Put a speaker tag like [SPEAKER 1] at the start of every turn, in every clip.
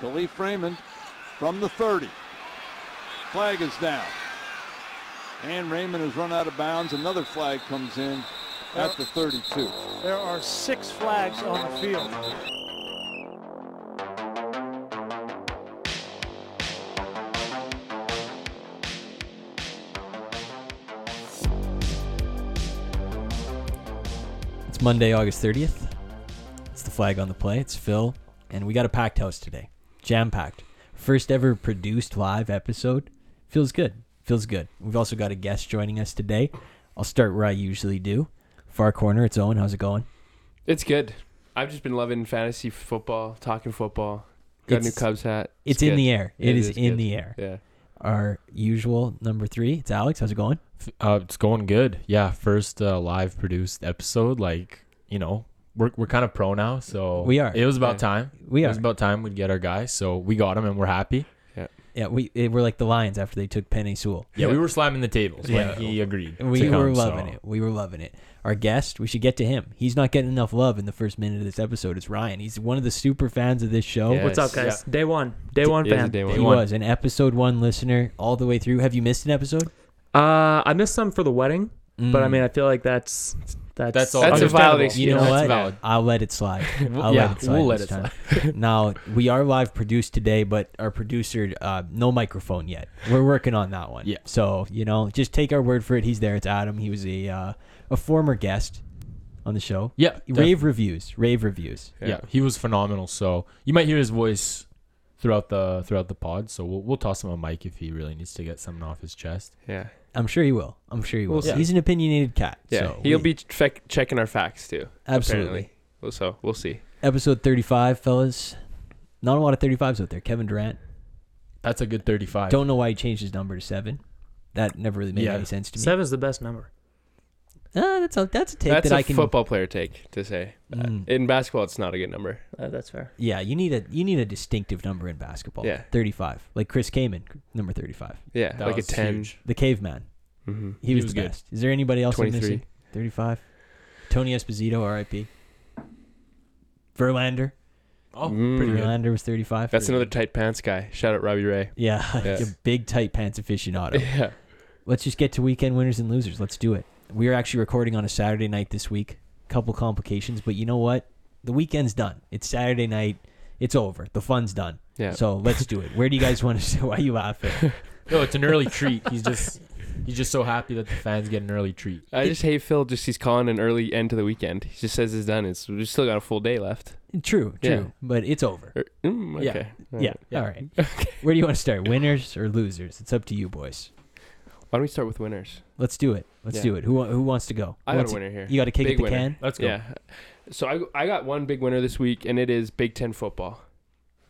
[SPEAKER 1] Khalif Raymond from the 30. Flag is down. And Raymond has run out of bounds. Another flag comes in at the 32.
[SPEAKER 2] There are six flags on the field.
[SPEAKER 3] It's Monday, August 30th. It's the flag on the play. It's Phil, and we got a packed house today. Jam packed. First ever produced live episode. Feels good. Feels good. We've also got a guest joining us today. I'll start where I usually do. Far corner, it's Owen. How's it going?
[SPEAKER 4] It's good. I've just been loving fantasy football, talking football. Got a new
[SPEAKER 3] It's-
[SPEAKER 4] Cubs hat.
[SPEAKER 3] It's, in
[SPEAKER 4] good.
[SPEAKER 3] the air.
[SPEAKER 4] It
[SPEAKER 3] it is,
[SPEAKER 4] is
[SPEAKER 3] in
[SPEAKER 4] good.
[SPEAKER 3] the air.
[SPEAKER 4] Yeah.
[SPEAKER 3] Our usual number three, it's Alex. How's it going?
[SPEAKER 5] Uh, it's going good. Yeah, first uh, live produced episode. Like you know, we're we're kind of pro now, so
[SPEAKER 3] We are.
[SPEAKER 5] It was about
[SPEAKER 4] Yeah.
[SPEAKER 5] time.
[SPEAKER 3] We
[SPEAKER 5] it
[SPEAKER 3] are.
[SPEAKER 5] was about time we'd get our guy. So we got him, and we're happy.
[SPEAKER 3] Yeah, we it, we're like the Lions after they took Penny Sewell.
[SPEAKER 5] Yeah, we were slamming the tables when
[SPEAKER 3] Yeah.
[SPEAKER 5] he agreed. to
[SPEAKER 3] We were
[SPEAKER 5] come,
[SPEAKER 3] loving
[SPEAKER 5] so-
[SPEAKER 3] it. We were loving it. Our guest, we should get to him. He's not getting enough love in the first minute of this episode. It's Ryan. He's one of the super fans of this show.
[SPEAKER 4] Yeah.
[SPEAKER 6] Oh, What's up,
[SPEAKER 4] Yes.
[SPEAKER 6] guys? Day one, day one
[SPEAKER 4] It is a
[SPEAKER 6] fan.
[SPEAKER 4] day
[SPEAKER 3] He
[SPEAKER 4] one.
[SPEAKER 3] was an episode one listener all the way through. Have you missed an episode?
[SPEAKER 6] Uh, I missed some for the wedding, but I
[SPEAKER 3] Mm.
[SPEAKER 6] mean, I feel like that's that's
[SPEAKER 5] That's all.
[SPEAKER 4] That's a
[SPEAKER 6] understandable.
[SPEAKER 4] valid excuse.
[SPEAKER 3] You know
[SPEAKER 5] that's
[SPEAKER 3] what?
[SPEAKER 5] valid.
[SPEAKER 3] I'll let it slide. I'll
[SPEAKER 5] yeah,
[SPEAKER 3] let it slide.
[SPEAKER 5] we'll let
[SPEAKER 3] this
[SPEAKER 5] it
[SPEAKER 3] time. now we are live produced today, but our producer uh, no microphone yet. We're working on that one.
[SPEAKER 5] Yeah.
[SPEAKER 3] So you know, just take our word for it. He's there. It's Adam. He was a uh, a former guest on the show.
[SPEAKER 5] Yeah,
[SPEAKER 3] Rave reviews. Rave reviews.
[SPEAKER 5] def- Yeah, he was phenomenal. So you might hear his voice throughout the throughout the pod. So we'll we'll toss him a mic if he really needs to get something off his chest.
[SPEAKER 4] Yeah.
[SPEAKER 3] I'm sure he will. I'm sure he will.
[SPEAKER 5] We'll see.
[SPEAKER 3] He's an opinionated cat.
[SPEAKER 4] Yeah.
[SPEAKER 3] So
[SPEAKER 4] He'll
[SPEAKER 3] we-
[SPEAKER 4] be check- checking our facts too.
[SPEAKER 3] absolutely.
[SPEAKER 4] apparently. Well, So we'll see.
[SPEAKER 3] Episode 35, fellas. Not a lot of 35s out there. Kevin Durant.
[SPEAKER 5] That's a good thirty-five.
[SPEAKER 3] Don't know why he changed his number to seven. That never really made
[SPEAKER 5] Yeah.
[SPEAKER 3] any sense to me.
[SPEAKER 6] Seven's the best number.
[SPEAKER 3] Ah, that's a that's a take
[SPEAKER 4] That's
[SPEAKER 3] that
[SPEAKER 4] a
[SPEAKER 3] I can.
[SPEAKER 4] football player take to say. that.
[SPEAKER 3] Mm.
[SPEAKER 4] In basketball, it's not a good number.
[SPEAKER 6] Uh, that's fair.
[SPEAKER 3] Yeah, you need a you need a distinctive number in basketball.
[SPEAKER 4] Yeah.
[SPEAKER 3] thirty-five. Like Chris Kaman, number thirty-five.
[SPEAKER 4] Yeah.
[SPEAKER 5] That
[SPEAKER 4] like a
[SPEAKER 5] was
[SPEAKER 4] ten.
[SPEAKER 5] huge.
[SPEAKER 3] The caveman.
[SPEAKER 4] Mhm.
[SPEAKER 3] He, was,
[SPEAKER 5] was
[SPEAKER 3] the
[SPEAKER 5] good.
[SPEAKER 3] best. Is there anybody else I'm
[SPEAKER 4] 23.
[SPEAKER 3] missing? Thirty-five. Tony Esposito, R.I.P. Verlander.
[SPEAKER 5] Oh,
[SPEAKER 4] Mm.
[SPEAKER 5] pretty good.
[SPEAKER 3] Verlander was thirty-five.
[SPEAKER 4] That's another tight pants guy. Shout out Robbie Ray.
[SPEAKER 3] Yeah,
[SPEAKER 4] Yeah.
[SPEAKER 3] a big tight pants aficionado.
[SPEAKER 4] Yeah.
[SPEAKER 3] Let's just get to weekend winners and losers. Let's do it. We are actually recording on a Saturday night this week. Couple complications, but you know what? The weekend's done. It's Saturday night. It's over. The fun's done.
[SPEAKER 4] Yeah.
[SPEAKER 3] So let's do it. Where do you guys want to sit? Why are you laughing?
[SPEAKER 5] No, it's an early treat. He's just he's just so happy that the fans get an early treat.
[SPEAKER 4] I just hate Phil. Just he's calling an early end to the weekend. He just says it's done. It's we still got a full day left.
[SPEAKER 3] True, true.
[SPEAKER 4] Yeah.
[SPEAKER 3] But it's over.
[SPEAKER 4] Or- mm,
[SPEAKER 5] Yeah.
[SPEAKER 4] okay. All
[SPEAKER 3] Yeah.
[SPEAKER 4] right.
[SPEAKER 3] All right. Where do you want to start? Winners or losers? It's up to you, boys.
[SPEAKER 4] Why don't we start with winners?
[SPEAKER 3] Let's do it. Let's
[SPEAKER 4] Yeah.
[SPEAKER 3] do it. Who wa- who wants to go?
[SPEAKER 4] I got
[SPEAKER 3] Wants-
[SPEAKER 4] a winner here.
[SPEAKER 3] You got to kick
[SPEAKER 4] Big
[SPEAKER 3] at the
[SPEAKER 4] winner.
[SPEAKER 3] can.
[SPEAKER 5] Let's go.
[SPEAKER 4] Yeah. So I I got one big winner this week, and it is Big Ten football.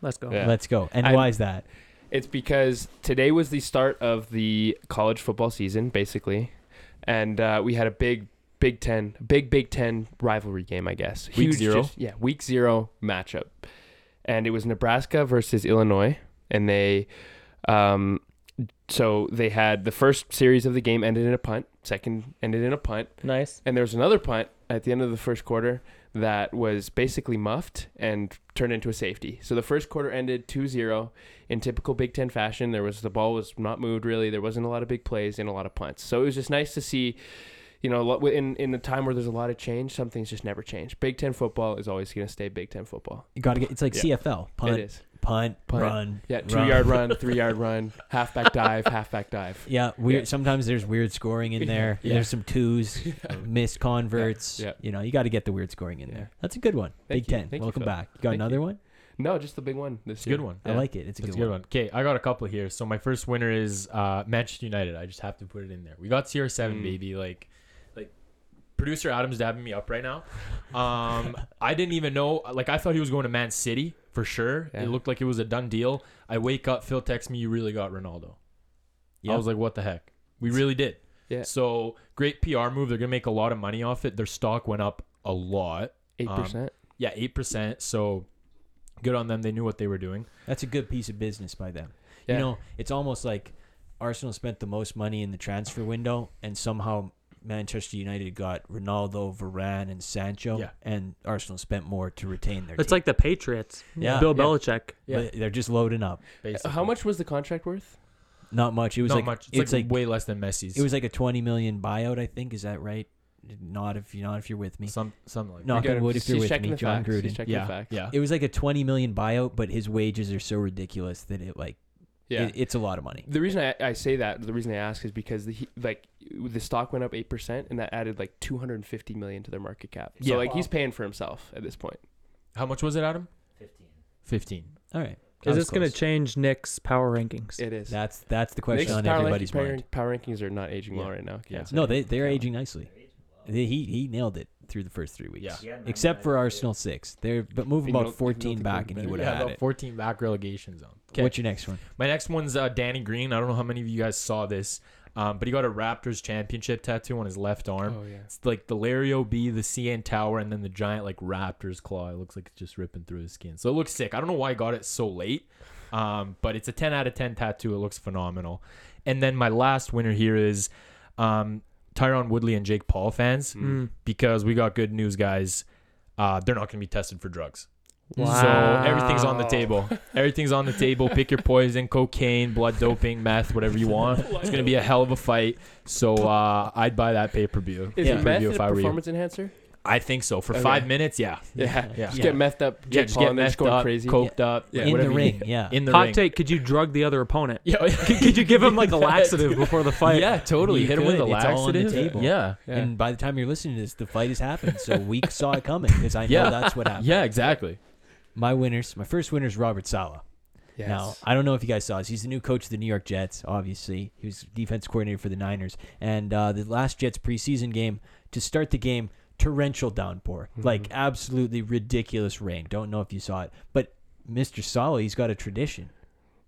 [SPEAKER 6] Let's go.
[SPEAKER 4] Yeah.
[SPEAKER 3] Let's go. And
[SPEAKER 4] I-
[SPEAKER 3] why is that?
[SPEAKER 4] It's because today was the start of the college football season, basically, and uh, we had a big Big Ten, big Big Ten rivalry game, I guess.
[SPEAKER 5] Week zero?
[SPEAKER 4] just- yeah, week zero matchup, and it was Nebraska versus Illinois, and they, um, so they had the first series of the game ended in a punt, second ended in a punt,
[SPEAKER 6] Nice.
[SPEAKER 4] and there was another punt at the end of the first quarter that was basically muffed and turned into a safety. So the first quarter ended 2-0 in typical Big 10 fashion. There was the ball was not moved really. There wasn't a lot of big plays and a lot of punts. So it was just nice to see you know, a lot- in in a time where there's a lot of change, some things just never change. Big Ten football is always going to stay Big Ten football.
[SPEAKER 3] You got to get. It's like
[SPEAKER 4] Yeah.
[SPEAKER 3] CFL.
[SPEAKER 4] it
[SPEAKER 3] Punt,
[SPEAKER 4] is.
[SPEAKER 3] punt,
[SPEAKER 4] Punt.
[SPEAKER 3] run.
[SPEAKER 4] Yeah, two yard run, three yard run, halfback dive, halfback dive.
[SPEAKER 3] Yeah, weird.
[SPEAKER 4] Yeah.
[SPEAKER 3] Sometimes there's weird scoring in there.
[SPEAKER 4] Yeah.
[SPEAKER 3] There's some twos, missed converts.
[SPEAKER 4] Yeah.
[SPEAKER 3] You know, you got to get the weird scoring in
[SPEAKER 4] Yeah.
[SPEAKER 3] there. That's a good one.
[SPEAKER 4] Thank
[SPEAKER 3] Big
[SPEAKER 4] you.
[SPEAKER 3] Ten.
[SPEAKER 4] Thank you,
[SPEAKER 3] Welcome
[SPEAKER 4] Phil.
[SPEAKER 3] back. You got
[SPEAKER 4] Thank
[SPEAKER 3] another
[SPEAKER 4] you.
[SPEAKER 3] one?
[SPEAKER 4] No, just the big one. This
[SPEAKER 5] a good
[SPEAKER 4] year.
[SPEAKER 5] one.
[SPEAKER 3] I
[SPEAKER 4] Yeah.
[SPEAKER 3] like it. It's a
[SPEAKER 5] That's
[SPEAKER 3] good,
[SPEAKER 5] a good
[SPEAKER 3] one.
[SPEAKER 5] one. Okay, I got a couple here. So my first winner is uh, Manchester United. I just have to put it in there. We got CR7,
[SPEAKER 4] Mm.
[SPEAKER 5] baby. Like, like producer Adam's dabbing me up right now. Um, I didn't even know. Like, I thought he was going to Man City for sure.
[SPEAKER 4] Yeah.
[SPEAKER 5] It looked like it was a done deal. I wake up, Phil texts me, "You really got Ronaldo."
[SPEAKER 3] Yeah.
[SPEAKER 5] I was like, "What the heck? We really did."
[SPEAKER 4] Yeah.
[SPEAKER 5] So great PR move. They're gonna make a lot of money off it. Their stock went up a lot.
[SPEAKER 4] 8%.
[SPEAKER 5] Yeah, eight percent. So good on them. They knew what they were doing.
[SPEAKER 3] That's a good piece of business by them.
[SPEAKER 4] Yeah.
[SPEAKER 3] You know, it's almost like Arsenal spent the most money in the transfer window and somehow Manchester United got Ronaldo, Varane, and Sancho,
[SPEAKER 5] Yeah.
[SPEAKER 3] and Arsenal spent more to retain their.
[SPEAKER 6] It's
[SPEAKER 3] team.
[SPEAKER 6] like the Patriots.
[SPEAKER 3] Yeah.
[SPEAKER 6] Bill
[SPEAKER 5] Yeah.
[SPEAKER 6] Belichick.
[SPEAKER 5] yeah,
[SPEAKER 3] But they're just loading up.
[SPEAKER 5] basically.
[SPEAKER 4] How much was the contract worth?
[SPEAKER 3] Not much. It was
[SPEAKER 5] Not
[SPEAKER 3] like
[SPEAKER 5] much. It's,
[SPEAKER 3] it's
[SPEAKER 5] like,
[SPEAKER 3] like,
[SPEAKER 5] way less than Messi's.
[SPEAKER 3] it was like a twenty million buyout. I think is that right? Not if you not if you're with me.
[SPEAKER 5] some something like
[SPEAKER 3] Knock
[SPEAKER 4] Again,
[SPEAKER 3] on wood if
[SPEAKER 4] he's
[SPEAKER 3] you're with
[SPEAKER 4] checking
[SPEAKER 3] me,
[SPEAKER 4] the
[SPEAKER 3] John
[SPEAKER 4] facts. He's
[SPEAKER 3] Gruden.
[SPEAKER 5] that.
[SPEAKER 4] checking the
[SPEAKER 5] Yeah,
[SPEAKER 4] facts.
[SPEAKER 5] yeah.
[SPEAKER 3] It was like a twenty million buyout, but his wages are so ridiculous that it like
[SPEAKER 4] Yeah.
[SPEAKER 3] it- it's a lot of money.
[SPEAKER 4] the reason I, I say that, the reason I ask is because the he- like the stock went up eight percent, and that added like two hundred and fifty million to their market cap. So
[SPEAKER 3] Yeah.
[SPEAKER 4] like he's paying for himself at this point.
[SPEAKER 5] How much was it, Adam? Fifteen. Fifteen.
[SPEAKER 3] All right,
[SPEAKER 6] Is this
[SPEAKER 3] going
[SPEAKER 6] going to change Nick's power rankings?
[SPEAKER 4] It is.
[SPEAKER 3] That's that's the question
[SPEAKER 4] Nick's
[SPEAKER 3] on
[SPEAKER 4] power rank-
[SPEAKER 3] everybody's
[SPEAKER 4] power,
[SPEAKER 3] mind.
[SPEAKER 4] power rankings are not aging well right now.
[SPEAKER 5] Yeah.
[SPEAKER 4] Can't
[SPEAKER 3] No, they
[SPEAKER 4] say.
[SPEAKER 3] they're
[SPEAKER 4] Yeah.
[SPEAKER 3] aging nicely. They- he he nailed it through the first three
[SPEAKER 5] Yeah.
[SPEAKER 3] weeks,
[SPEAKER 5] He
[SPEAKER 3] except for Arsenal six. They're but move
[SPEAKER 4] He
[SPEAKER 3] about
[SPEAKER 4] don't- he don't think
[SPEAKER 3] fourteen
[SPEAKER 4] they
[SPEAKER 3] back,
[SPEAKER 4] did
[SPEAKER 3] and he
[SPEAKER 4] better.
[SPEAKER 3] would
[SPEAKER 5] Yeah,
[SPEAKER 3] have had
[SPEAKER 5] about
[SPEAKER 3] it.
[SPEAKER 5] fourteen back relegation zone. 'Kay.
[SPEAKER 3] What's your next one?
[SPEAKER 5] My next one's uh, Danny Green. I don't know how many of you guys saw this, um, but he got a Raptors championship tattoo on his left arm.
[SPEAKER 4] Oh yeah.
[SPEAKER 5] It's like the Larry OB, the CN Tower, and then the giant like Raptors claw. It looks like it's just ripping through his skin. So it looks sick. I don't know why I got it so late, um, but it's a 10 out of 10 tattoo. It looks phenomenal. And then my last winner here is um, Tyron Woodley and Jake Paul fans
[SPEAKER 4] Mm.
[SPEAKER 6] Mm.
[SPEAKER 5] because we got good news, guys. Uh, they're not going to be tested for drugs. So everything's
[SPEAKER 3] Ah.
[SPEAKER 5] on the table. Everything's on the table. Pick your poison: cocaine, blood doping, meth, whatever you want. It's gonna be a hell of a fight. So uh, I'd buy that pay per view.
[SPEAKER 4] Is
[SPEAKER 3] Yeah.
[SPEAKER 4] meth
[SPEAKER 5] Preview
[SPEAKER 4] a
[SPEAKER 5] if I were you.
[SPEAKER 4] performance enhancer?
[SPEAKER 5] I think so. For
[SPEAKER 4] Okay.
[SPEAKER 5] five minutes, yeah,
[SPEAKER 4] Yeah.
[SPEAKER 5] Yeah.
[SPEAKER 4] Just get methed up.
[SPEAKER 5] yeah.
[SPEAKER 4] Jake
[SPEAKER 5] Just
[SPEAKER 4] Paul,
[SPEAKER 5] get
[SPEAKER 4] and then
[SPEAKER 5] messed
[SPEAKER 4] going
[SPEAKER 5] up,
[SPEAKER 4] crazy.
[SPEAKER 5] coked up,
[SPEAKER 4] Yeah.
[SPEAKER 3] in
[SPEAKER 5] whatever
[SPEAKER 3] the
[SPEAKER 5] you
[SPEAKER 3] ring,
[SPEAKER 5] need.
[SPEAKER 3] yeah.
[SPEAKER 5] in the
[SPEAKER 6] Hot
[SPEAKER 5] ring.
[SPEAKER 6] take: Could you drug the other opponent?
[SPEAKER 5] Yeah,
[SPEAKER 6] Could, could you give him like a laxative before the fight?
[SPEAKER 5] yeah, totally.
[SPEAKER 3] You
[SPEAKER 5] Hit him with
[SPEAKER 3] could.
[SPEAKER 5] a
[SPEAKER 3] It's all on the
[SPEAKER 5] laxative.
[SPEAKER 3] table.
[SPEAKER 5] Yeah,
[SPEAKER 4] Yeah.
[SPEAKER 3] And by the time you're listening to this, the fight has happened. So we saw it coming because I know
[SPEAKER 5] Yeah.
[SPEAKER 3] that's what happened.
[SPEAKER 5] yeah, exactly.
[SPEAKER 3] My winners, my first winner is Robert Sala.
[SPEAKER 4] Yes.
[SPEAKER 3] Now I don't know if you guys saw this. He's the new coach of the New York Jets. Obviously, he was defense coordinator for the Niners. And uh, the last Jets preseason game to start the game, torrential downpour, like absolutely ridiculous rain. Don't know if you saw it, but Mr. Sala, he's got a tradition.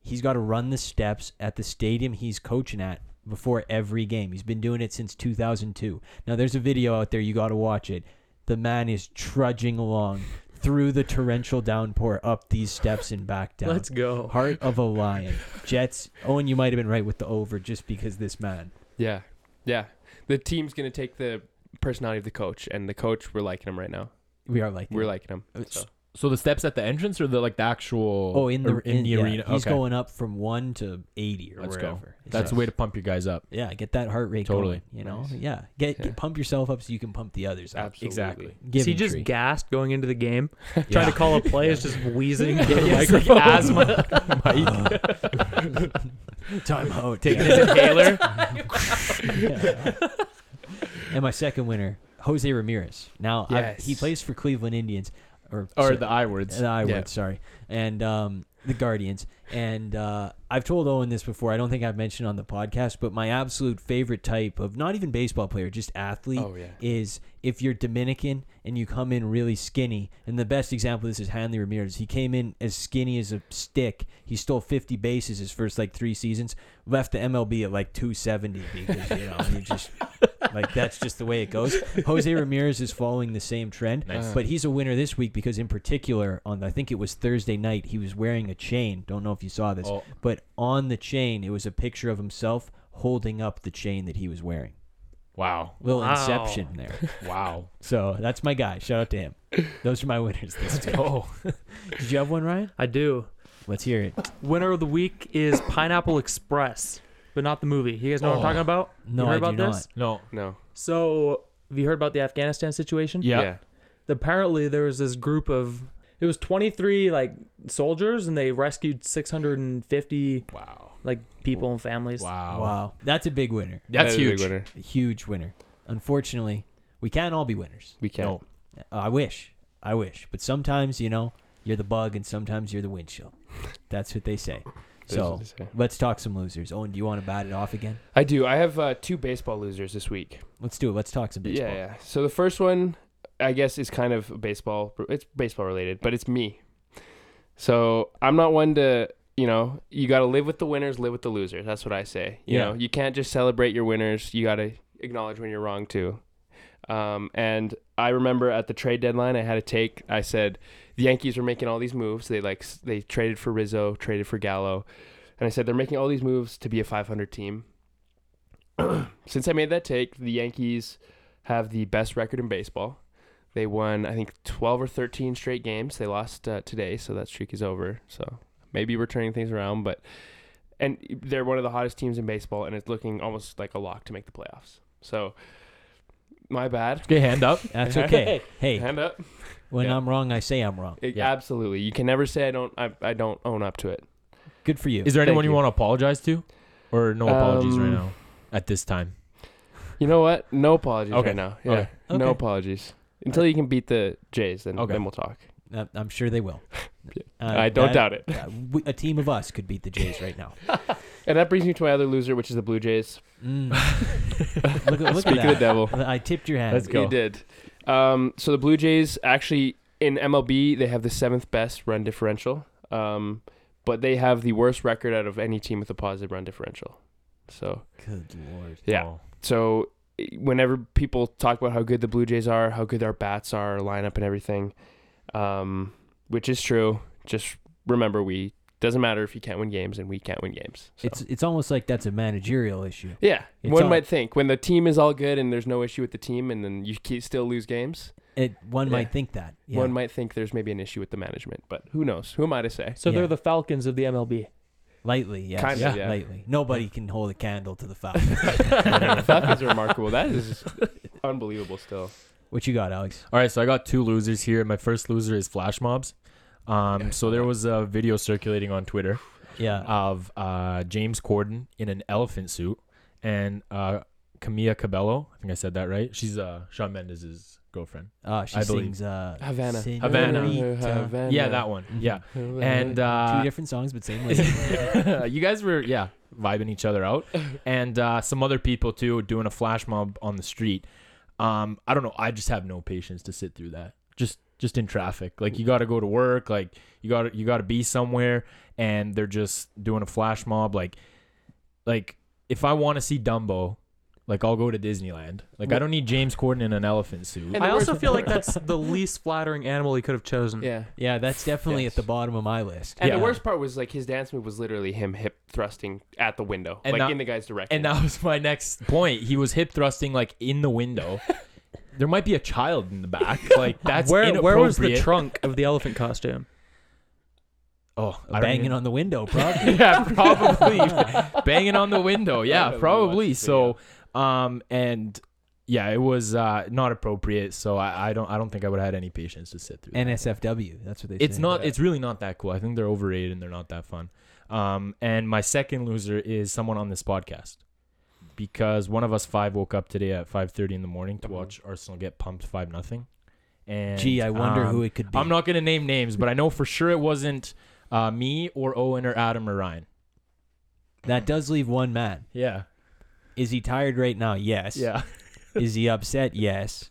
[SPEAKER 3] He's got to run the steps at the stadium he's coaching at before every game. He's been doing it since 2002. Now there's a video out there. You got to watch it. The man is trudging along through the torrential downpour up these steps and back down.
[SPEAKER 6] Let's go.
[SPEAKER 3] Heart of a lion. Jets. Owen, you might have been right with the over just because this man.
[SPEAKER 4] Yeah. Yeah. The team's gonna take the personality of the coach, and the coach we're liking him right now.
[SPEAKER 3] We are like
[SPEAKER 4] We're liking him.
[SPEAKER 3] It's-
[SPEAKER 4] So.
[SPEAKER 5] So the steps at the entrance or the like the actual
[SPEAKER 3] oh in the
[SPEAKER 5] or er, in, the
[SPEAKER 3] yeah,
[SPEAKER 5] arena.
[SPEAKER 3] He's
[SPEAKER 5] okay.
[SPEAKER 3] going up from one to eighty or
[SPEAKER 5] Let's go.
[SPEAKER 3] wherever. It's
[SPEAKER 5] That's
[SPEAKER 3] just-
[SPEAKER 5] a way to pump your guys up.
[SPEAKER 3] yeah. Get that heart rate going.
[SPEAKER 5] Totally.
[SPEAKER 3] You know.
[SPEAKER 4] Nice.
[SPEAKER 3] Yeah. Get,
[SPEAKER 4] Yeah.
[SPEAKER 3] pump yourself up so you can pump the others up.
[SPEAKER 4] Absolutely.
[SPEAKER 5] Exactly.
[SPEAKER 3] Give
[SPEAKER 6] Is he just gassed going into the game, trying to call a play, is just wheezing. into the
[SPEAKER 5] Yeah, it's like
[SPEAKER 6] microphone.
[SPEAKER 5] asthma. Mike,
[SPEAKER 3] time out.
[SPEAKER 5] take this inhaler.
[SPEAKER 3] and my second winner, Jose Ramirez. Now I've- he
[SPEAKER 4] Yes.
[SPEAKER 3] plays for Cleveland Indians or
[SPEAKER 5] or
[SPEAKER 3] sorry,
[SPEAKER 5] the I words.
[SPEAKER 3] The I
[SPEAKER 4] Yeah.
[SPEAKER 3] would, sorry. And um, the Guardians. And uh, I've told Owen this before. I don't think I've mentioned on the podcast, but my absolute favorite type of not even baseball player, just athlete,
[SPEAKER 4] Oh, yeah.
[SPEAKER 3] is if you're Dominican and you come in really skinny. And the best example of this is Hanley Ramirez. He came in as skinny as a stick. He stole 50 bases his first like three seasons. Left the MLB at like 270 because you know he just like that's just the way it goes. Jose Ramirez is following the same trend,
[SPEAKER 4] Nice.
[SPEAKER 3] but he's a winner this week because in particular on I think it was Thursday night he was wearing a chain. Don't know if you saw this,
[SPEAKER 5] Oh.
[SPEAKER 3] but on the chain it was a picture of himself holding up the chain that he was wearing.
[SPEAKER 5] Wow.
[SPEAKER 3] Little
[SPEAKER 6] Wow.
[SPEAKER 3] inception there.
[SPEAKER 5] Wow.
[SPEAKER 3] So that's my guy. Shout out to him. Those are my winners. This week.
[SPEAKER 5] Oh.
[SPEAKER 3] Did you have one, Ryan?
[SPEAKER 6] I do.
[SPEAKER 3] Let's hear it.
[SPEAKER 6] Winner of the week is Pineapple Express, but not the movie. You guys know what
[SPEAKER 5] Oh.
[SPEAKER 6] I'm talking about?
[SPEAKER 3] No,
[SPEAKER 6] you
[SPEAKER 3] I
[SPEAKER 6] heard about
[SPEAKER 3] do
[SPEAKER 6] this?
[SPEAKER 5] No.
[SPEAKER 4] No.
[SPEAKER 6] So, have you heard about the Afghanistan situation?
[SPEAKER 5] Yeah.
[SPEAKER 6] Apparently, there was this group of it was 23 like soldiers, and they rescued 650
[SPEAKER 5] Wow.
[SPEAKER 6] like people and families.
[SPEAKER 5] Wow.
[SPEAKER 3] not. Wow, that's a big winner.
[SPEAKER 4] That is
[SPEAKER 5] That's
[SPEAKER 4] a big
[SPEAKER 5] huge.
[SPEAKER 4] winner.
[SPEAKER 3] A huge winner. Unfortunately, we can't all be winners.
[SPEAKER 4] We can't.
[SPEAKER 5] No.
[SPEAKER 3] Uh, I wish. I wish. But sometimes, you know, you're the bug and sometimes you're the windshield. That's what they say.
[SPEAKER 4] That's what
[SPEAKER 3] So
[SPEAKER 4] they say.
[SPEAKER 3] let's talk some losers. Owen, do you want to bat it off again?
[SPEAKER 4] I do. I have uh, two baseball losers this week.
[SPEAKER 3] Let's do it. Let's talk some baseball.
[SPEAKER 4] Yeah, yeah. So the first one, I guess, is kind of baseball. It's baseball related, but it's me. So I'm not one to, you know, you got to live with the winners, live with the losers. That's what I say. You
[SPEAKER 3] Yeah.
[SPEAKER 4] know, you can't just celebrate your winners. You got to acknowledge when you're wrong too. Um, and I remember at the trade deadline, I had a take. I said the Yankees were making all these moves. They like s- they traded for Rizzo, traded for Gallo, and I said they're making all these moves to be a 500 team. since I made that take, the Yankees have the best record in baseball. They won, I think, 12 or 13 straight games. They lost uh, today, so that streak is over. So maybe we're turning things around, but and they're one of the hottest teams in baseball, and it's looking almost like a lock to make the playoffs. So my bad.
[SPEAKER 5] Okay, hand up.
[SPEAKER 3] That's okay. Hey,
[SPEAKER 4] Hand up.
[SPEAKER 3] when
[SPEAKER 4] Yeah.
[SPEAKER 3] I'm wrong, I say I'm wrong.
[SPEAKER 4] It-
[SPEAKER 5] Yeah.
[SPEAKER 4] Absolutely. You can never say I don't. I, I don't own up to it.
[SPEAKER 3] Good for you.
[SPEAKER 5] Is there
[SPEAKER 4] Thank
[SPEAKER 5] anyone you
[SPEAKER 4] you.
[SPEAKER 5] want to apologize to, or no apologies right
[SPEAKER 4] Um,
[SPEAKER 5] now at this time?
[SPEAKER 4] You know what? No apologies
[SPEAKER 5] Okay.
[SPEAKER 4] right now. Yeah.
[SPEAKER 5] Okay.
[SPEAKER 4] No
[SPEAKER 3] Okay.
[SPEAKER 4] apologies. Until you can beat the Jays, then,
[SPEAKER 5] Okay.
[SPEAKER 4] then we'll talk.
[SPEAKER 3] Uh, I'm sure they will. Uh,
[SPEAKER 4] I
[SPEAKER 3] that-
[SPEAKER 4] don't doubt it.
[SPEAKER 3] uh, we- a team of us could beat the Jays right now.
[SPEAKER 4] And that brings me to my other loser, which is the Blue Jays.
[SPEAKER 3] Mm. look at, look at
[SPEAKER 4] Speak of the
[SPEAKER 3] that.
[SPEAKER 4] devil.
[SPEAKER 3] I tipped your hand.
[SPEAKER 5] Let's go.
[SPEAKER 4] You did. Um, so the Blue Jays actually in MLB they have the seventh best run differential, um, but they have the worst record out of any team with a positive run differential. So
[SPEAKER 3] Good lord.
[SPEAKER 4] yeah.
[SPEAKER 5] Oh.
[SPEAKER 4] So i- whenever people talk about how good the Blue Jays are, how good their bats are, lineup and everything, um, which is true, just remember we doesn't matter if you can't win games and we can't win games. So.
[SPEAKER 3] It's it's almost like that's a managerial issue.
[SPEAKER 4] yeah,
[SPEAKER 3] it's
[SPEAKER 4] one
[SPEAKER 3] all-
[SPEAKER 4] might think when the team is all good and there's no issue with the team, and then you ke- still lose games.
[SPEAKER 3] It one
[SPEAKER 4] Yeah.
[SPEAKER 3] might think that. Yeah.
[SPEAKER 4] One might think there's maybe an issue with the management, but who knows? Who am I to say?
[SPEAKER 6] So
[SPEAKER 3] Yeah.
[SPEAKER 6] they're the Falcons of the MLB.
[SPEAKER 3] lightly, yes.
[SPEAKER 4] Kinda,
[SPEAKER 5] Yeah.
[SPEAKER 4] yeah.
[SPEAKER 3] Lightly. Nobody can hold a candle to the Falcons.
[SPEAKER 4] Falcons are remarkable. That is unbelievable. Still,
[SPEAKER 3] what you got, Alex?
[SPEAKER 5] All right, so I got two losers here. My first loser is flash mobs. Um, so there was a video circulating on Twitter
[SPEAKER 3] Yeah.
[SPEAKER 5] of uh, James Corden in an elephant suit and uh, Camilla Cabello. I think I said that right. She's uh, Sean Mendes' girlfriend.
[SPEAKER 3] Uh, she
[SPEAKER 5] I believe-
[SPEAKER 3] sings uh,
[SPEAKER 4] Havana.
[SPEAKER 5] Havana.
[SPEAKER 3] Senorita.
[SPEAKER 5] Yeah, that one. Yeah, and
[SPEAKER 3] Two
[SPEAKER 5] uh,
[SPEAKER 3] different songs, but same lyrics.
[SPEAKER 5] you guys were yeah vibing each other out, and uh, some other people too doing a flash mob on the street. Um, I don't know. I just have no patience to sit through that. Just just in traffic, like you got to go to work, like you got to you got to be somewhere, and they're just doing a flash mob. Like like if I want to see Dumbo. Like I'll go to Disneyland. Like I don't need James Corden in an elephant
[SPEAKER 4] And
[SPEAKER 5] suit.
[SPEAKER 4] the
[SPEAKER 6] I
[SPEAKER 4] Mm.
[SPEAKER 6] also
[SPEAKER 4] worst-
[SPEAKER 6] feel like that's the least flattering animal he could have chosen.
[SPEAKER 4] yeah.
[SPEAKER 3] yeah, that's definitely
[SPEAKER 4] Yes.
[SPEAKER 3] at the bottom of my list.
[SPEAKER 4] And
[SPEAKER 5] Yeah.
[SPEAKER 4] the worst part was like his dance move was literally him hip thrusting at the window,
[SPEAKER 5] And
[SPEAKER 4] like
[SPEAKER 5] that-
[SPEAKER 4] in the guy's direction.
[SPEAKER 5] And that was my next point. He was hip thrusting like in the window. There might be a child in the back. Like that's
[SPEAKER 6] where
[SPEAKER 5] inappropriate.
[SPEAKER 6] where was the trunk of the elephant costume?
[SPEAKER 5] Oh, I don't
[SPEAKER 3] Banging
[SPEAKER 5] even-
[SPEAKER 3] on the window, probably.
[SPEAKER 5] yeah, probably banging on the window.
[SPEAKER 4] I
[SPEAKER 5] Yeah,
[SPEAKER 4] haven't
[SPEAKER 5] probably.
[SPEAKER 4] watched the
[SPEAKER 5] So, um, and yeah, it was uh not appropriate. So I, I don't, I don't think I would have had any patience to sit through. that.
[SPEAKER 3] NSFW. That's what they say.
[SPEAKER 5] It's not.
[SPEAKER 4] Yeah.
[SPEAKER 5] It's really not that cool. I think they're overrated and they're not that fun. Um, and my second loser is someone on this podcast because one of us five woke up today at five thirty in the morning to
[SPEAKER 4] Mhm.
[SPEAKER 5] watch Arsenal get pumped five nothing. And
[SPEAKER 3] Gee, I wonder
[SPEAKER 5] um,
[SPEAKER 3] who it could be.
[SPEAKER 5] I'm not gonna name names, but I know for sure it wasn't uh, me or Owen or Adam or Ryan.
[SPEAKER 3] that does leave one man.
[SPEAKER 5] Yeah.
[SPEAKER 3] Is he tired right now? Yes.
[SPEAKER 5] Yeah.
[SPEAKER 3] Is he upset? Yes.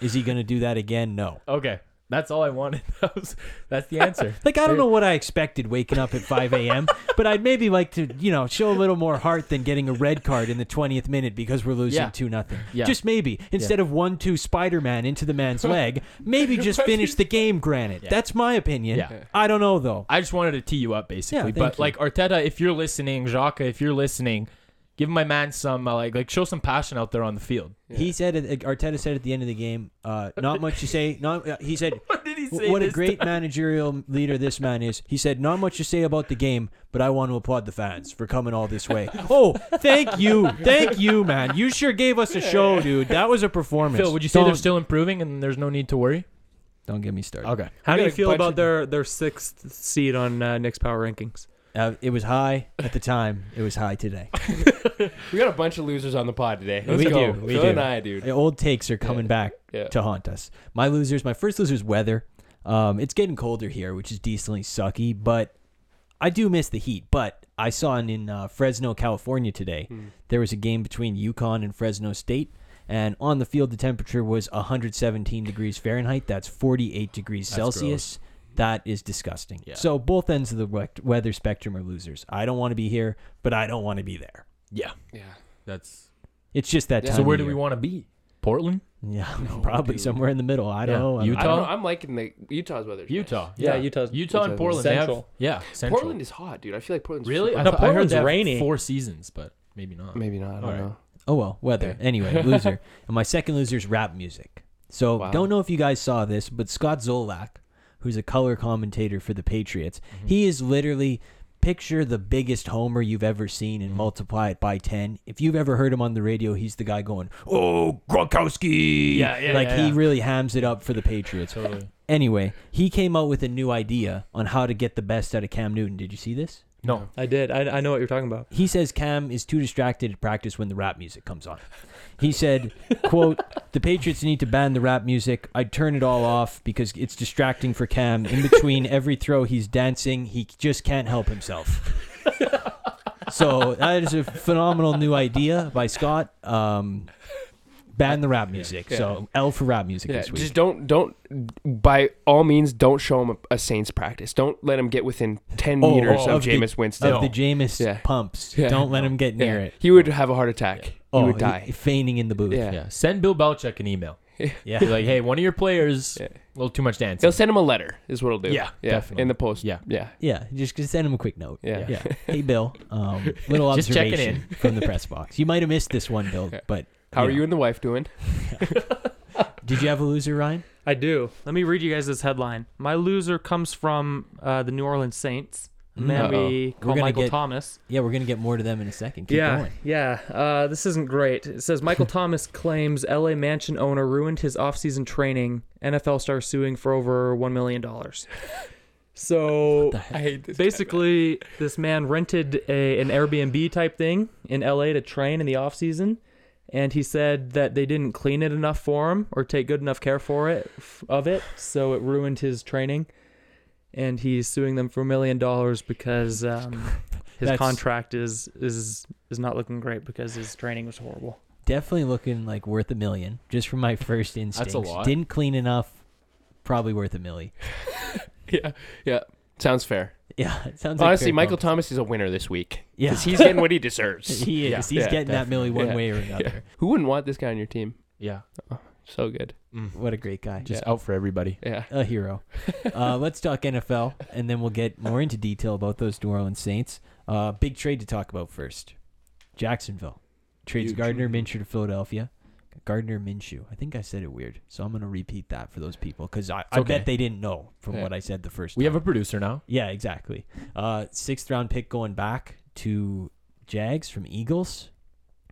[SPEAKER 3] Is he going to do that again? No.
[SPEAKER 5] Okay. That's all I wanted. That was, that's the answer.
[SPEAKER 3] Like I don't know what I expected waking up at 5 a.m., but I'd maybe like to, you know, show a little more heart than getting a red card in the 20th minute because we're losing
[SPEAKER 5] Yeah.
[SPEAKER 3] two nothing.
[SPEAKER 5] Yeah.
[SPEAKER 3] Just maybe instead of one two Spider Man into the man's leg, maybe just finish the game. Granted,
[SPEAKER 5] Yeah.
[SPEAKER 3] that's my opinion.
[SPEAKER 5] Yeah.
[SPEAKER 3] I don't know though.
[SPEAKER 5] I just wanted to tee you up basically.
[SPEAKER 3] Yeah,
[SPEAKER 5] but
[SPEAKER 3] thank you.
[SPEAKER 5] like Arteta, if you're listening, Xhaka, if you're listening, give my man some uh, like like show some passion out there on the field.
[SPEAKER 3] He said, at, Arteta said at the end of the game, uh, not much to say. Not uh, he said,
[SPEAKER 5] What did he
[SPEAKER 3] W- what a great managerial leader this man is. He said, Not much to say about the game, but I want to applaud the fans for coming all this way. oh, thank you. Thank you, man. You sure gave us a show, dude. That was a performance.
[SPEAKER 5] Phil, would you say
[SPEAKER 3] don't,
[SPEAKER 5] they're still improving and there's no need to worry?
[SPEAKER 3] Don't get me started.
[SPEAKER 5] Okay.
[SPEAKER 6] How do
[SPEAKER 4] got
[SPEAKER 6] you
[SPEAKER 4] a
[SPEAKER 6] feel
[SPEAKER 4] bunch
[SPEAKER 6] about
[SPEAKER 4] of-
[SPEAKER 6] their their sixth seed on uh, Nick's power rankings?
[SPEAKER 3] Uh, it was high at the time. It was high today.
[SPEAKER 4] we got a bunch of losers on the pod today. Let's
[SPEAKER 3] We
[SPEAKER 4] go.
[SPEAKER 3] do, we
[SPEAKER 4] Phil
[SPEAKER 3] do.
[SPEAKER 4] and I, dude.
[SPEAKER 3] The old takes are coming back
[SPEAKER 4] Yeah.
[SPEAKER 3] to haunt us. My losers, my first loser's weather. Um, it's getting colder here, which is decently sucky, but I do miss the heat. But I saw in, in uh, Fresno, California today,
[SPEAKER 5] Hmm.
[SPEAKER 3] there was a game between Yukon and Fresno State, and on the field, the temperature was 117 degrees Fahrenheit. That's 48 degrees
[SPEAKER 5] That's
[SPEAKER 3] Celsius. That is disgusting.
[SPEAKER 5] Yeah.
[SPEAKER 3] So both ends of the wec- weather spectrum are losers. I don't want to be here, but I don't want to be there.
[SPEAKER 5] Yeah.
[SPEAKER 4] Yeah.
[SPEAKER 5] That's
[SPEAKER 3] It's just that
[SPEAKER 4] Yeah.
[SPEAKER 3] time.
[SPEAKER 5] So where
[SPEAKER 3] of
[SPEAKER 5] do we
[SPEAKER 3] year.
[SPEAKER 5] want to be? Portland?
[SPEAKER 3] Yeah,
[SPEAKER 4] No,
[SPEAKER 3] probably
[SPEAKER 4] dude.
[SPEAKER 3] somewhere in the middle. I
[SPEAKER 5] Yeah.
[SPEAKER 3] don't know.
[SPEAKER 5] You-
[SPEAKER 4] I don't know. I'm liking the Utah's weather. today.
[SPEAKER 5] Utah.
[SPEAKER 6] Yeah, Utah's-
[SPEAKER 5] Utah and
[SPEAKER 4] Utah's
[SPEAKER 5] Portland.
[SPEAKER 6] Central.
[SPEAKER 5] They have, yeah. Central.
[SPEAKER 4] Portland is hot, dude. I feel like Portland's
[SPEAKER 5] really?
[SPEAKER 4] super
[SPEAKER 5] I,
[SPEAKER 6] No,
[SPEAKER 5] thought- I heard
[SPEAKER 6] Portland's
[SPEAKER 5] they have
[SPEAKER 6] rainy.
[SPEAKER 5] Four seasons, but maybe not.
[SPEAKER 4] Maybe not. I don't
[SPEAKER 5] All right.
[SPEAKER 4] know.
[SPEAKER 3] Oh well, weather.
[SPEAKER 4] Okay.
[SPEAKER 3] Anyway, loser. and my second loser is rap music. So
[SPEAKER 4] Wow.
[SPEAKER 3] don't know if you guys saw this, but Scott Zolak, who's a color commentator for the Patriots,
[SPEAKER 5] Mm-hmm.
[SPEAKER 3] he is literally picture the biggest homer you've ever seen
[SPEAKER 5] Mm-hmm.
[SPEAKER 3] and multiply it by ten. If you've ever heard him on the radio, he's the guy going, "Oh Gronkowski,"
[SPEAKER 5] Yeah, yeah,
[SPEAKER 3] like
[SPEAKER 5] yeah,
[SPEAKER 3] he
[SPEAKER 5] yeah.
[SPEAKER 3] really hams it up for the Patriots.
[SPEAKER 5] Totally.
[SPEAKER 3] Anyway, he came out with a new idea on how to get the best out of Cam Newton. Did you see this?
[SPEAKER 5] No.
[SPEAKER 6] I did. I, I know what you're talking about.
[SPEAKER 3] He says Cam is too distracted to practice when the rap music comes on. He said, quote, the Patriots need to ban the rap music. I'd turn it all off because it's distracting for Cam. In between every throw he's dancing, he just can't help himself. so that is a phenomenal new idea by Scott. Um, ban the rap music. So L for rap music
[SPEAKER 4] Yeah,
[SPEAKER 3] this week.
[SPEAKER 4] just don't don't by all means don't show him a, a Saints practice. Don't let him get within ten
[SPEAKER 3] Oh,
[SPEAKER 4] meters
[SPEAKER 3] oh,
[SPEAKER 4] of,
[SPEAKER 3] of the-
[SPEAKER 4] Jameis Winston.
[SPEAKER 3] of the Jameis
[SPEAKER 4] Yeah.
[SPEAKER 3] pumps.
[SPEAKER 4] Yeah.
[SPEAKER 3] Don't let him get
[SPEAKER 4] Yeah.
[SPEAKER 3] near it.
[SPEAKER 4] He would have a heart attack.
[SPEAKER 3] Oh,
[SPEAKER 4] he would die.
[SPEAKER 3] Feigning in the booth.
[SPEAKER 4] yeah.
[SPEAKER 5] Yeah. Send Bill Belichick an email.
[SPEAKER 3] Yeah.
[SPEAKER 5] Be like, hey, one of your players,
[SPEAKER 4] Yeah.
[SPEAKER 5] a little too much dancing.
[SPEAKER 4] He'll send him a letter. Is what he'll do.
[SPEAKER 5] Yeah, definitely.
[SPEAKER 4] In the post.
[SPEAKER 5] Yeah.
[SPEAKER 4] yeah.
[SPEAKER 3] Yeah, just, just send him a quick note.
[SPEAKER 4] Yeah.
[SPEAKER 3] yeah. Hey, Bill. Um, little
[SPEAKER 5] Just checking
[SPEAKER 3] observation from the press box. You might have missed this one, Bill.
[SPEAKER 4] Yeah.
[SPEAKER 3] But
[SPEAKER 4] How are
[SPEAKER 3] Yeah.
[SPEAKER 4] you and the wife doing?
[SPEAKER 3] did you have a loser, Ryan?
[SPEAKER 6] I do. Let me read you guys this headline. My loser comes from uh, the New Orleans Saints. A man
[SPEAKER 4] Uh-oh.
[SPEAKER 6] we
[SPEAKER 3] We're
[SPEAKER 6] call
[SPEAKER 3] gonna
[SPEAKER 6] Michael
[SPEAKER 3] get-
[SPEAKER 6] Thomas.
[SPEAKER 3] Yeah, we're gonna get more to them in a second. Keep
[SPEAKER 6] yeah,
[SPEAKER 3] going.
[SPEAKER 6] yeah. Uh, this isn't great. It says Michael Thomas claims LA mansion owner ruined his offseason training. NFL star suing for over one million dollars. So
[SPEAKER 4] I hate this.
[SPEAKER 6] basically, this man rented a, an Airbnb type thing in LA to train in the offseason, and he said that they didn't clean it enough for him or take good enough care for it f- of it, so it ruined his training. And he's suing them for a million dollars because um, his
[SPEAKER 3] That's-
[SPEAKER 6] contract is is is not looking great because his training was horrible.
[SPEAKER 3] Definitely looking like worth a million just from my first instincts.
[SPEAKER 5] lot.
[SPEAKER 3] Didn't clean enough. Probably worth a milli.
[SPEAKER 4] yeah, yeah. Sounds fair.
[SPEAKER 3] Yeah, it sounds like
[SPEAKER 4] Honestly,
[SPEAKER 3] fair
[SPEAKER 4] Michael
[SPEAKER 3] comp.
[SPEAKER 4] Thomas is a winner this week.
[SPEAKER 3] Yeah.
[SPEAKER 4] 'Cause he's getting what he deserves.
[SPEAKER 3] He is.
[SPEAKER 5] Yeah,
[SPEAKER 3] he's
[SPEAKER 4] yeah,
[SPEAKER 3] getting that milli one
[SPEAKER 4] Yeah.
[SPEAKER 3] way or another.
[SPEAKER 4] Who wouldn't want this guy on your team?
[SPEAKER 5] Yeah.
[SPEAKER 4] So good.
[SPEAKER 3] What a great guy.
[SPEAKER 5] Just out for everybody.
[SPEAKER 4] Yeah.
[SPEAKER 3] a hero. uh, let's talk NFL, and then we'll get more into detail about those New Orleans Saints. Uh, big trade to talk about first. Jacksonville trades
[SPEAKER 1] Huge.
[SPEAKER 3] Gardner Minshew to Philadelphia. Gardner Minshew. I think I said it weird, so I'm going to repeat that for those people because I, I
[SPEAKER 5] okay.
[SPEAKER 3] bet they didn't know from
[SPEAKER 4] Yeah.
[SPEAKER 3] what I said the first.
[SPEAKER 5] We
[SPEAKER 3] time.
[SPEAKER 5] have a producer now.
[SPEAKER 3] yeah, exactly. Uh, sixth round pick going back to Jags from Eagles.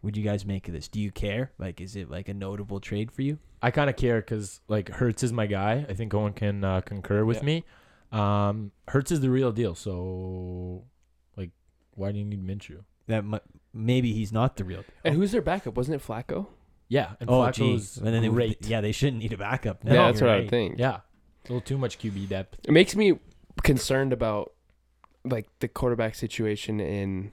[SPEAKER 3] Would you guys make of this? Do you care? Like, is it like a notable trade for you?
[SPEAKER 5] I kind of care because like Hertz is my guy. I think Owen can uh, concur with
[SPEAKER 4] Yeah.
[SPEAKER 5] me. Um, Hertz is the real deal. So, like, why do you need Minshew?
[SPEAKER 3] That mu- maybe he's not the real.
[SPEAKER 4] And who's their backup? Wasn't it Flacco?
[SPEAKER 5] Yeah, and
[SPEAKER 3] oh,
[SPEAKER 5] Flacco's
[SPEAKER 3] geez. And then they,
[SPEAKER 5] great.
[SPEAKER 3] yeah, they shouldn't need a backup. now.
[SPEAKER 4] yeah, that's
[SPEAKER 3] You're
[SPEAKER 4] what I
[SPEAKER 3] right.
[SPEAKER 4] would think.
[SPEAKER 5] yeah, a little too much QB depth.
[SPEAKER 4] It makes me concerned about like the quarterback situation in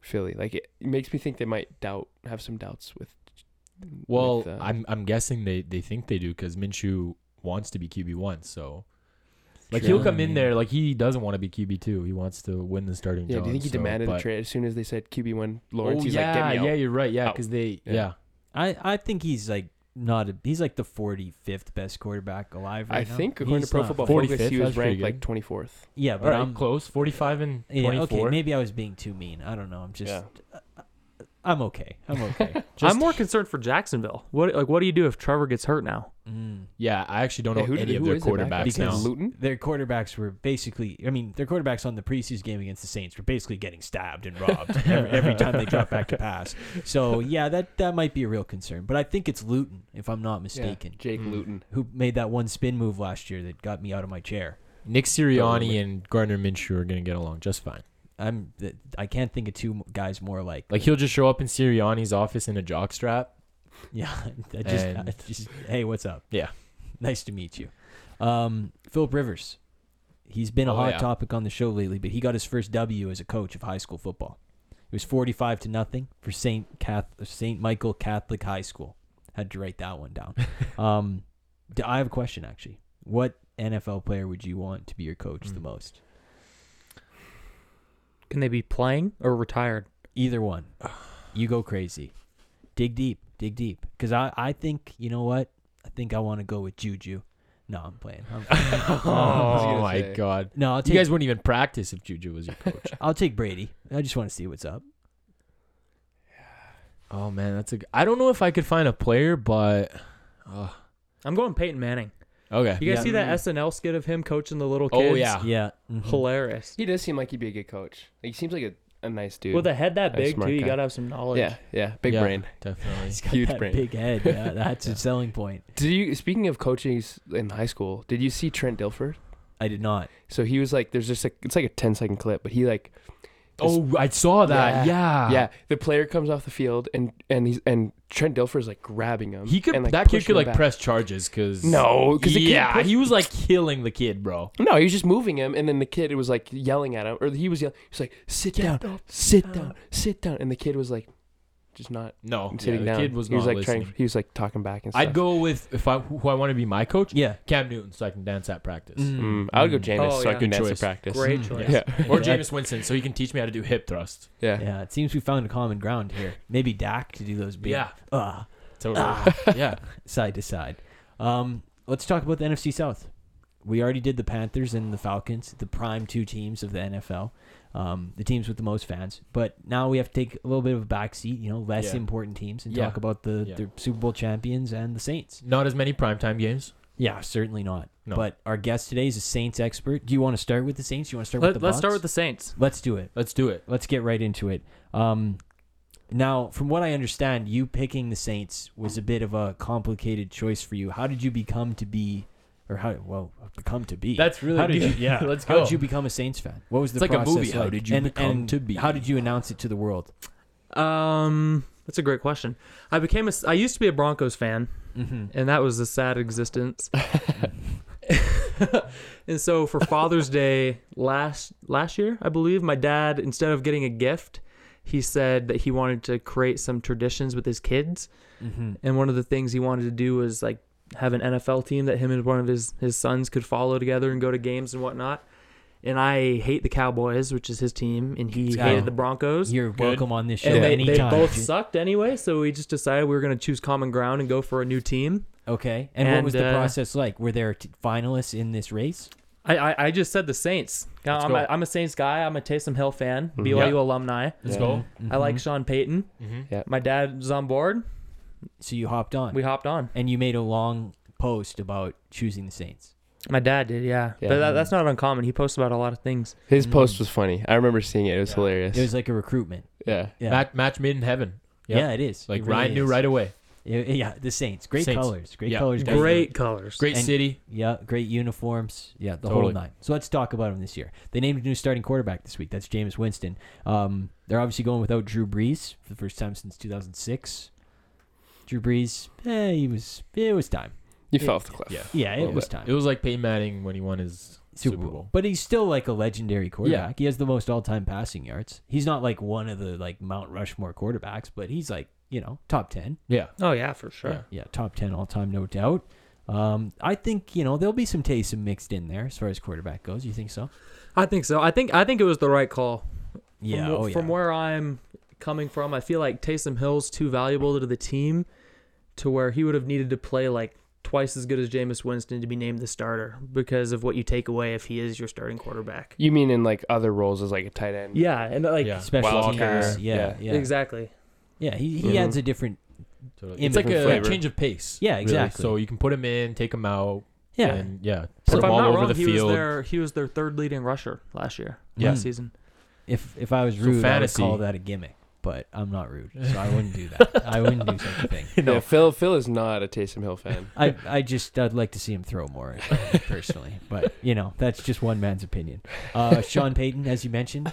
[SPEAKER 4] Philly. Like it, it makes me think they might doubt have some doubts with.
[SPEAKER 5] Well,
[SPEAKER 4] with, uh,
[SPEAKER 5] I'm I'm guessing they they think they do because Minshew wants to be QB one. So, like,
[SPEAKER 3] True.
[SPEAKER 5] he'll come in
[SPEAKER 3] Yeah.
[SPEAKER 5] there like he doesn't want to be QB two. He wants to win the starting
[SPEAKER 4] yeah.
[SPEAKER 5] job.
[SPEAKER 4] Do you think he
[SPEAKER 5] so-
[SPEAKER 4] demanded a
[SPEAKER 5] but-
[SPEAKER 4] trade as soon as they said QB one
[SPEAKER 5] Oh
[SPEAKER 4] Lawrence? he's
[SPEAKER 5] yeah,
[SPEAKER 4] like, get me out.
[SPEAKER 5] yeah, you're right. Yeah,
[SPEAKER 4] Out.
[SPEAKER 5] because they
[SPEAKER 4] Yeah.
[SPEAKER 5] yeah.
[SPEAKER 3] I, I think he's like not a, he's like the 45th best quarterback alive
[SPEAKER 4] I
[SPEAKER 3] right now.
[SPEAKER 4] think according
[SPEAKER 3] He's
[SPEAKER 4] to Pro
[SPEAKER 3] not-
[SPEAKER 4] Football
[SPEAKER 5] 45th,
[SPEAKER 4] Focus, he was
[SPEAKER 5] that's pretty
[SPEAKER 4] ranked like
[SPEAKER 5] good.
[SPEAKER 4] 24th.
[SPEAKER 3] Yeah,
[SPEAKER 5] All
[SPEAKER 3] but
[SPEAKER 5] right,
[SPEAKER 3] I'm
[SPEAKER 5] close. Forty five and
[SPEAKER 3] yeah,
[SPEAKER 5] twenty
[SPEAKER 3] okay,
[SPEAKER 5] four.
[SPEAKER 3] maybe I was being too mean. I don't know. I'm just uh, I'm okay. I'm okay.
[SPEAKER 6] I'm more concerned for Jacksonville. What like what do you do if Trevor gets hurt now?
[SPEAKER 3] Mm.
[SPEAKER 5] Yeah, I actually don't
[SPEAKER 4] Yeah,
[SPEAKER 5] know
[SPEAKER 4] who did-
[SPEAKER 5] any of
[SPEAKER 4] who
[SPEAKER 5] their
[SPEAKER 4] is their backup?
[SPEAKER 5] quarterbacks
[SPEAKER 3] Because-
[SPEAKER 5] now.
[SPEAKER 4] Luton.
[SPEAKER 3] Their quarterbacks were basically I mean, their quarterbacks on the preseason game against the Saints were basically getting stabbed and robbed every, every time they dropped back to pass. So, yeah, that that might be a real concern, but I think it's Luton if I'm not mistaken.
[SPEAKER 4] Jake
[SPEAKER 5] Mm.
[SPEAKER 4] Luton.
[SPEAKER 3] who made that one spin move last year that got me out of my chair.
[SPEAKER 5] Nick
[SPEAKER 4] Don't
[SPEAKER 5] Sirianni
[SPEAKER 4] remember.
[SPEAKER 5] and Gardner Minshew are going to get along just fine.
[SPEAKER 3] I'm th- I can't think of two guys more like
[SPEAKER 5] Like he'll just show up in Sirianni's office in a jockstrap.
[SPEAKER 3] yeah. I just, I
[SPEAKER 5] And-
[SPEAKER 3] just hey, what's up?
[SPEAKER 5] Yeah.
[SPEAKER 3] nice to meet you. Um, Philip Rivers, he's been a
[SPEAKER 5] Oh,
[SPEAKER 3] hot
[SPEAKER 5] yeah.
[SPEAKER 3] topic on the show lately, but he got his first W as a coach of high school football. It was forty-five to nothing for Saint Cath Saint Michael Catholic High School. Had to write that one down. um, d- I have a question actually. What NFL player would you want to be your coach the
[SPEAKER 5] Mm.
[SPEAKER 3] most?
[SPEAKER 6] Can they be playing or retired?
[SPEAKER 3] Either one. You go crazy. Dig deep. Dig deep. Because I, I think, you know what? I think I want to go with Juju. No, I'm playing. I'm playing.
[SPEAKER 4] was
[SPEAKER 5] oh
[SPEAKER 4] gonna
[SPEAKER 5] my
[SPEAKER 4] say.
[SPEAKER 5] god!
[SPEAKER 3] no, I'll
[SPEAKER 5] You
[SPEAKER 3] take,
[SPEAKER 5] guys wouldn't even practice if Juju was your coach.
[SPEAKER 3] I'll take Brady. I just want to see what's up.
[SPEAKER 5] Oh man, that's a. g- I don't know if I could find a player, but
[SPEAKER 6] I'm going Peyton Manning.
[SPEAKER 5] okay.
[SPEAKER 6] You guys
[SPEAKER 3] Yeah.
[SPEAKER 6] see that SNL skit of him coaching the little kids?
[SPEAKER 5] Oh yeah.
[SPEAKER 3] Yeah. mhm.
[SPEAKER 6] hilarious.
[SPEAKER 4] He does seem like he'd be a good coach. Like, he seems like a, a nice dude.
[SPEAKER 6] With a head that
[SPEAKER 4] A
[SPEAKER 6] big
[SPEAKER 4] smart
[SPEAKER 6] too, you
[SPEAKER 4] guy.
[SPEAKER 6] gotta have some knowledge.
[SPEAKER 4] yeah, yeah, big
[SPEAKER 5] Yeah,
[SPEAKER 4] brain.
[SPEAKER 5] Definitely.
[SPEAKER 3] He's got
[SPEAKER 4] Huge
[SPEAKER 3] that
[SPEAKER 4] brain.
[SPEAKER 3] big head. Yeah, that's a selling point.
[SPEAKER 4] Did you? Speaking of coaches in high school, did you see Trent Dilfer?
[SPEAKER 3] I did not.
[SPEAKER 4] So he was like, there's just a, it's like a 10 second clip, but he like,
[SPEAKER 5] Oh, I saw that. Yeah.
[SPEAKER 4] yeah, the player comes off the field and and he's and Trent Dilfer is like grabbing him.
[SPEAKER 5] He could.
[SPEAKER 4] and, like,
[SPEAKER 5] that kid
[SPEAKER 4] pushing
[SPEAKER 5] could
[SPEAKER 4] him
[SPEAKER 5] like
[SPEAKER 4] back.
[SPEAKER 5] press charges because.
[SPEAKER 4] No, because the
[SPEAKER 5] Yeah,
[SPEAKER 4] kid pushed-
[SPEAKER 5] he was like killing the kid, bro.
[SPEAKER 4] no, he was just moving him, and then the kid was like yelling at him, or he was yelling, he's like, sit down, sit down. sit down, and the kid was like, just not
[SPEAKER 5] No, Oh, yeah,
[SPEAKER 4] sitting
[SPEAKER 5] the
[SPEAKER 4] down.
[SPEAKER 5] kid was
[SPEAKER 4] he
[SPEAKER 5] not
[SPEAKER 4] was like
[SPEAKER 5] listening.
[SPEAKER 4] trying, he was like talking back and stuff.
[SPEAKER 5] I'd go with if I who I want to be my coach,
[SPEAKER 3] Yeah.
[SPEAKER 5] Cam Newton, so I can dance at practice,
[SPEAKER 4] Mm, I would go
[SPEAKER 3] Mm.
[SPEAKER 4] Janice,
[SPEAKER 6] Oh,
[SPEAKER 4] so I can
[SPEAKER 6] yeah.
[SPEAKER 5] Good
[SPEAKER 4] dance
[SPEAKER 5] choice.
[SPEAKER 4] at practice.
[SPEAKER 6] Great
[SPEAKER 5] Mm,
[SPEAKER 6] choice.
[SPEAKER 4] Yeah.
[SPEAKER 5] or Jameis Winston, so he can teach me how to do hip thrusts.
[SPEAKER 4] yeah,
[SPEAKER 3] Yeah, it seems we found a common ground here. Maybe Dak to do those big
[SPEAKER 5] Yeah.
[SPEAKER 3] uh,
[SPEAKER 5] Totally. yeah.
[SPEAKER 3] side to side. Um, let's talk about the NFC South. We already did the Panthers and the Falcons, the prime two teams of the NFL, um, the teams with the most fans. But now we have to take a little bit of a backseat, you know, less
[SPEAKER 5] Yeah.
[SPEAKER 3] important teams, and
[SPEAKER 5] Yeah.
[SPEAKER 3] talk about the,
[SPEAKER 5] Yeah.
[SPEAKER 3] the Super Bowl champions and the Saints.
[SPEAKER 5] Not as many primetime games.
[SPEAKER 3] Yeah, certainly not.
[SPEAKER 5] No.
[SPEAKER 3] But our guest today is a Saints expert. Do you want to start with the Saints? Do you want to start with
[SPEAKER 6] Let,
[SPEAKER 3] the
[SPEAKER 6] let's start
[SPEAKER 3] Bucs?
[SPEAKER 6] with the Saints.
[SPEAKER 3] Let's do it.
[SPEAKER 5] Let's do it.
[SPEAKER 3] Let's get right into it. Um, now, from what I understand, you picking the Saints was a bit of a complicated choice for you. How did you become to be, or how well become to be?
[SPEAKER 5] That's really
[SPEAKER 3] how did
[SPEAKER 5] good.
[SPEAKER 3] You, yeah.
[SPEAKER 5] Let's
[SPEAKER 3] How
[SPEAKER 5] go.
[SPEAKER 3] did you become a Saints fan? What was the
[SPEAKER 5] It's like a
[SPEAKER 3] process
[SPEAKER 5] movie, how did you
[SPEAKER 3] and,
[SPEAKER 5] become
[SPEAKER 3] and
[SPEAKER 5] to be?
[SPEAKER 3] How did you announce it to the world?
[SPEAKER 6] Um, that's a great question. I became a. I used to be a Broncos fan,
[SPEAKER 3] Mm-hmm.
[SPEAKER 6] and that was a sad existence. and so for Father's Day last last year, I believe my dad, instead of getting a gift, he said that he wanted to create some traditions with his kids.
[SPEAKER 3] Mm-hmm.
[SPEAKER 6] And one of the things he wanted to do was like have an NFL team that him and one of his his sons could follow together and go to games and whatnot. And I hate the Cowboys, which is his team, and he
[SPEAKER 3] Yeah.
[SPEAKER 6] hated the Broncos.
[SPEAKER 3] You're
[SPEAKER 5] Good.
[SPEAKER 3] welcome on this show
[SPEAKER 6] And they, they
[SPEAKER 3] anytime.
[SPEAKER 6] both
[SPEAKER 3] Ju-
[SPEAKER 6] sucked anyway, so we just decided we were going to choose common ground and go for a new team.
[SPEAKER 3] okay. And, what
[SPEAKER 6] And,
[SPEAKER 3] was the
[SPEAKER 6] uh,
[SPEAKER 3] process like? Were there t- finalists in this race?
[SPEAKER 6] I, I, I just said the Saints. Now,
[SPEAKER 5] Let's
[SPEAKER 6] I'm,
[SPEAKER 5] go.
[SPEAKER 6] a, I'm a Saints guy. I'm a Taysom Hill fan,
[SPEAKER 4] Mhm.
[SPEAKER 6] BYU
[SPEAKER 5] Yeah.
[SPEAKER 6] alumni.
[SPEAKER 5] Let's
[SPEAKER 4] Yeah.
[SPEAKER 5] go.
[SPEAKER 6] I like
[SPEAKER 3] Mhm.
[SPEAKER 6] Sean Payton.
[SPEAKER 5] Mm-hmm.
[SPEAKER 6] My dad was on board.
[SPEAKER 3] So you hopped on,
[SPEAKER 6] We hopped on.
[SPEAKER 3] and you made a long post about choosing the Saints.
[SPEAKER 6] My dad did, yeah.
[SPEAKER 4] Yeah.
[SPEAKER 6] But that, that's not uncommon. He posts about a lot of things.
[SPEAKER 4] his
[SPEAKER 3] Mm.
[SPEAKER 4] post was funny. I remember seeing it. It was
[SPEAKER 5] Mm-hmm. Yeah.
[SPEAKER 4] hilarious.
[SPEAKER 3] It was like a recruitment.
[SPEAKER 4] yeah,
[SPEAKER 3] Yeah.
[SPEAKER 5] Match, match made in heaven. Yeah.
[SPEAKER 3] Yeah, it is. It
[SPEAKER 5] Like
[SPEAKER 3] really
[SPEAKER 5] Ryan knew
[SPEAKER 3] is.
[SPEAKER 5] right away.
[SPEAKER 3] Yeah, yeah, the Saints. Great
[SPEAKER 5] Saints.
[SPEAKER 3] colors. Great
[SPEAKER 5] Yeah,
[SPEAKER 3] colors.
[SPEAKER 5] definitely.
[SPEAKER 6] Great colors.
[SPEAKER 5] Great
[SPEAKER 3] And-
[SPEAKER 5] city.
[SPEAKER 3] Yeah, great uniforms. Yeah, the whole
[SPEAKER 5] Totally.
[SPEAKER 3] nine. So let's talk about him this year. They named a new starting quarterback this week. That's Jameis Winston. Um, they're obviously going without Drew Brees for the first time since 2006. Drew Brees, eh, he was. It was time.
[SPEAKER 4] you
[SPEAKER 3] It-
[SPEAKER 4] fell off the cliff.
[SPEAKER 5] yeah.
[SPEAKER 3] Yeah, it
[SPEAKER 4] Well,
[SPEAKER 3] was
[SPEAKER 4] it-
[SPEAKER 3] time.
[SPEAKER 5] It was like Peyton Manning when he won his
[SPEAKER 3] Super Bowl. But he's still like a legendary quarterback. He has the most all-time passing yards. He's not like one of the like Mount Rushmore quarterbacks, but he's like you know top ten.
[SPEAKER 5] Yeah.
[SPEAKER 6] Oh, yeah, for sure.
[SPEAKER 5] Yeah.
[SPEAKER 3] yeah, top 10 all time, no doubt. Um, I think, you know, there'll be some Taysom mixed in there as far as quarterback goes. You think so?
[SPEAKER 6] I think so. I think I think it was the right call.
[SPEAKER 3] Yeah.
[SPEAKER 6] From, wh-
[SPEAKER 3] oh, yeah.
[SPEAKER 6] from where I'm coming from, I feel like Taysom Hill's too valuable to the team to where he would have needed to play like twice as good as Jameis Winston to be named the starter because of what you take away if he is your starting quarterback.
[SPEAKER 4] You mean in like other roles as like a tight end?
[SPEAKER 6] Yeah, and like
[SPEAKER 5] Yeah.
[SPEAKER 3] Special
[SPEAKER 4] Walker,
[SPEAKER 3] teams. Yeah.
[SPEAKER 4] yeah.
[SPEAKER 3] uh, Yeah. Yeah.
[SPEAKER 6] exactly.
[SPEAKER 3] he, he
[SPEAKER 5] Mm-hmm.
[SPEAKER 4] Mhm.
[SPEAKER 3] adds a different.
[SPEAKER 5] Totally.
[SPEAKER 3] In
[SPEAKER 5] It's like a
[SPEAKER 4] different flavor.
[SPEAKER 5] change of pace.
[SPEAKER 3] Yeah,
[SPEAKER 5] really.
[SPEAKER 3] exactly.
[SPEAKER 5] So you can put him in, take him out.
[SPEAKER 3] Yeah.
[SPEAKER 5] And yeah.
[SPEAKER 6] So
[SPEAKER 5] Put him
[SPEAKER 6] if I'm
[SPEAKER 5] all
[SPEAKER 6] not
[SPEAKER 5] over
[SPEAKER 6] wrong,
[SPEAKER 5] the
[SPEAKER 6] he
[SPEAKER 5] field.
[SPEAKER 6] was their he was their third leading rusher last year,
[SPEAKER 3] Yeah.
[SPEAKER 6] last season.
[SPEAKER 3] if if I was
[SPEAKER 5] So
[SPEAKER 3] rude,
[SPEAKER 5] fantasy.
[SPEAKER 3] I would call that a gimmick, but I'm not rude, so I wouldn't do that. I wouldn't do such a thing.
[SPEAKER 4] Yeah, Phil Phil is not a Taysom Hill fan.
[SPEAKER 3] I, I just I'd like to see him throw more personally, but you know that's just one man's opinion. Uh, Sean Payton, as you mentioned,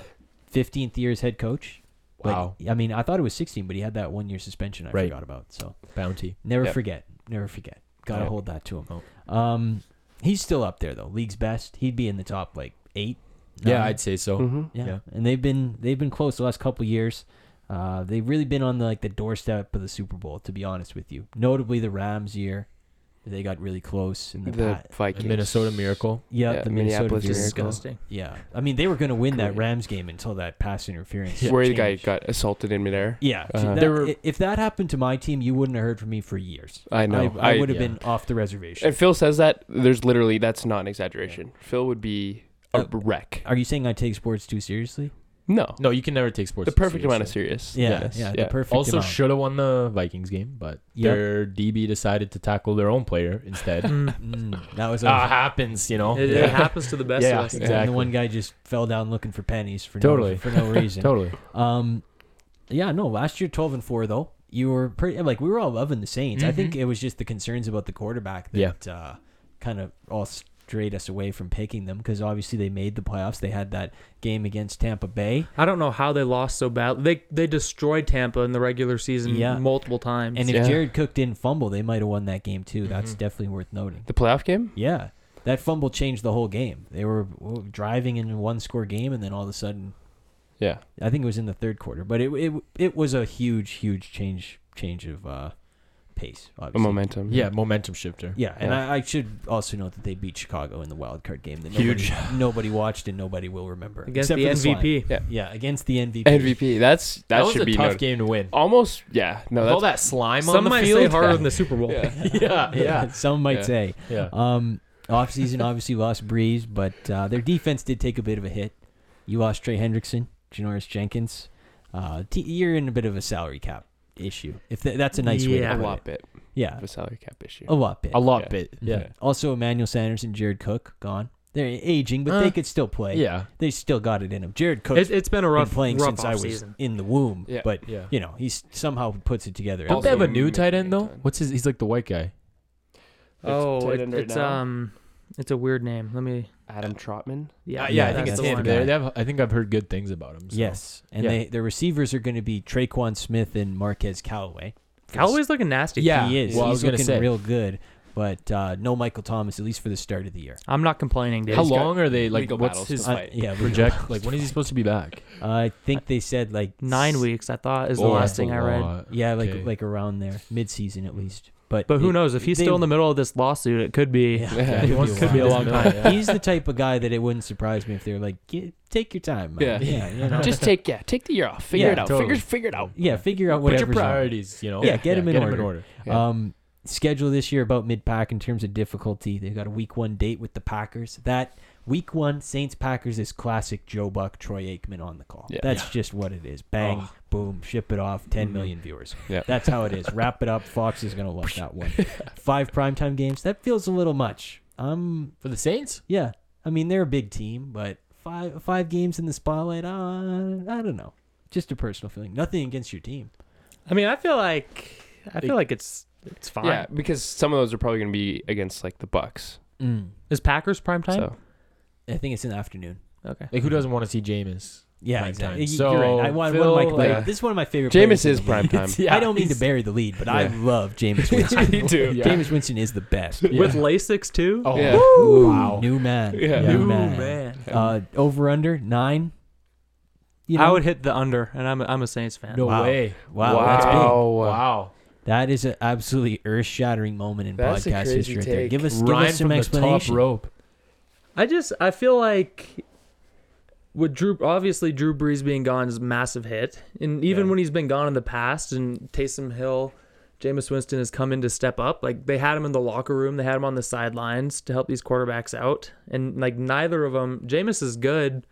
[SPEAKER 3] 15th year as head coach. Like,
[SPEAKER 5] Wow.
[SPEAKER 3] I mean, I thought it was 16, but he had that one year suspension I
[SPEAKER 5] Right.
[SPEAKER 3] forgot about. So
[SPEAKER 5] Bounty.
[SPEAKER 3] never
[SPEAKER 4] Yep.
[SPEAKER 3] forget. Never forget. Got to
[SPEAKER 5] Yep.
[SPEAKER 3] hold that to him. Um, he's still up there though. League's best. He'd be in the top like eight.
[SPEAKER 5] Yeah,
[SPEAKER 3] nine.
[SPEAKER 5] I'd say so.
[SPEAKER 4] mm-hmm.
[SPEAKER 3] yeah.
[SPEAKER 5] yeah.
[SPEAKER 3] And they've been they've been close the last couple years. Uh, they've really been on the, like the doorstep of the Super Bowl, to be honest with you. Notably the Rams year, they got really close. And the,
[SPEAKER 4] The
[SPEAKER 3] Pat-
[SPEAKER 5] A
[SPEAKER 4] Vikings,
[SPEAKER 5] Minnesota Miracle.
[SPEAKER 3] yeah,
[SPEAKER 4] yeah,
[SPEAKER 3] the Minnesota
[SPEAKER 4] Minneapolis
[SPEAKER 3] Miracle.
[SPEAKER 4] Miracle.
[SPEAKER 6] Disgusting.
[SPEAKER 3] Yeah, I mean they were going to win that
[SPEAKER 4] Great.
[SPEAKER 3] Rams game until that pass interference.
[SPEAKER 4] where the guy
[SPEAKER 3] changed.
[SPEAKER 4] got assaulted in midair.
[SPEAKER 3] Yeah,
[SPEAKER 4] Uh,
[SPEAKER 3] that-
[SPEAKER 5] there were-
[SPEAKER 3] i- if that happened to my team, you wouldn't have heard from me for years.
[SPEAKER 4] I know.
[SPEAKER 3] I, I would have
[SPEAKER 5] yeah.
[SPEAKER 3] been off the reservation.
[SPEAKER 4] And Phil says that there's literally that's not an exaggeration. Phil would be a
[SPEAKER 3] Uh,
[SPEAKER 4] wreck.
[SPEAKER 3] Are you saying I take sports too seriously?
[SPEAKER 4] No,
[SPEAKER 5] No, you can never take sports.
[SPEAKER 4] the
[SPEAKER 5] too
[SPEAKER 4] perfect amount of
[SPEAKER 5] seriously.
[SPEAKER 4] serious.
[SPEAKER 3] Yeah,
[SPEAKER 4] Yes,
[SPEAKER 3] yeah,
[SPEAKER 4] yeah.
[SPEAKER 3] the perfect
[SPEAKER 5] Also,
[SPEAKER 3] amount.
[SPEAKER 5] should have won the Vikings game, but
[SPEAKER 3] Yep.
[SPEAKER 5] their DB decided to tackle their own player instead.
[SPEAKER 6] Mm.
[SPEAKER 3] Mm, that was
[SPEAKER 5] Ah,
[SPEAKER 3] unfair.
[SPEAKER 5] happens, you know.
[SPEAKER 6] It,
[SPEAKER 5] yeah.
[SPEAKER 6] it happens to the best
[SPEAKER 5] Yeah,
[SPEAKER 6] of us.
[SPEAKER 5] exactly.
[SPEAKER 3] And the one guy just fell down looking for pennies for
[SPEAKER 5] Totally.
[SPEAKER 3] no, for no reason.
[SPEAKER 5] Totally.
[SPEAKER 3] Um, yeah, no. Last year, twelve and four though. You were pretty like we were all loving the Saints. I think
[SPEAKER 5] Mhm.
[SPEAKER 3] it was just the concerns about the quarterback
[SPEAKER 5] Yeah.
[SPEAKER 3] that uh, kind of all strayed us away from picking them because obviously they made the playoffs. They had that game against Tampa Bay,
[SPEAKER 6] I don't know how they lost so bad. They they destroyed Tampa in the regular season
[SPEAKER 3] Yeah.
[SPEAKER 6] multiple times.
[SPEAKER 3] and if
[SPEAKER 4] Yeah.
[SPEAKER 3] Jared Cook didn't fumble, they might have won that game too.
[SPEAKER 5] Mm-hmm.
[SPEAKER 3] That's definitely worth noting.
[SPEAKER 4] The playoff game?
[SPEAKER 3] Yeah, that fumble changed the whole game. They were uh, driving in a one-score game, and then all of a sudden
[SPEAKER 4] Yeah.
[SPEAKER 3] I think it was in the third quarter, but it it it was a huge huge change change of uh, pace.
[SPEAKER 4] A
[SPEAKER 3] Obviously.
[SPEAKER 4] momentum.
[SPEAKER 5] Yeah, momentum shifter.
[SPEAKER 3] Yeah, and
[SPEAKER 4] Yeah.
[SPEAKER 3] I, I should also note that they beat Chicago in the wild card game that huge. Nobody, nobody watched and nobody will remember
[SPEAKER 6] against
[SPEAKER 3] except
[SPEAKER 6] the
[SPEAKER 3] for this line.
[SPEAKER 6] MVP.
[SPEAKER 3] Yeah, against the MVP.
[SPEAKER 4] MVP. That's that,
[SPEAKER 5] That, was
[SPEAKER 4] should
[SPEAKER 5] a
[SPEAKER 4] be
[SPEAKER 5] tough
[SPEAKER 4] noted.
[SPEAKER 5] game to win.
[SPEAKER 4] Almost. Yeah. No.
[SPEAKER 5] With
[SPEAKER 4] That's
[SPEAKER 5] all that slime on
[SPEAKER 6] Some
[SPEAKER 5] the
[SPEAKER 6] might
[SPEAKER 5] field.
[SPEAKER 6] say harder than the Super Bowl.
[SPEAKER 4] Yeah.
[SPEAKER 5] yeah, yeah,
[SPEAKER 3] some might
[SPEAKER 4] Yeah.
[SPEAKER 3] say.
[SPEAKER 5] yeah.
[SPEAKER 3] Um, offseason obviously lost Breeze, but uh, their defense did take a bit of a hit. You lost Trey Hendrickson, Janoris Jenkins. Uh, t- you're in a bit of a salary cap issue. If th- that's a nice way
[SPEAKER 6] Yeah.
[SPEAKER 3] to
[SPEAKER 4] a
[SPEAKER 3] put
[SPEAKER 4] lot
[SPEAKER 3] it.
[SPEAKER 4] bit
[SPEAKER 3] Yeah,
[SPEAKER 4] of a salary cap issue.
[SPEAKER 3] a lot bit.
[SPEAKER 5] A lot
[SPEAKER 4] Yeah.
[SPEAKER 5] bit.
[SPEAKER 3] Yeah.
[SPEAKER 5] Yeah,
[SPEAKER 3] Also, Emmanuel Sanders and Jared Cook gone. They're aging, but
[SPEAKER 5] Uh,
[SPEAKER 3] they could still play.
[SPEAKER 5] yeah,
[SPEAKER 3] They still got it in them. Jared Cook's
[SPEAKER 6] It, it's been a rough
[SPEAKER 3] been playing
[SPEAKER 6] rough
[SPEAKER 3] since I was
[SPEAKER 6] offseason.
[SPEAKER 3] in the womb,
[SPEAKER 4] Yeah.
[SPEAKER 3] but
[SPEAKER 5] yeah.
[SPEAKER 3] you know he somehow puts it together.
[SPEAKER 5] Don't
[SPEAKER 4] Also
[SPEAKER 5] they have a new
[SPEAKER 4] making
[SPEAKER 5] tight end
[SPEAKER 4] a
[SPEAKER 5] though?
[SPEAKER 4] ton.
[SPEAKER 5] What's his? He's like the white guy.
[SPEAKER 6] Oh,
[SPEAKER 4] tight
[SPEAKER 6] it,
[SPEAKER 4] end right
[SPEAKER 6] it's
[SPEAKER 4] now.
[SPEAKER 6] um, it's a weird name. Let me.
[SPEAKER 4] Adam Trotman.
[SPEAKER 6] Yeah,
[SPEAKER 5] Uh, yeah, I
[SPEAKER 3] that's
[SPEAKER 5] think it's
[SPEAKER 3] the
[SPEAKER 5] him.
[SPEAKER 3] one.
[SPEAKER 5] They, they have, I think I've heard good things about him. so.
[SPEAKER 3] yes, and
[SPEAKER 5] Yeah.
[SPEAKER 3] they their receivers are going to be Traquan Smith and Marquez Callaway. For the
[SPEAKER 6] Callaway's looking nasty.
[SPEAKER 5] Yeah.
[SPEAKER 3] he is.
[SPEAKER 5] Well, I was
[SPEAKER 3] He's
[SPEAKER 5] gonna
[SPEAKER 3] looking
[SPEAKER 5] say.
[SPEAKER 3] real good, but uh, no Michael Thomas at least for the start of the year.
[SPEAKER 6] I'm not complaining, dude.
[SPEAKER 5] How
[SPEAKER 4] He's got
[SPEAKER 5] long are they like?
[SPEAKER 4] legal
[SPEAKER 5] What's
[SPEAKER 4] battles
[SPEAKER 5] his
[SPEAKER 4] to
[SPEAKER 3] Uh,
[SPEAKER 4] fight.
[SPEAKER 3] yeah, we-
[SPEAKER 5] project? Like when is he supposed to be back?
[SPEAKER 3] I think they said like
[SPEAKER 6] Nine
[SPEAKER 3] s-
[SPEAKER 6] weeks, I thought, is the
[SPEAKER 5] Oh,
[SPEAKER 6] last
[SPEAKER 5] that's a
[SPEAKER 6] thing I read.
[SPEAKER 5] lot.
[SPEAKER 3] Yeah, like
[SPEAKER 5] Okay. Hmm.
[SPEAKER 3] like around there, mid season at least. But
[SPEAKER 6] But who
[SPEAKER 3] it-
[SPEAKER 6] knows? If he's
[SPEAKER 3] they-
[SPEAKER 6] still in the middle of this lawsuit, it could be.
[SPEAKER 3] Yeah,
[SPEAKER 4] Yeah.
[SPEAKER 3] it
[SPEAKER 4] He
[SPEAKER 5] wants-
[SPEAKER 3] could be a long
[SPEAKER 5] time, yeah.
[SPEAKER 3] He's the type of guy that it wouldn't surprise me if they were like, "Get- "Take your time, man.
[SPEAKER 4] Yeah.
[SPEAKER 3] yeah, you know?
[SPEAKER 4] Just take yeah, take the year off. Figure
[SPEAKER 3] Yeah,
[SPEAKER 4] it out.
[SPEAKER 5] totally.
[SPEAKER 4] Figure figure it out.
[SPEAKER 3] yeah, figure out
[SPEAKER 5] Put
[SPEAKER 3] whatever's
[SPEAKER 5] your
[SPEAKER 3] on.
[SPEAKER 5] priorities. You know.
[SPEAKER 3] Yeah, get him in
[SPEAKER 5] Him in
[SPEAKER 3] order.
[SPEAKER 5] order.
[SPEAKER 4] Yeah.
[SPEAKER 3] Um, schedule this year about mid pack in terms of difficulty. They've got a week one date with the Packers. That week one Saints Packers is classic Joe Buck, Troy Aikman on the call.
[SPEAKER 4] Yeah. Mm-hmm.
[SPEAKER 3] That's just what it is. Bang,
[SPEAKER 5] Oh.
[SPEAKER 3] boom, ship it off. Ten
[SPEAKER 5] Mhm.
[SPEAKER 3] million viewers.
[SPEAKER 4] Yeah.
[SPEAKER 3] That's how it is. Wrap it up. Fox is gonna love that one. Five primetime games. That feels a little much. Um,
[SPEAKER 5] For the Saints.
[SPEAKER 3] Yeah, I mean they're a big team, but five five games in the spotlight. Uh, I don't know. Just a personal feeling. Nothing against your team.
[SPEAKER 6] I mean, I feel like I feel like it's it's fine.
[SPEAKER 4] Yeah, because some of those are probably going to be against like the Bucks.
[SPEAKER 6] Is Packers prime time?
[SPEAKER 4] So
[SPEAKER 3] I think it's in the afternoon.
[SPEAKER 6] Okay.
[SPEAKER 5] Like who doesn't want to see Jameis?
[SPEAKER 3] Yeah,
[SPEAKER 5] Prime
[SPEAKER 3] exactly.
[SPEAKER 5] time.
[SPEAKER 3] You- You're right. I
[SPEAKER 5] So,
[SPEAKER 3] want one of my,
[SPEAKER 5] Phil,
[SPEAKER 3] like,
[SPEAKER 4] yeah.
[SPEAKER 3] this is one of my favorite.
[SPEAKER 4] Jameis
[SPEAKER 3] players in
[SPEAKER 4] is
[SPEAKER 3] the
[SPEAKER 4] prime
[SPEAKER 3] league.
[SPEAKER 4] time.
[SPEAKER 5] Yeah,
[SPEAKER 3] I don't mean to
[SPEAKER 5] he's-
[SPEAKER 3] bury the lead, but I
[SPEAKER 4] Yeah.
[SPEAKER 3] love Jameis Winston.
[SPEAKER 4] you do. Yeah.
[SPEAKER 3] Jameis Winston is the best.
[SPEAKER 5] Yeah.
[SPEAKER 6] With Lasix too.
[SPEAKER 5] Oh
[SPEAKER 4] Yeah.
[SPEAKER 3] Ooh,
[SPEAKER 5] wow.
[SPEAKER 3] new man.
[SPEAKER 4] Yeah.
[SPEAKER 5] New
[SPEAKER 3] New man.
[SPEAKER 6] man.
[SPEAKER 3] Uh, over under nine. You
[SPEAKER 6] I would hit the under, and I'm a, I'm a Saints fan.
[SPEAKER 5] No
[SPEAKER 3] Wow.
[SPEAKER 5] way.
[SPEAKER 3] Wow,
[SPEAKER 4] wow.
[SPEAKER 3] that's big.
[SPEAKER 5] Wow.
[SPEAKER 3] That is an absolutely earth-shattering moment in
[SPEAKER 4] That's a
[SPEAKER 3] podcast
[SPEAKER 4] crazy
[SPEAKER 3] history. Right there.
[SPEAKER 4] take.
[SPEAKER 3] Give us, give
[SPEAKER 5] Ryan
[SPEAKER 3] us some
[SPEAKER 5] from the top
[SPEAKER 3] explanation.
[SPEAKER 5] rope.
[SPEAKER 6] I just I feel like with Drew obviously Drew Brees being gone is a massive hit, and even
[SPEAKER 5] Yeah.
[SPEAKER 6] when he's been gone in the past, and Taysom Hill, Jameis Winston has come in to step up. Like they had him in the locker room, they had him on the sidelines to help these quarterbacks out, and like neither of them. Jameis is good.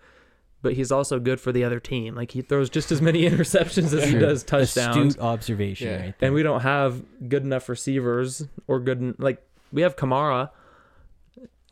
[SPEAKER 6] But he's also good for the other team. Like he throws just as many interceptions as he
[SPEAKER 3] Sure.
[SPEAKER 6] does touchdowns.
[SPEAKER 3] Astute observation,
[SPEAKER 4] Yeah.
[SPEAKER 3] right? There.
[SPEAKER 6] and we don't have good enough receivers or good en- like we have Kamara,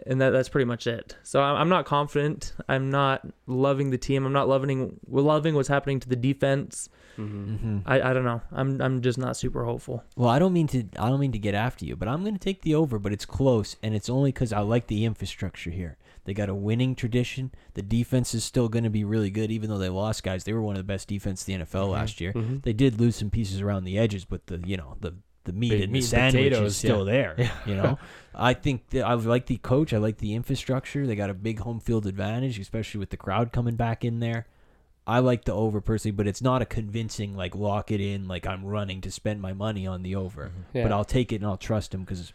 [SPEAKER 6] and that that's pretty much it. So I'm, I'm not confident. I'm not loving the team. I'm not loving we're loving what's happening to the defense.
[SPEAKER 4] Mm-hmm.
[SPEAKER 3] Mhm.
[SPEAKER 6] I, I don't know. I'm I'm just not super hopeful.
[SPEAKER 3] Well, I don't mean to. I don't mean to get after you, but I'm going to take the over. But it's close, and it's only because I like the infrastructure here. They got a winning tradition. The defense is still going to be really good, even though they lost guys. They were one of the best defense in the NFL last year.
[SPEAKER 4] Mhm.
[SPEAKER 3] They did lose some pieces around the edges, but the you know the the meat
[SPEAKER 5] Big
[SPEAKER 3] and
[SPEAKER 5] meat
[SPEAKER 3] the
[SPEAKER 5] and
[SPEAKER 3] sandwich is
[SPEAKER 5] potatoes,
[SPEAKER 3] still
[SPEAKER 5] yeah.
[SPEAKER 3] there. You know, I think that I like the coach. I like the infrastructure. They got a big home field advantage, especially with the crowd coming back in there. I like the over personally, but it's not a convincing like lock it in like I'm running to spend my money on the over.
[SPEAKER 5] Mm-hmm.
[SPEAKER 4] Yeah.
[SPEAKER 3] But I'll take it and I'll trust him because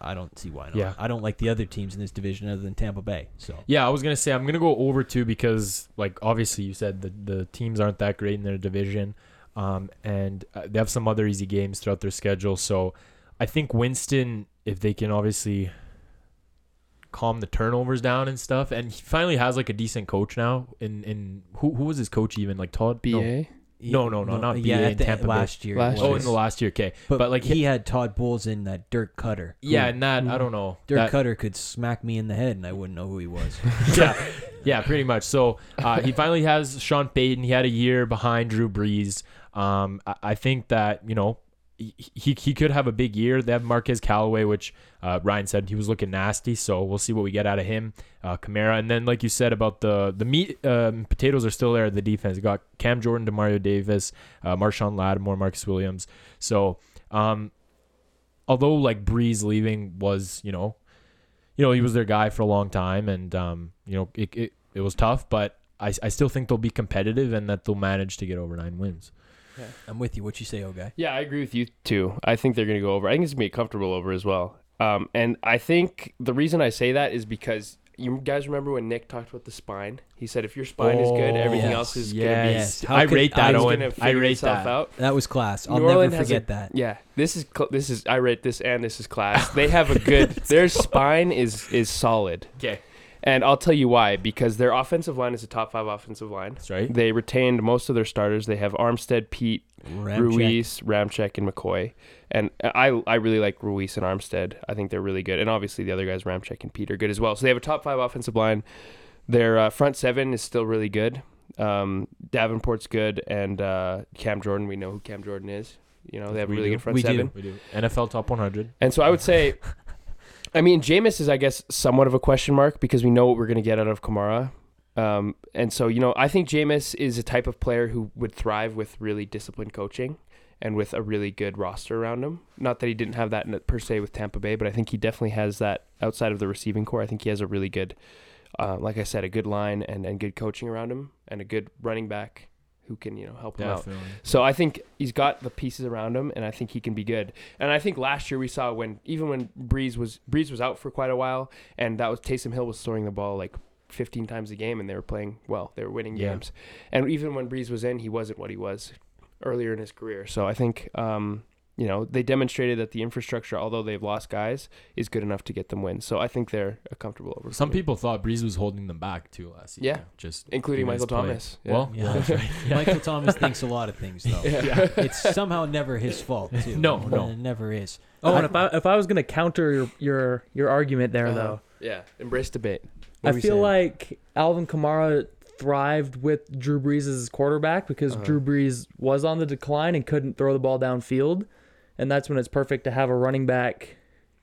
[SPEAKER 3] I don't see why not.
[SPEAKER 5] Yeah.
[SPEAKER 3] I don't like the other teams in this division other than Tampa Bay. So
[SPEAKER 5] Yeah, I was gonna say I'm gonna go over two because, like, obviously you said the the teams aren't that great in their division, um, and uh, they have some other easy games throughout their schedule. So, I think Winston, if they can obviously calm the turnovers down and stuff. And he finally has like a decent coach now. In in who who was his coach even like Todd
[SPEAKER 4] BA.
[SPEAKER 5] No. No, no, no, not
[SPEAKER 3] yeah,
[SPEAKER 5] BA
[SPEAKER 3] at
[SPEAKER 5] in
[SPEAKER 3] the
[SPEAKER 5] Tampa Bay.
[SPEAKER 3] last year. it
[SPEAKER 4] Last year.
[SPEAKER 5] Oh,
[SPEAKER 3] was.
[SPEAKER 5] in the last year, okay. But, like
[SPEAKER 3] he
[SPEAKER 5] he,
[SPEAKER 3] had Todd Bowles in that Dirk Cutter. who-
[SPEAKER 5] yeah, and that I don't know.
[SPEAKER 3] Dirk
[SPEAKER 5] that-
[SPEAKER 3] Cutter could smack me in the head and I wouldn't know who he was.
[SPEAKER 5] yeah, yeah, pretty much. So uh, he finally has Sean Payton. He had a year behind Drew Brees. Um, I, I think that you know he, he he could have a big year. They have Marquez Callaway, which uh, Ryan said he was looking nasty. So we'll see what we get out of him, uh, Kamara. And then like you said about the the meat um, potatoes are still there. at The defense you got Cam Jordan, Demario Davis, uh, Marshawn Lattimore, Marcus Williams. So. Um, although like Breeze leaving was, you know, you know, he was their guy for a long time and um, you know, it it, it was tough, but I, I still think they'll be competitive and that they'll manage to get over nine wins.
[SPEAKER 3] I'm with you. What you say, old guy?
[SPEAKER 4] Yeah, I agree with you too. I think they're going to go over. I think it's going to be a comfortable over as well. Um, and I think the reason I say that is because you guys remember when Nick talked about the spine? He said if your spine is good,
[SPEAKER 5] Oh,
[SPEAKER 4] everything
[SPEAKER 3] yes,
[SPEAKER 4] else is going to be.
[SPEAKER 5] Yes.
[SPEAKER 3] Yes. How
[SPEAKER 5] I
[SPEAKER 3] could-
[SPEAKER 5] rate that,
[SPEAKER 3] I was
[SPEAKER 5] Owen.
[SPEAKER 4] gonna
[SPEAKER 5] I
[SPEAKER 4] figure
[SPEAKER 5] rate
[SPEAKER 4] itself
[SPEAKER 5] that.
[SPEAKER 4] out.
[SPEAKER 3] That was class. I'll
[SPEAKER 4] New
[SPEAKER 3] never
[SPEAKER 4] Orleans has
[SPEAKER 3] forget
[SPEAKER 4] a-
[SPEAKER 3] that.
[SPEAKER 4] Yeah, this is cl- this is I rate this and this is class. They have a good their spine is is solid.
[SPEAKER 5] Okay.
[SPEAKER 4] And I'll tell you why because their offensive line is a top 5 offensive line.
[SPEAKER 5] That's right.
[SPEAKER 4] They retained most of their starters. They have Armstead, Pete,
[SPEAKER 3] Ramchek.
[SPEAKER 4] Ruiz, Ramchek, and McCoy. And I I really like Ruiz and Armstead. I think they're really good. And obviously the other guys, Ramchek and Pete, are good as well. So they have a top five offensive line. Their uh, front seven is still really good. Um, Davenport's good, and uh, Cam Jordan. We know who Cam Jordan is. You know they have a
[SPEAKER 5] We
[SPEAKER 4] really
[SPEAKER 5] do.
[SPEAKER 4] good front
[SPEAKER 3] We do.
[SPEAKER 4] seven.
[SPEAKER 5] We do. NFL top 100.
[SPEAKER 4] And so I would say, I mean, Jameis is, I guess, somewhat of a question mark because we know what we're going to get out of Kamara. Um, and so, you know, I think Jameis is a type of player who would thrive with really disciplined coaching and with a really good roster around him. Not that he didn't have that in it per se with Tampa Bay, but I think he definitely has that outside of the receiving core. I think he has a really good, uh, like I said, a good line and, and good coaching around him and a good running back who can, you know, help him out.
[SPEAKER 5] Definitely.
[SPEAKER 4] So I think he's got the pieces around him, and I think he can be good. And I think last year we saw when even when Breeze was Breeze was out for quite a while, and that was Taysom Hill was throwing the ball like 15 times a game, and they were playing well. They were winning
[SPEAKER 5] Yeah.
[SPEAKER 4] games. And even when Breeze was in, he wasn't what he was earlier in his career. So I think um, you know they demonstrated that the infrastructure, although they've lost guys, is good enough to get them wins. So I think they're a comfortable over.
[SPEAKER 5] Some people thought Breeze was holding them back too last year.
[SPEAKER 4] Yeah.
[SPEAKER 5] Just
[SPEAKER 4] including
[SPEAKER 5] he was
[SPEAKER 4] Michael
[SPEAKER 5] playing.
[SPEAKER 4] Thomas. Yeah.
[SPEAKER 5] Well,
[SPEAKER 3] Yeah.
[SPEAKER 5] that's right. Yeah.
[SPEAKER 3] Michael Thomas thinks a lot of things, though.
[SPEAKER 4] Yeah.
[SPEAKER 3] It's somehow never his fault, too.
[SPEAKER 5] No,
[SPEAKER 3] It
[SPEAKER 5] no.
[SPEAKER 3] never is.
[SPEAKER 6] Oh, and if I if I was gonna counter your your, your argument there
[SPEAKER 4] Uh-huh.
[SPEAKER 6] though,
[SPEAKER 4] yeah, embrace debate.
[SPEAKER 6] I feel like Alvin Kamara thrived with Drew Brees as his quarterback because
[SPEAKER 3] Uh-huh.
[SPEAKER 6] Drew Brees was on the decline and couldn't throw the ball downfield, and that's when it's perfect to have a running back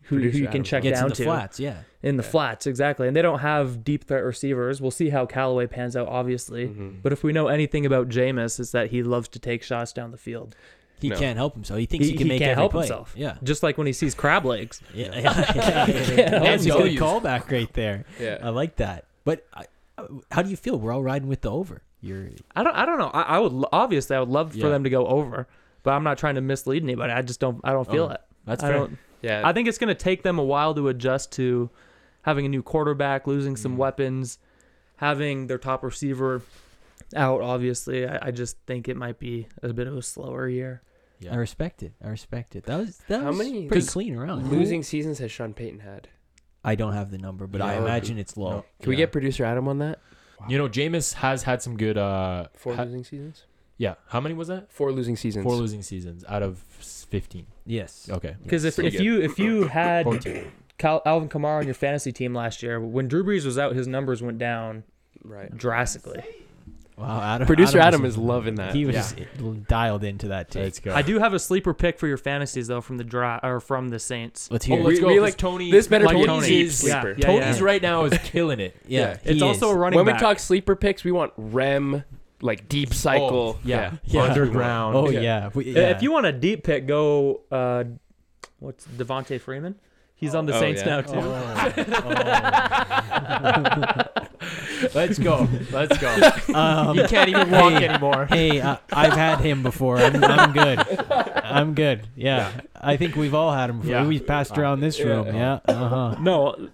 [SPEAKER 6] who, who
[SPEAKER 4] Producer
[SPEAKER 6] you
[SPEAKER 4] out of
[SPEAKER 6] can
[SPEAKER 4] the
[SPEAKER 6] check
[SPEAKER 3] Gets
[SPEAKER 6] down
[SPEAKER 3] in the
[SPEAKER 6] to
[SPEAKER 3] flats, yeah.
[SPEAKER 6] in the flats exactly. And they don't have deep threat receivers. We'll see how Callaway pans out, obviously.
[SPEAKER 3] Mm-hmm.
[SPEAKER 6] But if we know anything about Jameis, it's that he loves to take shots down the field.
[SPEAKER 3] He
[SPEAKER 4] No.
[SPEAKER 3] can't help himself. He thinks he, can make
[SPEAKER 6] can't
[SPEAKER 3] every
[SPEAKER 6] help
[SPEAKER 3] play.
[SPEAKER 6] himself.
[SPEAKER 3] Yeah.
[SPEAKER 6] just like when he sees crab legs.
[SPEAKER 3] Yeah, yeah, yeah, yeah, yeah.
[SPEAKER 6] help
[SPEAKER 3] That's a good
[SPEAKER 5] himself.
[SPEAKER 3] callback right there.
[SPEAKER 4] Yeah.
[SPEAKER 3] I like that. But I, I- how do you feel? We're all riding with the over. You're
[SPEAKER 6] I don't. I don't know. I, I would lo- obviously. I would love
[SPEAKER 5] Yeah.
[SPEAKER 6] for them to go over, but I'm not trying to mislead anybody. I just don't. I don't feel
[SPEAKER 5] Oh,
[SPEAKER 6] it.
[SPEAKER 5] That's
[SPEAKER 6] I
[SPEAKER 5] fair.
[SPEAKER 6] don't.
[SPEAKER 4] Yeah,
[SPEAKER 6] I think it's going to take them a while to adjust to having a new quarterback, losing some
[SPEAKER 5] Mm.
[SPEAKER 6] weapons, having their top receiver out. Obviously, I, I just think it might be a bit of a slower year.
[SPEAKER 5] Yeah.
[SPEAKER 3] I respect it. I respect it. That was that
[SPEAKER 4] How
[SPEAKER 3] was
[SPEAKER 4] many-
[SPEAKER 3] pretty
[SPEAKER 4] Does-
[SPEAKER 3] clean around.
[SPEAKER 4] losing seasons has Sean Payton had.
[SPEAKER 3] I don't have the number, but I
[SPEAKER 4] Yeah.
[SPEAKER 3] imagine it's low.
[SPEAKER 5] No.
[SPEAKER 4] Can we
[SPEAKER 5] Yeah.
[SPEAKER 4] get producer Adam on that?
[SPEAKER 5] You know, Jameis has had some good. uh
[SPEAKER 4] Four
[SPEAKER 5] ha-
[SPEAKER 4] losing seasons.
[SPEAKER 5] Yeah. How many was that?
[SPEAKER 4] Four losing seasons.
[SPEAKER 5] Four losing seasons out of 15.
[SPEAKER 3] Yes.
[SPEAKER 5] Okay.
[SPEAKER 6] Because if,
[SPEAKER 4] Pretty
[SPEAKER 6] if
[SPEAKER 4] good.
[SPEAKER 6] you if you had
[SPEAKER 5] Or two.
[SPEAKER 6] Cal- Alvin Kamara on your fantasy team last year, when Drew Brees was out, his numbers went down
[SPEAKER 4] right.
[SPEAKER 6] drastically.
[SPEAKER 3] Wow. Adam,
[SPEAKER 4] Producer Adam,
[SPEAKER 3] was-
[SPEAKER 4] is loving that.
[SPEAKER 3] He was
[SPEAKER 5] Yeah.
[SPEAKER 3] just dialed into that take.
[SPEAKER 5] Let's go.
[SPEAKER 6] I do have a sleeper pick for your fantasies though from the draw or from the Saints.
[SPEAKER 3] Let's
[SPEAKER 5] Oh,
[SPEAKER 3] hear.
[SPEAKER 5] let's
[SPEAKER 3] it.
[SPEAKER 5] go.
[SPEAKER 4] we
[SPEAKER 5] 'cause
[SPEAKER 4] like-
[SPEAKER 5] Tony.
[SPEAKER 4] this better
[SPEAKER 5] Tony's
[SPEAKER 4] be
[SPEAKER 5] Tony's,
[SPEAKER 4] a deep sleeper.
[SPEAKER 6] Yeah,
[SPEAKER 5] Tony's
[SPEAKER 6] yeah.
[SPEAKER 5] right now is killing it.
[SPEAKER 3] Yeah.
[SPEAKER 6] It's
[SPEAKER 3] he
[SPEAKER 6] also
[SPEAKER 3] is.
[SPEAKER 6] a running
[SPEAKER 4] When we
[SPEAKER 6] back.
[SPEAKER 4] talk sleeper picks, we want REM, like deep cycle.
[SPEAKER 5] Oh, yeah.
[SPEAKER 3] Yeah.
[SPEAKER 5] Underground.
[SPEAKER 3] Oh yeah. We,
[SPEAKER 6] Uh,
[SPEAKER 3] yeah.
[SPEAKER 6] If you want a deep pick, go. Uh, what's Devonte Freeman? He's on the
[SPEAKER 4] Oh,
[SPEAKER 6] Saints
[SPEAKER 4] yeah.
[SPEAKER 6] now too.
[SPEAKER 5] Let's go. Let's go. you can't even walk
[SPEAKER 3] Um, hey.
[SPEAKER 5] anymore.
[SPEAKER 3] hey, uh, I've had him before. I'm, I'm good. I'm good. Yeah. I think we've all had him before.
[SPEAKER 5] Yeah.
[SPEAKER 3] We've passed around this room. Yeah. Uh huh.
[SPEAKER 6] No,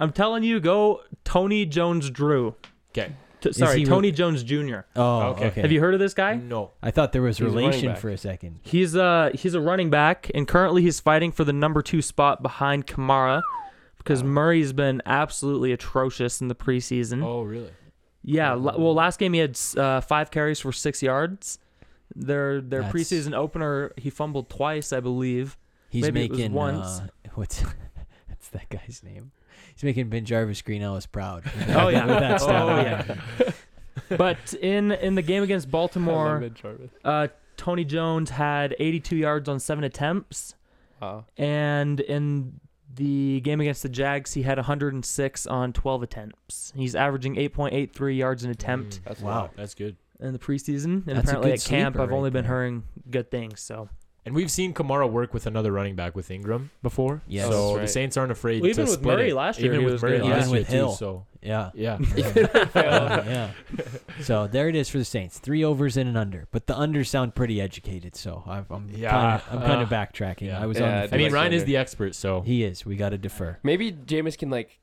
[SPEAKER 6] I'm telling you, go Tony Jones Drew.
[SPEAKER 5] Okay.
[SPEAKER 6] T- sorry,
[SPEAKER 3] he re-
[SPEAKER 6] Tony Jones Jr.
[SPEAKER 3] Oh.
[SPEAKER 5] Okay.
[SPEAKER 3] Okay.
[SPEAKER 6] Have you heard of this guy?
[SPEAKER 5] No.
[SPEAKER 3] I thought there was
[SPEAKER 4] He's a running
[SPEAKER 3] relation
[SPEAKER 4] back.
[SPEAKER 3] for a second.
[SPEAKER 6] He's uh he's a running back, and currently he's fighting for the number two spot behind Kamara because Murray's been absolutely atrocious in the preseason.
[SPEAKER 5] Oh, really?
[SPEAKER 6] Yeah, la- well, last game he had uh, five carries for six yards. Their their
[SPEAKER 3] That's-
[SPEAKER 6] preseason opener, he fumbled twice, I believe.
[SPEAKER 3] He's
[SPEAKER 6] Maybe it was
[SPEAKER 3] making
[SPEAKER 6] once.
[SPEAKER 3] Uh, what's what's that guy's name? He's making Ben Jarvis Green Ellis proud.
[SPEAKER 6] Oh, yeah.
[SPEAKER 3] With that
[SPEAKER 6] Oh,
[SPEAKER 3] stat
[SPEAKER 6] yeah. But in in the game against Baltimore, uh, Tony Jones had 82 yards on seven attempts,
[SPEAKER 4] Wow.
[SPEAKER 6] and in the game against the Jags, he had 106 on 12 attempts. He's averaging 8.83 yards an attempt
[SPEAKER 4] That's
[SPEAKER 3] Wow.
[SPEAKER 4] wow.
[SPEAKER 5] Mm. That's good.
[SPEAKER 6] in the preseason,
[SPEAKER 3] Mm.
[SPEAKER 6] and
[SPEAKER 3] That's a
[SPEAKER 6] apparently
[SPEAKER 3] good
[SPEAKER 6] at camp,
[SPEAKER 3] sleeper
[SPEAKER 6] I've
[SPEAKER 3] right
[SPEAKER 6] only been
[SPEAKER 3] there.
[SPEAKER 6] hearing good things. So
[SPEAKER 5] And we've seen Kamara work with another running back with Ingram before.
[SPEAKER 3] Yes.
[SPEAKER 5] So
[SPEAKER 4] That's
[SPEAKER 5] the
[SPEAKER 4] right.
[SPEAKER 5] Saints aren't afraid.
[SPEAKER 6] Well,
[SPEAKER 5] to
[SPEAKER 6] even with
[SPEAKER 5] split
[SPEAKER 6] Murray
[SPEAKER 5] it.
[SPEAKER 6] last year,
[SPEAKER 5] even
[SPEAKER 6] he
[SPEAKER 5] with
[SPEAKER 6] was
[SPEAKER 5] Murray
[SPEAKER 6] good.
[SPEAKER 5] last
[SPEAKER 3] Even
[SPEAKER 5] year
[SPEAKER 3] with
[SPEAKER 5] too,
[SPEAKER 3] Hill.
[SPEAKER 5] So
[SPEAKER 3] yeah.
[SPEAKER 5] yeah,
[SPEAKER 3] yeah. yeah. So there it is for the Saints. Three overs and an under, but the unders sound pretty educated. So I'm, I'm
[SPEAKER 5] Yeah.
[SPEAKER 3] kind of I'm kind
[SPEAKER 5] Uh,
[SPEAKER 3] of backtracking.
[SPEAKER 5] yeah.
[SPEAKER 3] I was
[SPEAKER 4] Yeah,
[SPEAKER 3] on. The
[SPEAKER 5] I mean
[SPEAKER 4] like
[SPEAKER 5] Ryan is
[SPEAKER 4] Sander.
[SPEAKER 5] the expert, so
[SPEAKER 3] he is. We got to defer.
[SPEAKER 4] Maybe Jameis can like,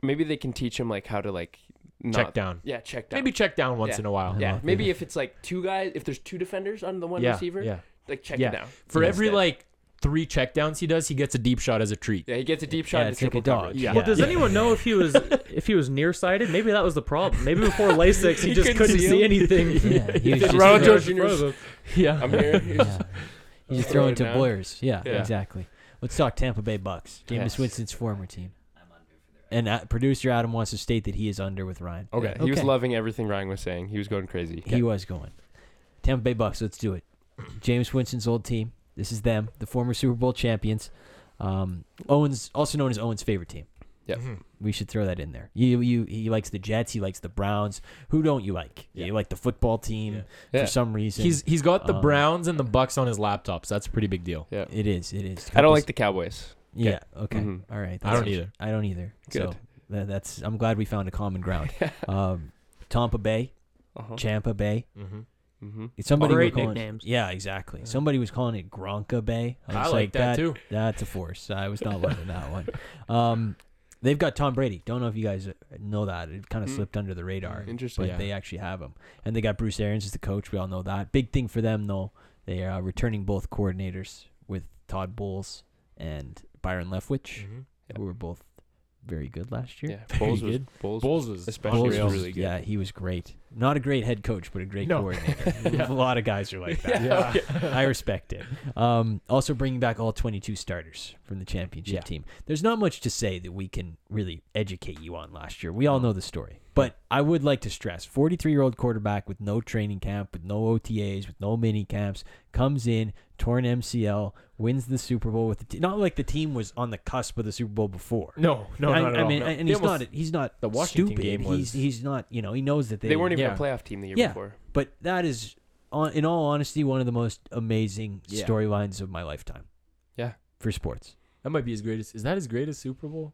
[SPEAKER 4] maybe they can teach him like how to like not,
[SPEAKER 5] check down.
[SPEAKER 4] Yeah, check down.
[SPEAKER 5] Maybe check down once
[SPEAKER 4] Yeah.
[SPEAKER 5] in a while.
[SPEAKER 4] Yeah,
[SPEAKER 3] Well,
[SPEAKER 4] maybe
[SPEAKER 3] yeah.
[SPEAKER 4] if it's like two guys, if there's two defenders on the one
[SPEAKER 5] yeah,
[SPEAKER 4] receiver,
[SPEAKER 5] Yeah.
[SPEAKER 4] like check
[SPEAKER 5] Yeah.
[SPEAKER 4] it down.
[SPEAKER 5] For
[SPEAKER 4] Yeah.
[SPEAKER 5] every like three check downs he does, he gets a deep shot as a treat.
[SPEAKER 4] yeah, he gets a deep shot.
[SPEAKER 3] Yeah,
[SPEAKER 4] and
[SPEAKER 3] it's like
[SPEAKER 4] triple
[SPEAKER 3] a dog.
[SPEAKER 4] coverage.
[SPEAKER 5] Yeah.
[SPEAKER 6] Well, does anyone know if he was if he was nearsighted? Maybe that was the problem. Maybe before LASIK, he,
[SPEAKER 4] He
[SPEAKER 6] just
[SPEAKER 4] couldn't
[SPEAKER 6] couldn't
[SPEAKER 4] see
[SPEAKER 6] see
[SPEAKER 4] him.
[SPEAKER 6] anything.
[SPEAKER 3] Yeah, he was just
[SPEAKER 4] Ronald
[SPEAKER 3] throwing-
[SPEAKER 4] Jones Jr.'s-
[SPEAKER 5] Yeah.
[SPEAKER 4] I'm here. Here's-
[SPEAKER 3] Yeah. You just
[SPEAKER 4] Throw
[SPEAKER 3] throw
[SPEAKER 4] it
[SPEAKER 3] into
[SPEAKER 4] down.
[SPEAKER 3] blurs. Yeah,
[SPEAKER 4] Yeah.
[SPEAKER 3] exactly. Let's talk Tampa Bay Bucks. Jameis
[SPEAKER 4] Yes.
[SPEAKER 3] Winston's former team. And uh, producer Adam wants to state that he is under with Ryan.
[SPEAKER 5] Okay.
[SPEAKER 4] Yeah, he was
[SPEAKER 3] Okay.
[SPEAKER 4] loving everything Ryan was saying. He was going crazy.
[SPEAKER 3] He was going. Tampa Bay Bucks. Let's do it. James Winston's old team. This is them, the former Super Bowl champions. Um, Owens, also known as Owens' favorite team.
[SPEAKER 4] Yeah.
[SPEAKER 5] Mhm.
[SPEAKER 3] We should throw that in there. You, you, he likes the Jets. He likes the Browns. Who don't you like?
[SPEAKER 5] Yeah.
[SPEAKER 3] You like the football team
[SPEAKER 5] Yeah.
[SPEAKER 3] for
[SPEAKER 4] Yeah.
[SPEAKER 3] some reason.
[SPEAKER 5] He's he's got the
[SPEAKER 3] Um,
[SPEAKER 5] Browns and the Bucks on his laptop, so that's a pretty big deal.
[SPEAKER 4] Yeah.
[SPEAKER 3] It is. It is.
[SPEAKER 4] I don't
[SPEAKER 3] Couples-
[SPEAKER 4] like the Cowboys.
[SPEAKER 3] Yeah. Okay.
[SPEAKER 4] Mhm.
[SPEAKER 3] All right.
[SPEAKER 5] Mm-hmm. I
[SPEAKER 3] that's-
[SPEAKER 5] don't either.
[SPEAKER 3] I don't either. So
[SPEAKER 4] Good.
[SPEAKER 3] tha- that's. I'm glad we found a common ground. um, Tampa Bay,
[SPEAKER 4] Uh-huh.
[SPEAKER 3] Champa Bay.
[SPEAKER 5] Mm-hmm.
[SPEAKER 4] hmm
[SPEAKER 3] Somebody
[SPEAKER 6] Great
[SPEAKER 3] was calling,
[SPEAKER 6] nicknames.
[SPEAKER 3] Yeah, exactly. Somebody was calling it Gronka Bay.
[SPEAKER 5] I
[SPEAKER 3] was
[SPEAKER 5] like that too.
[SPEAKER 3] That's a force. I was not loving that one. Um, they've got Tom Brady. Don't know if you guys know that. It kind of
[SPEAKER 4] Mm.
[SPEAKER 3] slipped under the radar.
[SPEAKER 4] Interesting.
[SPEAKER 3] But
[SPEAKER 5] Yeah.
[SPEAKER 3] they actually have him, and they got Bruce Arians as the coach. We all know that. Big thing for them though. They are returning both coordinators with Todd Bowles and Byron Leftwich
[SPEAKER 4] Yep.
[SPEAKER 3] who were both very good last year.
[SPEAKER 4] Yeah, Bulls was,
[SPEAKER 5] good.
[SPEAKER 4] Bulls,
[SPEAKER 5] Bulls was
[SPEAKER 4] especially
[SPEAKER 5] unreal.
[SPEAKER 4] was really good.
[SPEAKER 3] Yeah, he was great. Not a great head coach, but a great
[SPEAKER 5] No.
[SPEAKER 3] coordinator.
[SPEAKER 5] Yeah.
[SPEAKER 3] A lot of guys are like that.
[SPEAKER 5] Yeah.
[SPEAKER 3] I respect it. Um, also, bringing back all 22 starters from the championship
[SPEAKER 5] Yeah.
[SPEAKER 3] team. There's not much to say that we can really educate you on last year. We all know the story. But I would like to stress 43 year old quarterback with no training camp, with no OTAs, with no mini camps, comes in, torn MCL, wins the Super Bowl with the team. Not like the team was on the cusp of the Super Bowl before.
[SPEAKER 5] No, no,
[SPEAKER 3] I,
[SPEAKER 5] not at
[SPEAKER 3] I
[SPEAKER 5] all.
[SPEAKER 3] mean,
[SPEAKER 5] No.
[SPEAKER 3] and
[SPEAKER 5] They
[SPEAKER 3] he's
[SPEAKER 5] almost-
[SPEAKER 3] not. He's not
[SPEAKER 5] the Washington
[SPEAKER 3] stupid.
[SPEAKER 5] game
[SPEAKER 3] He's
[SPEAKER 5] was-
[SPEAKER 3] he's not. You know, he knows that they,
[SPEAKER 4] They weren't even
[SPEAKER 5] yeah.
[SPEAKER 4] a playoff team the year
[SPEAKER 3] Yeah.
[SPEAKER 4] before.
[SPEAKER 3] But that is, on, in all honesty, one of the most amazing
[SPEAKER 5] Yeah.
[SPEAKER 3] storylines of my lifetime.
[SPEAKER 4] Yeah.
[SPEAKER 3] for sports,
[SPEAKER 5] that might be his greatest. Is that his greatest Super Bowl?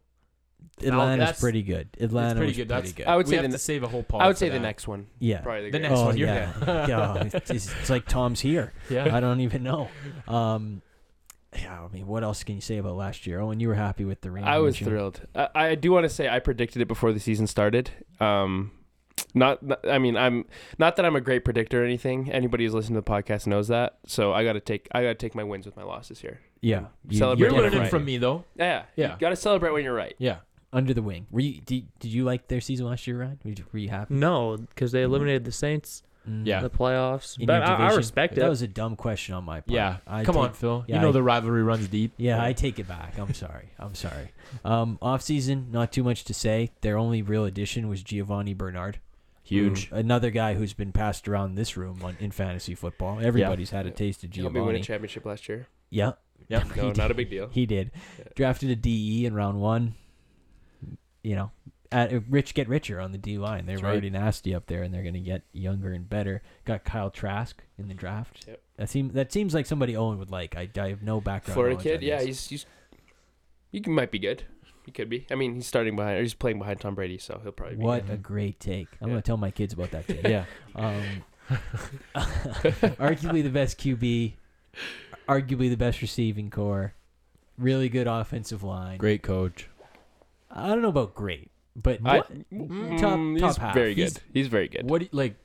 [SPEAKER 3] Atlanta's
[SPEAKER 5] that's-
[SPEAKER 3] pretty good. Atlanta
[SPEAKER 5] pretty
[SPEAKER 3] was pretty
[SPEAKER 5] good. That's-
[SPEAKER 3] good.
[SPEAKER 4] I would
[SPEAKER 5] we
[SPEAKER 4] say
[SPEAKER 5] have
[SPEAKER 4] the
[SPEAKER 5] to
[SPEAKER 4] ne-
[SPEAKER 5] save a whole pod.
[SPEAKER 4] I would
[SPEAKER 5] for
[SPEAKER 4] say the
[SPEAKER 5] that.
[SPEAKER 4] next one.
[SPEAKER 3] yeah.
[SPEAKER 4] Probably
[SPEAKER 5] The
[SPEAKER 4] the,
[SPEAKER 5] next
[SPEAKER 4] greatest.
[SPEAKER 3] oh
[SPEAKER 5] one, you're
[SPEAKER 3] yeah,
[SPEAKER 5] right.
[SPEAKER 3] Yeah, oh, it's, it's like Tom's here.
[SPEAKER 5] Yeah.
[SPEAKER 3] I don't even know. Um, yeah, I mean, what else can you say about last year? Owen, you were happy with the ring.
[SPEAKER 4] I was
[SPEAKER 3] weren't you?
[SPEAKER 4] thrilled. I, I do want to say I predicted it before the season started. Um, not, not- I mean, I'm not that I'm a great predictor or anything. Anybody who's listened to the podcast knows that. So I gotta take, I gotta take my wins with my losses here.
[SPEAKER 3] Yeah,
[SPEAKER 4] Celebrate
[SPEAKER 5] You're
[SPEAKER 3] did it
[SPEAKER 5] learning
[SPEAKER 3] right.
[SPEAKER 5] from me though.
[SPEAKER 4] Yeah,
[SPEAKER 5] Yeah.
[SPEAKER 4] You gotta celebrate when you're right.
[SPEAKER 5] Yeah.
[SPEAKER 3] under the wing. Were you? Did, did you like their season last year, Ryan? Were you, were you happy?
[SPEAKER 6] No, because they eliminated the Saints
[SPEAKER 3] Mm.
[SPEAKER 5] Yeah.
[SPEAKER 6] in the playoffs.
[SPEAKER 3] In
[SPEAKER 6] But
[SPEAKER 3] your
[SPEAKER 6] I, I
[SPEAKER 3] division?
[SPEAKER 6] respect
[SPEAKER 3] That
[SPEAKER 6] it.
[SPEAKER 3] was a dumb question on my part.
[SPEAKER 5] Yeah.
[SPEAKER 3] I
[SPEAKER 5] Come
[SPEAKER 3] take-
[SPEAKER 5] on, Phil.
[SPEAKER 3] yeah,
[SPEAKER 5] you know
[SPEAKER 3] I-
[SPEAKER 5] the rivalry runs deep.
[SPEAKER 3] Yeah, I take it back. I'm sorry. I'm sorry. Um, off season, not too much to say. Their only real addition was Giovanni Bernard.
[SPEAKER 5] Huge.
[SPEAKER 3] Who- another guy who's been passed around this room on, in fantasy football. Everybody's had a taste of
[SPEAKER 4] You helped me win a
[SPEAKER 3] Giovanni.
[SPEAKER 4] championship last year.
[SPEAKER 3] Yeah.
[SPEAKER 5] Yeah.
[SPEAKER 3] He
[SPEAKER 4] No,
[SPEAKER 3] did.
[SPEAKER 4] not a big deal.
[SPEAKER 3] He did.
[SPEAKER 4] Yeah.
[SPEAKER 3] Drafted a DE in round one. You know, at, uh, rich get richer on the D line. They're
[SPEAKER 5] That's right.
[SPEAKER 3] already nasty up there, and they're going to get younger and better. Got Kyle Trask in the draft.
[SPEAKER 4] Yep.
[SPEAKER 3] That seems that seems like somebody Owen would like. I, I have no background.
[SPEAKER 4] Florida
[SPEAKER 3] knowledge
[SPEAKER 4] kid.
[SPEAKER 3] on
[SPEAKER 4] Yeah,
[SPEAKER 3] this.
[SPEAKER 4] he's he's he can- might be good. He could be. I mean, he's starting behind. Or he's playing behind Tom Brady, so he'll probably be.
[SPEAKER 3] What
[SPEAKER 4] good.
[SPEAKER 3] a great take! I'm
[SPEAKER 4] Yeah.
[SPEAKER 3] gonna tell my kids about that take.
[SPEAKER 5] Mm-hmm. Yeah.
[SPEAKER 3] Um, arguably the best QB, arguably the best receiving core, really good offensive line.
[SPEAKER 5] Great coach.
[SPEAKER 3] I don't know about great, but
[SPEAKER 4] I-
[SPEAKER 3] what? Top-
[SPEAKER 4] Mm,
[SPEAKER 3] top
[SPEAKER 4] he's
[SPEAKER 3] half.
[SPEAKER 4] very
[SPEAKER 5] He's-
[SPEAKER 4] good. He's very good.
[SPEAKER 5] What do you- like?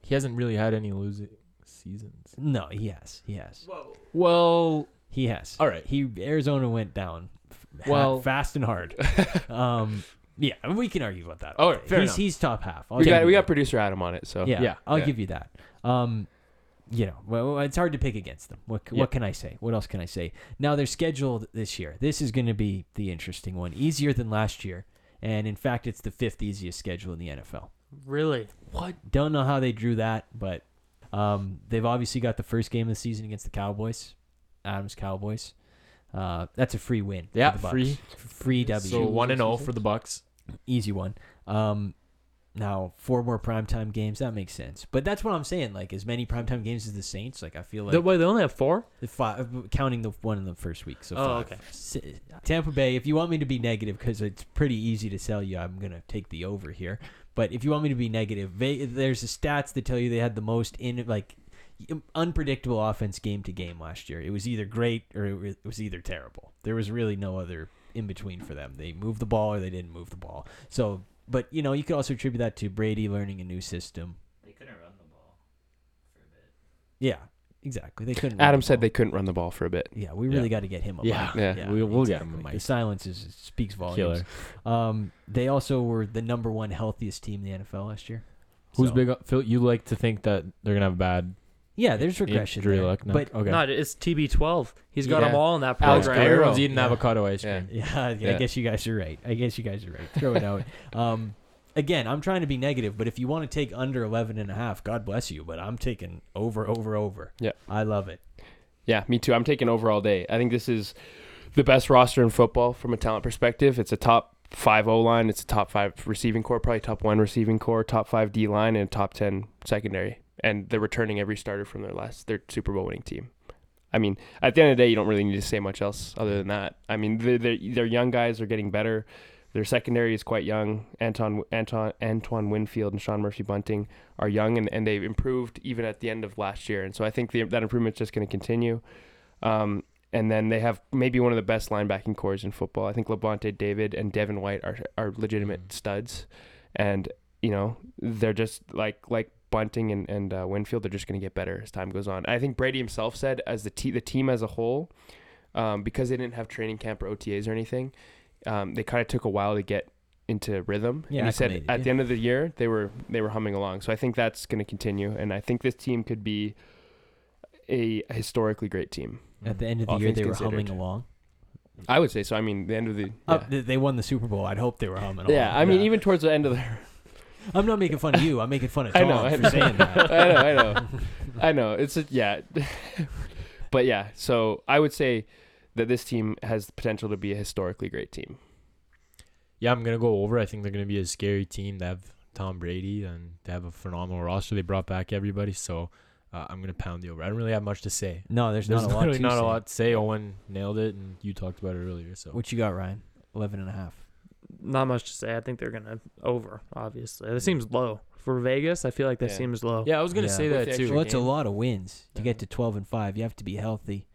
[SPEAKER 5] He hasn't really had any losing seasons.
[SPEAKER 3] no, he has, he has,
[SPEAKER 5] Well,
[SPEAKER 3] he has.
[SPEAKER 5] All right.
[SPEAKER 3] he Arizona went down f- ha-
[SPEAKER 5] Well-
[SPEAKER 3] fast and hard. um, yeah, we can argue about that.
[SPEAKER 5] All right, fair
[SPEAKER 3] he's,
[SPEAKER 5] enough.
[SPEAKER 3] he's top half. I'll
[SPEAKER 4] We
[SPEAKER 3] give
[SPEAKER 4] got
[SPEAKER 3] you
[SPEAKER 4] we
[SPEAKER 3] that.
[SPEAKER 4] got producer Adam on it, so
[SPEAKER 3] yeah,
[SPEAKER 5] Yeah,
[SPEAKER 3] I'll
[SPEAKER 5] yeah.
[SPEAKER 3] give you that. Um, you know, well, it's hard to pick against them. What
[SPEAKER 5] Yeah.
[SPEAKER 3] what can I say? What else can I say? Now they're scheduled this year. This is going to be the interesting one, easier than last year, and in fact, it's the fifth easiest schedule in the NFL.
[SPEAKER 2] Really?
[SPEAKER 3] What? Don't know how they drew that, but um, they've obviously got the first game of the season against the Cowboys, Adams Cowboys. Uh, that's a free win. for
[SPEAKER 5] Yeah,
[SPEAKER 3] the Bucs.
[SPEAKER 5] free.
[SPEAKER 3] free W,
[SPEAKER 5] So one and zero for the Bucks.
[SPEAKER 3] easy one. Um, now four more primetime games. That makes sense, but that's what I'm saying. Like as many primetime games as the Saints. Like I feel like
[SPEAKER 6] The- wait, they only have four.
[SPEAKER 3] the five, counting the one in the first week. So
[SPEAKER 6] Oh,
[SPEAKER 3] five.
[SPEAKER 6] okay.
[SPEAKER 3] Si- Tampa Bay. If you want me to be negative, because it's pretty easy to sell you, I'm gonna take the over here. But if you want me to be negative, they, there's the stats that tell you they had the most in like unpredictable offense game to game last year. It was either great or it wa- it was either terrible. There was really no other in between for them. They moved the ball or they didn't move the ball. So, but you know, you could also attribute that to Brady learning a new system. They couldn't run the ball for a bit. Yeah, exactly. They couldn't. run
[SPEAKER 4] Adam
[SPEAKER 3] the
[SPEAKER 4] said
[SPEAKER 3] ball.
[SPEAKER 4] they couldn't run the ball for a bit.
[SPEAKER 3] Yeah, we
[SPEAKER 5] Yeah.
[SPEAKER 3] really got to get him a
[SPEAKER 5] Yeah.
[SPEAKER 3] mic.
[SPEAKER 4] Yeah.
[SPEAKER 5] We- we'll get him a
[SPEAKER 3] The
[SPEAKER 5] mic.
[SPEAKER 3] silence is, speaks volumes. Um, they also were the number one healthiest team in the NFL last year.
[SPEAKER 5] Who's
[SPEAKER 3] So-
[SPEAKER 5] big? Phil, you like to think that they're gonna have a bad
[SPEAKER 3] Yeah, there's regression
[SPEAKER 5] injury
[SPEAKER 3] there,
[SPEAKER 5] luck, no?
[SPEAKER 3] but
[SPEAKER 5] okay.
[SPEAKER 6] Not it's TB12. He's got
[SPEAKER 4] Yeah.
[SPEAKER 6] them all in that
[SPEAKER 4] Alex
[SPEAKER 6] program.
[SPEAKER 4] Guerrero.
[SPEAKER 5] Everyone's eating
[SPEAKER 3] Yeah.
[SPEAKER 5] avocado ice
[SPEAKER 4] Yeah.
[SPEAKER 5] cream.
[SPEAKER 3] yeah, I
[SPEAKER 4] Yeah.
[SPEAKER 3] guess you guys are right. I guess you guys are right. Throw it out. Um, again, I'm trying to be negative, but if you want to take under 11 and a half, God bless you. But I'm taking over, over, over.
[SPEAKER 4] Yeah.
[SPEAKER 3] I love it.
[SPEAKER 4] Yeah, me too. I'm taking over all day. I think this is the best roster in football from a talent perspective. It's a top five O line, it's a top five receiving core, probably top one receiving core, top five D line, and a top ten secondary. And they're returning every starter from their last their Super Bowl winning team. I mean, at the end of the day, you don't really need to say much else other than that. I mean, their their their young guys are getting better. Their secondary is quite young. Anton Anton Antoine Winfield and Sean Murphy Bunting are young, and, and they've improved even at the end of last year. And so I think the, that improvement's just going to continue. Um, and then they have maybe one of the best linebacking cores in football. I think Labonte David and Devin White are are
[SPEAKER 3] Mm.
[SPEAKER 4] legitimate studs, and you know they're just like like Bunting and and uh, Winfield. They're just going to get better as time goes on. I think Brady himself said as the te- the team as a whole, um, because they didn't have training camp or OTAs or anything, um, they kind of took a while to get into rhythm.
[SPEAKER 3] Yeah,
[SPEAKER 4] and he said
[SPEAKER 3] acclimated,
[SPEAKER 4] at
[SPEAKER 3] yeah.
[SPEAKER 4] the end of the year they were they were humming along. So I think that's going to continue, and I think this team could be a historically great team.
[SPEAKER 3] At the end of the
[SPEAKER 4] All
[SPEAKER 3] year,
[SPEAKER 4] things
[SPEAKER 3] they were
[SPEAKER 4] considered.
[SPEAKER 3] humming along.
[SPEAKER 4] I would say so. I mean, the end of the
[SPEAKER 3] Uh, they- they won the Super Bowl. I'd hope they were humming
[SPEAKER 4] yeah. yeah.
[SPEAKER 3] along.
[SPEAKER 4] I mean, even towards the end of the
[SPEAKER 3] I'm not making fun of you. I'm making fun of
[SPEAKER 4] I
[SPEAKER 3] Tom
[SPEAKER 4] know, I
[SPEAKER 3] for
[SPEAKER 4] know.
[SPEAKER 3] saying that.
[SPEAKER 4] I know, I know, I know. It's a, yeah, but yeah. So I would say that this team has the potential to be a historically great team.
[SPEAKER 5] Yeah, I'm gonna go over. I think they're gonna be a scary team. They have Tom Brady and they have a phenomenal roster. They brought back everybody, so uh, I'm gonna pound the over. I don't really have much to say.
[SPEAKER 3] No, there's,
[SPEAKER 5] There's
[SPEAKER 3] not a lot.
[SPEAKER 5] literally
[SPEAKER 3] to
[SPEAKER 5] not
[SPEAKER 3] say.
[SPEAKER 5] a lot to say. Owen nailed it, and you talked about it earlier. So
[SPEAKER 3] What you got, Ryan? 11 and a half.
[SPEAKER 6] Not much to say. I think they're gonna over. Obviously, that seems low for Vegas. I feel like that
[SPEAKER 4] Yeah.
[SPEAKER 6] seems low.
[SPEAKER 5] yeah, I was gonna
[SPEAKER 3] Yeah.
[SPEAKER 5] say
[SPEAKER 4] With
[SPEAKER 5] that
[SPEAKER 4] the
[SPEAKER 5] too.
[SPEAKER 4] extra
[SPEAKER 3] Well, it's a
[SPEAKER 4] game.
[SPEAKER 3] lot of wins to
[SPEAKER 4] Yeah.
[SPEAKER 3] get to 12 and 5. You have to be healthy,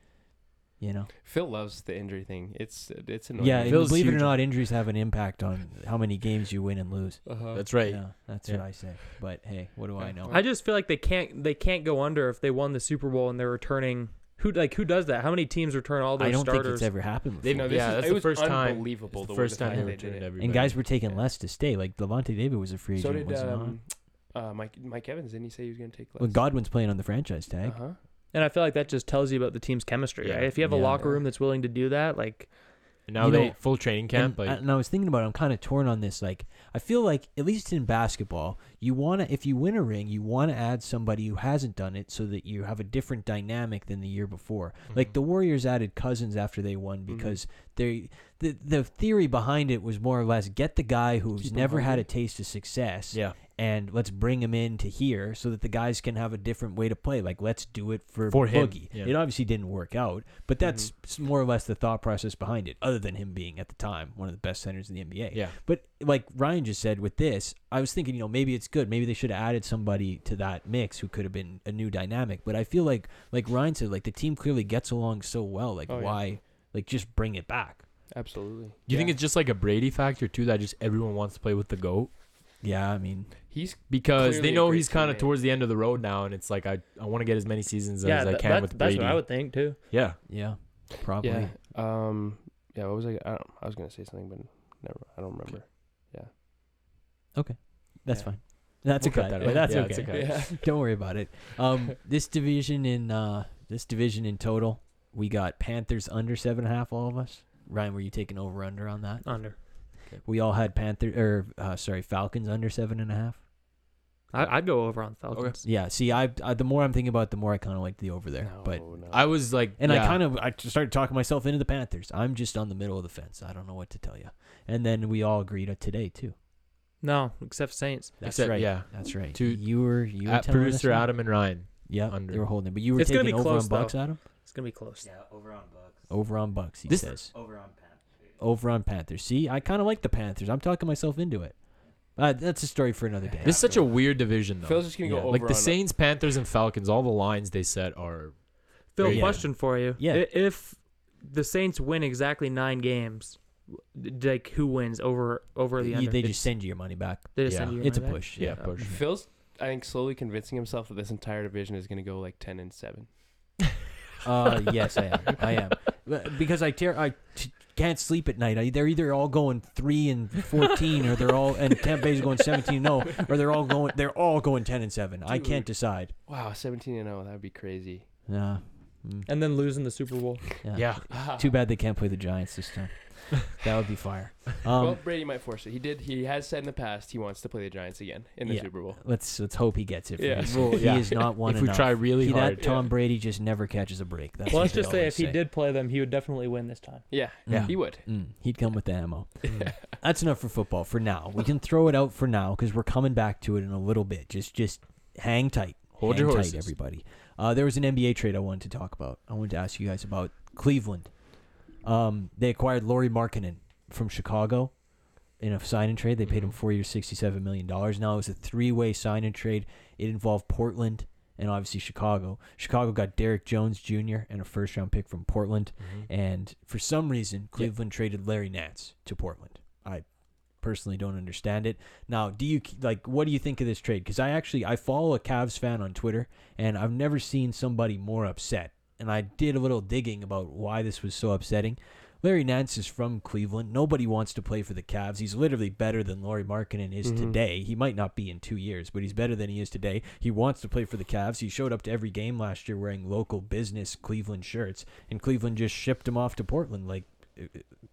[SPEAKER 3] you know?
[SPEAKER 4] Phil loves the injury thing. It's it's annoying.
[SPEAKER 3] Yeah, and
[SPEAKER 5] Phil's
[SPEAKER 3] believe it or
[SPEAKER 5] huge.
[SPEAKER 3] not, injuries have an impact on how many games you win and lose.
[SPEAKER 4] Uh-huh.
[SPEAKER 5] That's right.
[SPEAKER 3] Yeah, that's
[SPEAKER 5] Yeah.
[SPEAKER 3] what I say. But hey, what do I know?
[SPEAKER 6] I just feel like they can't they can't go under if they won the Super Bowl and they're returning. Who like who does that? How many teams return all their
[SPEAKER 3] I don't
[SPEAKER 6] starters?
[SPEAKER 3] think it's ever happened
[SPEAKER 5] They
[SPEAKER 3] before.
[SPEAKER 5] know
[SPEAKER 4] this
[SPEAKER 5] yeah,
[SPEAKER 4] is-
[SPEAKER 5] that's
[SPEAKER 4] it
[SPEAKER 5] the
[SPEAKER 4] was
[SPEAKER 5] first time.
[SPEAKER 4] unbelievable
[SPEAKER 5] it's
[SPEAKER 4] the
[SPEAKER 5] the
[SPEAKER 4] way
[SPEAKER 5] first
[SPEAKER 4] the
[SPEAKER 5] time
[SPEAKER 4] fact that they
[SPEAKER 5] they
[SPEAKER 4] did
[SPEAKER 5] returned
[SPEAKER 4] it.
[SPEAKER 5] everybody.
[SPEAKER 3] and guys were taking
[SPEAKER 4] Yeah.
[SPEAKER 3] less to stay. Like Levante David was a free
[SPEAKER 4] So
[SPEAKER 3] agent,
[SPEAKER 4] did
[SPEAKER 3] was he not?
[SPEAKER 4] um, uh, Mike Mike Evans. Didn't he say he was going to take less?
[SPEAKER 3] Well, Godwin's playing on the franchise tag.
[SPEAKER 4] Uh-huh.
[SPEAKER 6] and I feel like that just tells you about the team's chemistry,
[SPEAKER 5] Yeah.
[SPEAKER 6] right? If you have a
[SPEAKER 3] Yeah.
[SPEAKER 6] locker room that's willing to do that, like
[SPEAKER 5] And now
[SPEAKER 3] you
[SPEAKER 5] they
[SPEAKER 3] know,
[SPEAKER 5] full training
[SPEAKER 3] And,
[SPEAKER 5] camp. like,
[SPEAKER 3] I, and I was thinking about it, I'm kind of torn on this. Like, I feel like, at least in basketball, you want to, if you win a ring, you want to add somebody who hasn't done it so that you have a different dynamic than the year before.
[SPEAKER 5] Mm-hmm.
[SPEAKER 3] Like, the Warriors added Cousins after they won because they, the, the theory behind it was more or less get the guy who's
[SPEAKER 4] Keep 'em
[SPEAKER 3] never had
[SPEAKER 4] hungry.
[SPEAKER 3] a taste of success
[SPEAKER 5] yeah,
[SPEAKER 3] and let's bring him in to here so that the guys can have a different way to play. Like let's do it for,
[SPEAKER 5] For him,
[SPEAKER 3] Boogie.
[SPEAKER 5] yeah. Mm-hmm.
[SPEAKER 3] It obviously didn't work out, but that's s- more or less the thought process behind it. Other than him being at the time one of the best centers in the NBA.
[SPEAKER 5] mm-hmm. yeah.
[SPEAKER 3] But like Ryan just said with this, I was thinking, you know, maybe it's good. Maybe they should have added somebody to that mix who could have been a new dynamic. But I feel like, like Ryan said, like the team clearly gets along so well. Like
[SPEAKER 4] Oh, yeah.
[SPEAKER 3] why, like just bring it back.
[SPEAKER 4] Absolutely. Do
[SPEAKER 5] Do you think it's just like a Brady factor too that just everyone wants to play with the goat
[SPEAKER 3] Yeah, I mean,
[SPEAKER 4] he's
[SPEAKER 5] because
[SPEAKER 4] Clearly
[SPEAKER 5] they
[SPEAKER 4] a
[SPEAKER 5] know
[SPEAKER 4] great
[SPEAKER 5] he's kind of
[SPEAKER 4] teammate.
[SPEAKER 5] towards the end of the road now, and it's like I I want to get as many seasons
[SPEAKER 6] yeah,
[SPEAKER 5] as I
[SPEAKER 6] tha-
[SPEAKER 5] can
[SPEAKER 6] that-
[SPEAKER 5] with
[SPEAKER 6] that's
[SPEAKER 5] Brady.
[SPEAKER 6] what I would think too.
[SPEAKER 5] yeah,
[SPEAKER 3] yeah, probably.
[SPEAKER 4] yeah. Um, yeah, what was I? I, don't, I was gonna say something, but never. I don't remember.
[SPEAKER 3] That's
[SPEAKER 4] Yeah.
[SPEAKER 3] fine. That's
[SPEAKER 5] We'll
[SPEAKER 3] okay.
[SPEAKER 5] cut that
[SPEAKER 3] but
[SPEAKER 5] out.
[SPEAKER 3] that's
[SPEAKER 5] Yeah,
[SPEAKER 3] okay.
[SPEAKER 5] it's okay.
[SPEAKER 4] Yeah.
[SPEAKER 3] Don't worry about it. Um, this division in uh, this division in total, we got Panthers under seven and a half. All of us. Ryan, were you taking over under on that?
[SPEAKER 6] Under.
[SPEAKER 3] We all had Panther or uh, sorry Falcons under seven and a half.
[SPEAKER 6] I, I'd go over on Falcons.
[SPEAKER 3] Yeah. See, I, I the more I'm thinking about, it, the more I kind of like the over there. But
[SPEAKER 4] No, no.
[SPEAKER 5] I was like,
[SPEAKER 3] and I
[SPEAKER 5] yeah.
[SPEAKER 3] kind of I just started talking myself into the Panthers. I'm just on the middle of the fence. I don't know what to tell you. And then we all agreed on today too.
[SPEAKER 6] No, except Saints.
[SPEAKER 3] That's
[SPEAKER 5] Except-
[SPEAKER 3] right.
[SPEAKER 5] yeah.
[SPEAKER 3] That's right.
[SPEAKER 5] To-
[SPEAKER 3] you were you were
[SPEAKER 5] at
[SPEAKER 3] telling us
[SPEAKER 5] producer
[SPEAKER 3] that?
[SPEAKER 5] Adam and Ryan.
[SPEAKER 3] Yeah,
[SPEAKER 5] Under.
[SPEAKER 3] you were holding it, but you were
[SPEAKER 6] It's gonna
[SPEAKER 3] taking
[SPEAKER 6] be
[SPEAKER 3] over
[SPEAKER 6] close,
[SPEAKER 3] on Bucks,
[SPEAKER 6] though.
[SPEAKER 3] Adam.
[SPEAKER 6] It's gonna be close.
[SPEAKER 3] Over on Bucks, he
[SPEAKER 5] This-
[SPEAKER 3] says. Over on Panthers. Over on Panthers. See, I kind of like the Panthers. I'm talking myself into it. Uh, that's a story for another day.
[SPEAKER 5] This is such a weird division, though.
[SPEAKER 4] Phil's just gonna
[SPEAKER 3] Yeah,
[SPEAKER 4] go over
[SPEAKER 5] like the
[SPEAKER 4] on-
[SPEAKER 5] Saints, Panthers, and Falcons. All the lines they set are
[SPEAKER 6] Phil,
[SPEAKER 3] Yeah.
[SPEAKER 6] question for you.
[SPEAKER 3] Yeah.
[SPEAKER 6] I- If the Saints win exactly nine games, d- like who wins over over the
[SPEAKER 3] You-
[SPEAKER 6] under?
[SPEAKER 3] they just send you your money back.
[SPEAKER 6] They just
[SPEAKER 5] yeah.
[SPEAKER 6] send you your
[SPEAKER 3] It's a
[SPEAKER 6] money back?
[SPEAKER 3] push.
[SPEAKER 5] yeah,
[SPEAKER 3] Yeah.
[SPEAKER 5] push.
[SPEAKER 4] Phil's, I think, slowly convincing himself that this entire division is gonna go like ten and seven.
[SPEAKER 3] Uh, yes, I am. I am But- because I tear. I t- can't sleep at night. I, they're either all going three and fourteen, or they're all and Tampa Bay's going seventeen. No, or they're all going. They're all going ten and seven. I can't
[SPEAKER 4] Dude.
[SPEAKER 3] decide.
[SPEAKER 4] Wow, seventeen and zero. That would be crazy.
[SPEAKER 3] Nah. Mm,
[SPEAKER 6] And then losing the Super Bowl.
[SPEAKER 3] yeah.
[SPEAKER 5] Yeah,
[SPEAKER 3] Too bad they can't play the Giants this time. That would be fire. Um,
[SPEAKER 4] well, Brady might force it. He did. He has said in the past he wants to play the Giants again in the
[SPEAKER 3] Yeah.
[SPEAKER 4] Super Bowl.
[SPEAKER 3] Let's let's hope he gets it. For
[SPEAKER 4] Yeah.
[SPEAKER 3] this.
[SPEAKER 5] Well,
[SPEAKER 3] he
[SPEAKER 5] yeah.
[SPEAKER 3] is not one
[SPEAKER 5] if we
[SPEAKER 3] enough.
[SPEAKER 5] try really
[SPEAKER 3] He-
[SPEAKER 5] hard,
[SPEAKER 3] that Tom
[SPEAKER 4] Yeah.
[SPEAKER 3] Brady just never catches a break. That's what
[SPEAKER 6] well, let's
[SPEAKER 3] they
[SPEAKER 6] just say
[SPEAKER 3] always
[SPEAKER 6] if he did play them, he would definitely win this time.
[SPEAKER 4] Yeah,
[SPEAKER 3] Yeah.
[SPEAKER 4] he would.
[SPEAKER 3] Mm, he'd come with the ammo. That's enough for football for now. We can throw it out for now because we're coming back to it in a little bit. Just just hang tight.
[SPEAKER 5] Hold
[SPEAKER 3] hang
[SPEAKER 5] your
[SPEAKER 3] tight,
[SPEAKER 5] horses.
[SPEAKER 3] everybody. Uh, there was an NBA trade I wanted to talk about. I wanted to ask you guys about Cleveland. Um, they acquired Laurie Markkinen from Chicago in a sign and trade. They paid him
[SPEAKER 5] Mm-hmm.
[SPEAKER 3] four years, sixty-seven million dollars. Now it was a three-way sign and trade. It involved Portland and obviously Chicago. Chicago got Derek Jones Jr. and a first-round pick from Portland. And for some reason, Cleveland traded Larry Nance to Portland. I personally don't understand it. Now, do you like what do you think of this trade? Because I actually I follow a Cavs fan on Twitter, and I've never seen somebody more upset. And I did a little digging about why this was so upsetting. Larry Nance is from Cleveland. Nobody wants to play for the Cavs. He's literally better than Laurie Markkinen is today. He might not be in two years, but he's better than he is today. He wants to play for the Cavs. He showed up to every game last year wearing local business Cleveland shirts, and Cleveland just shipped him off to Portland. Like,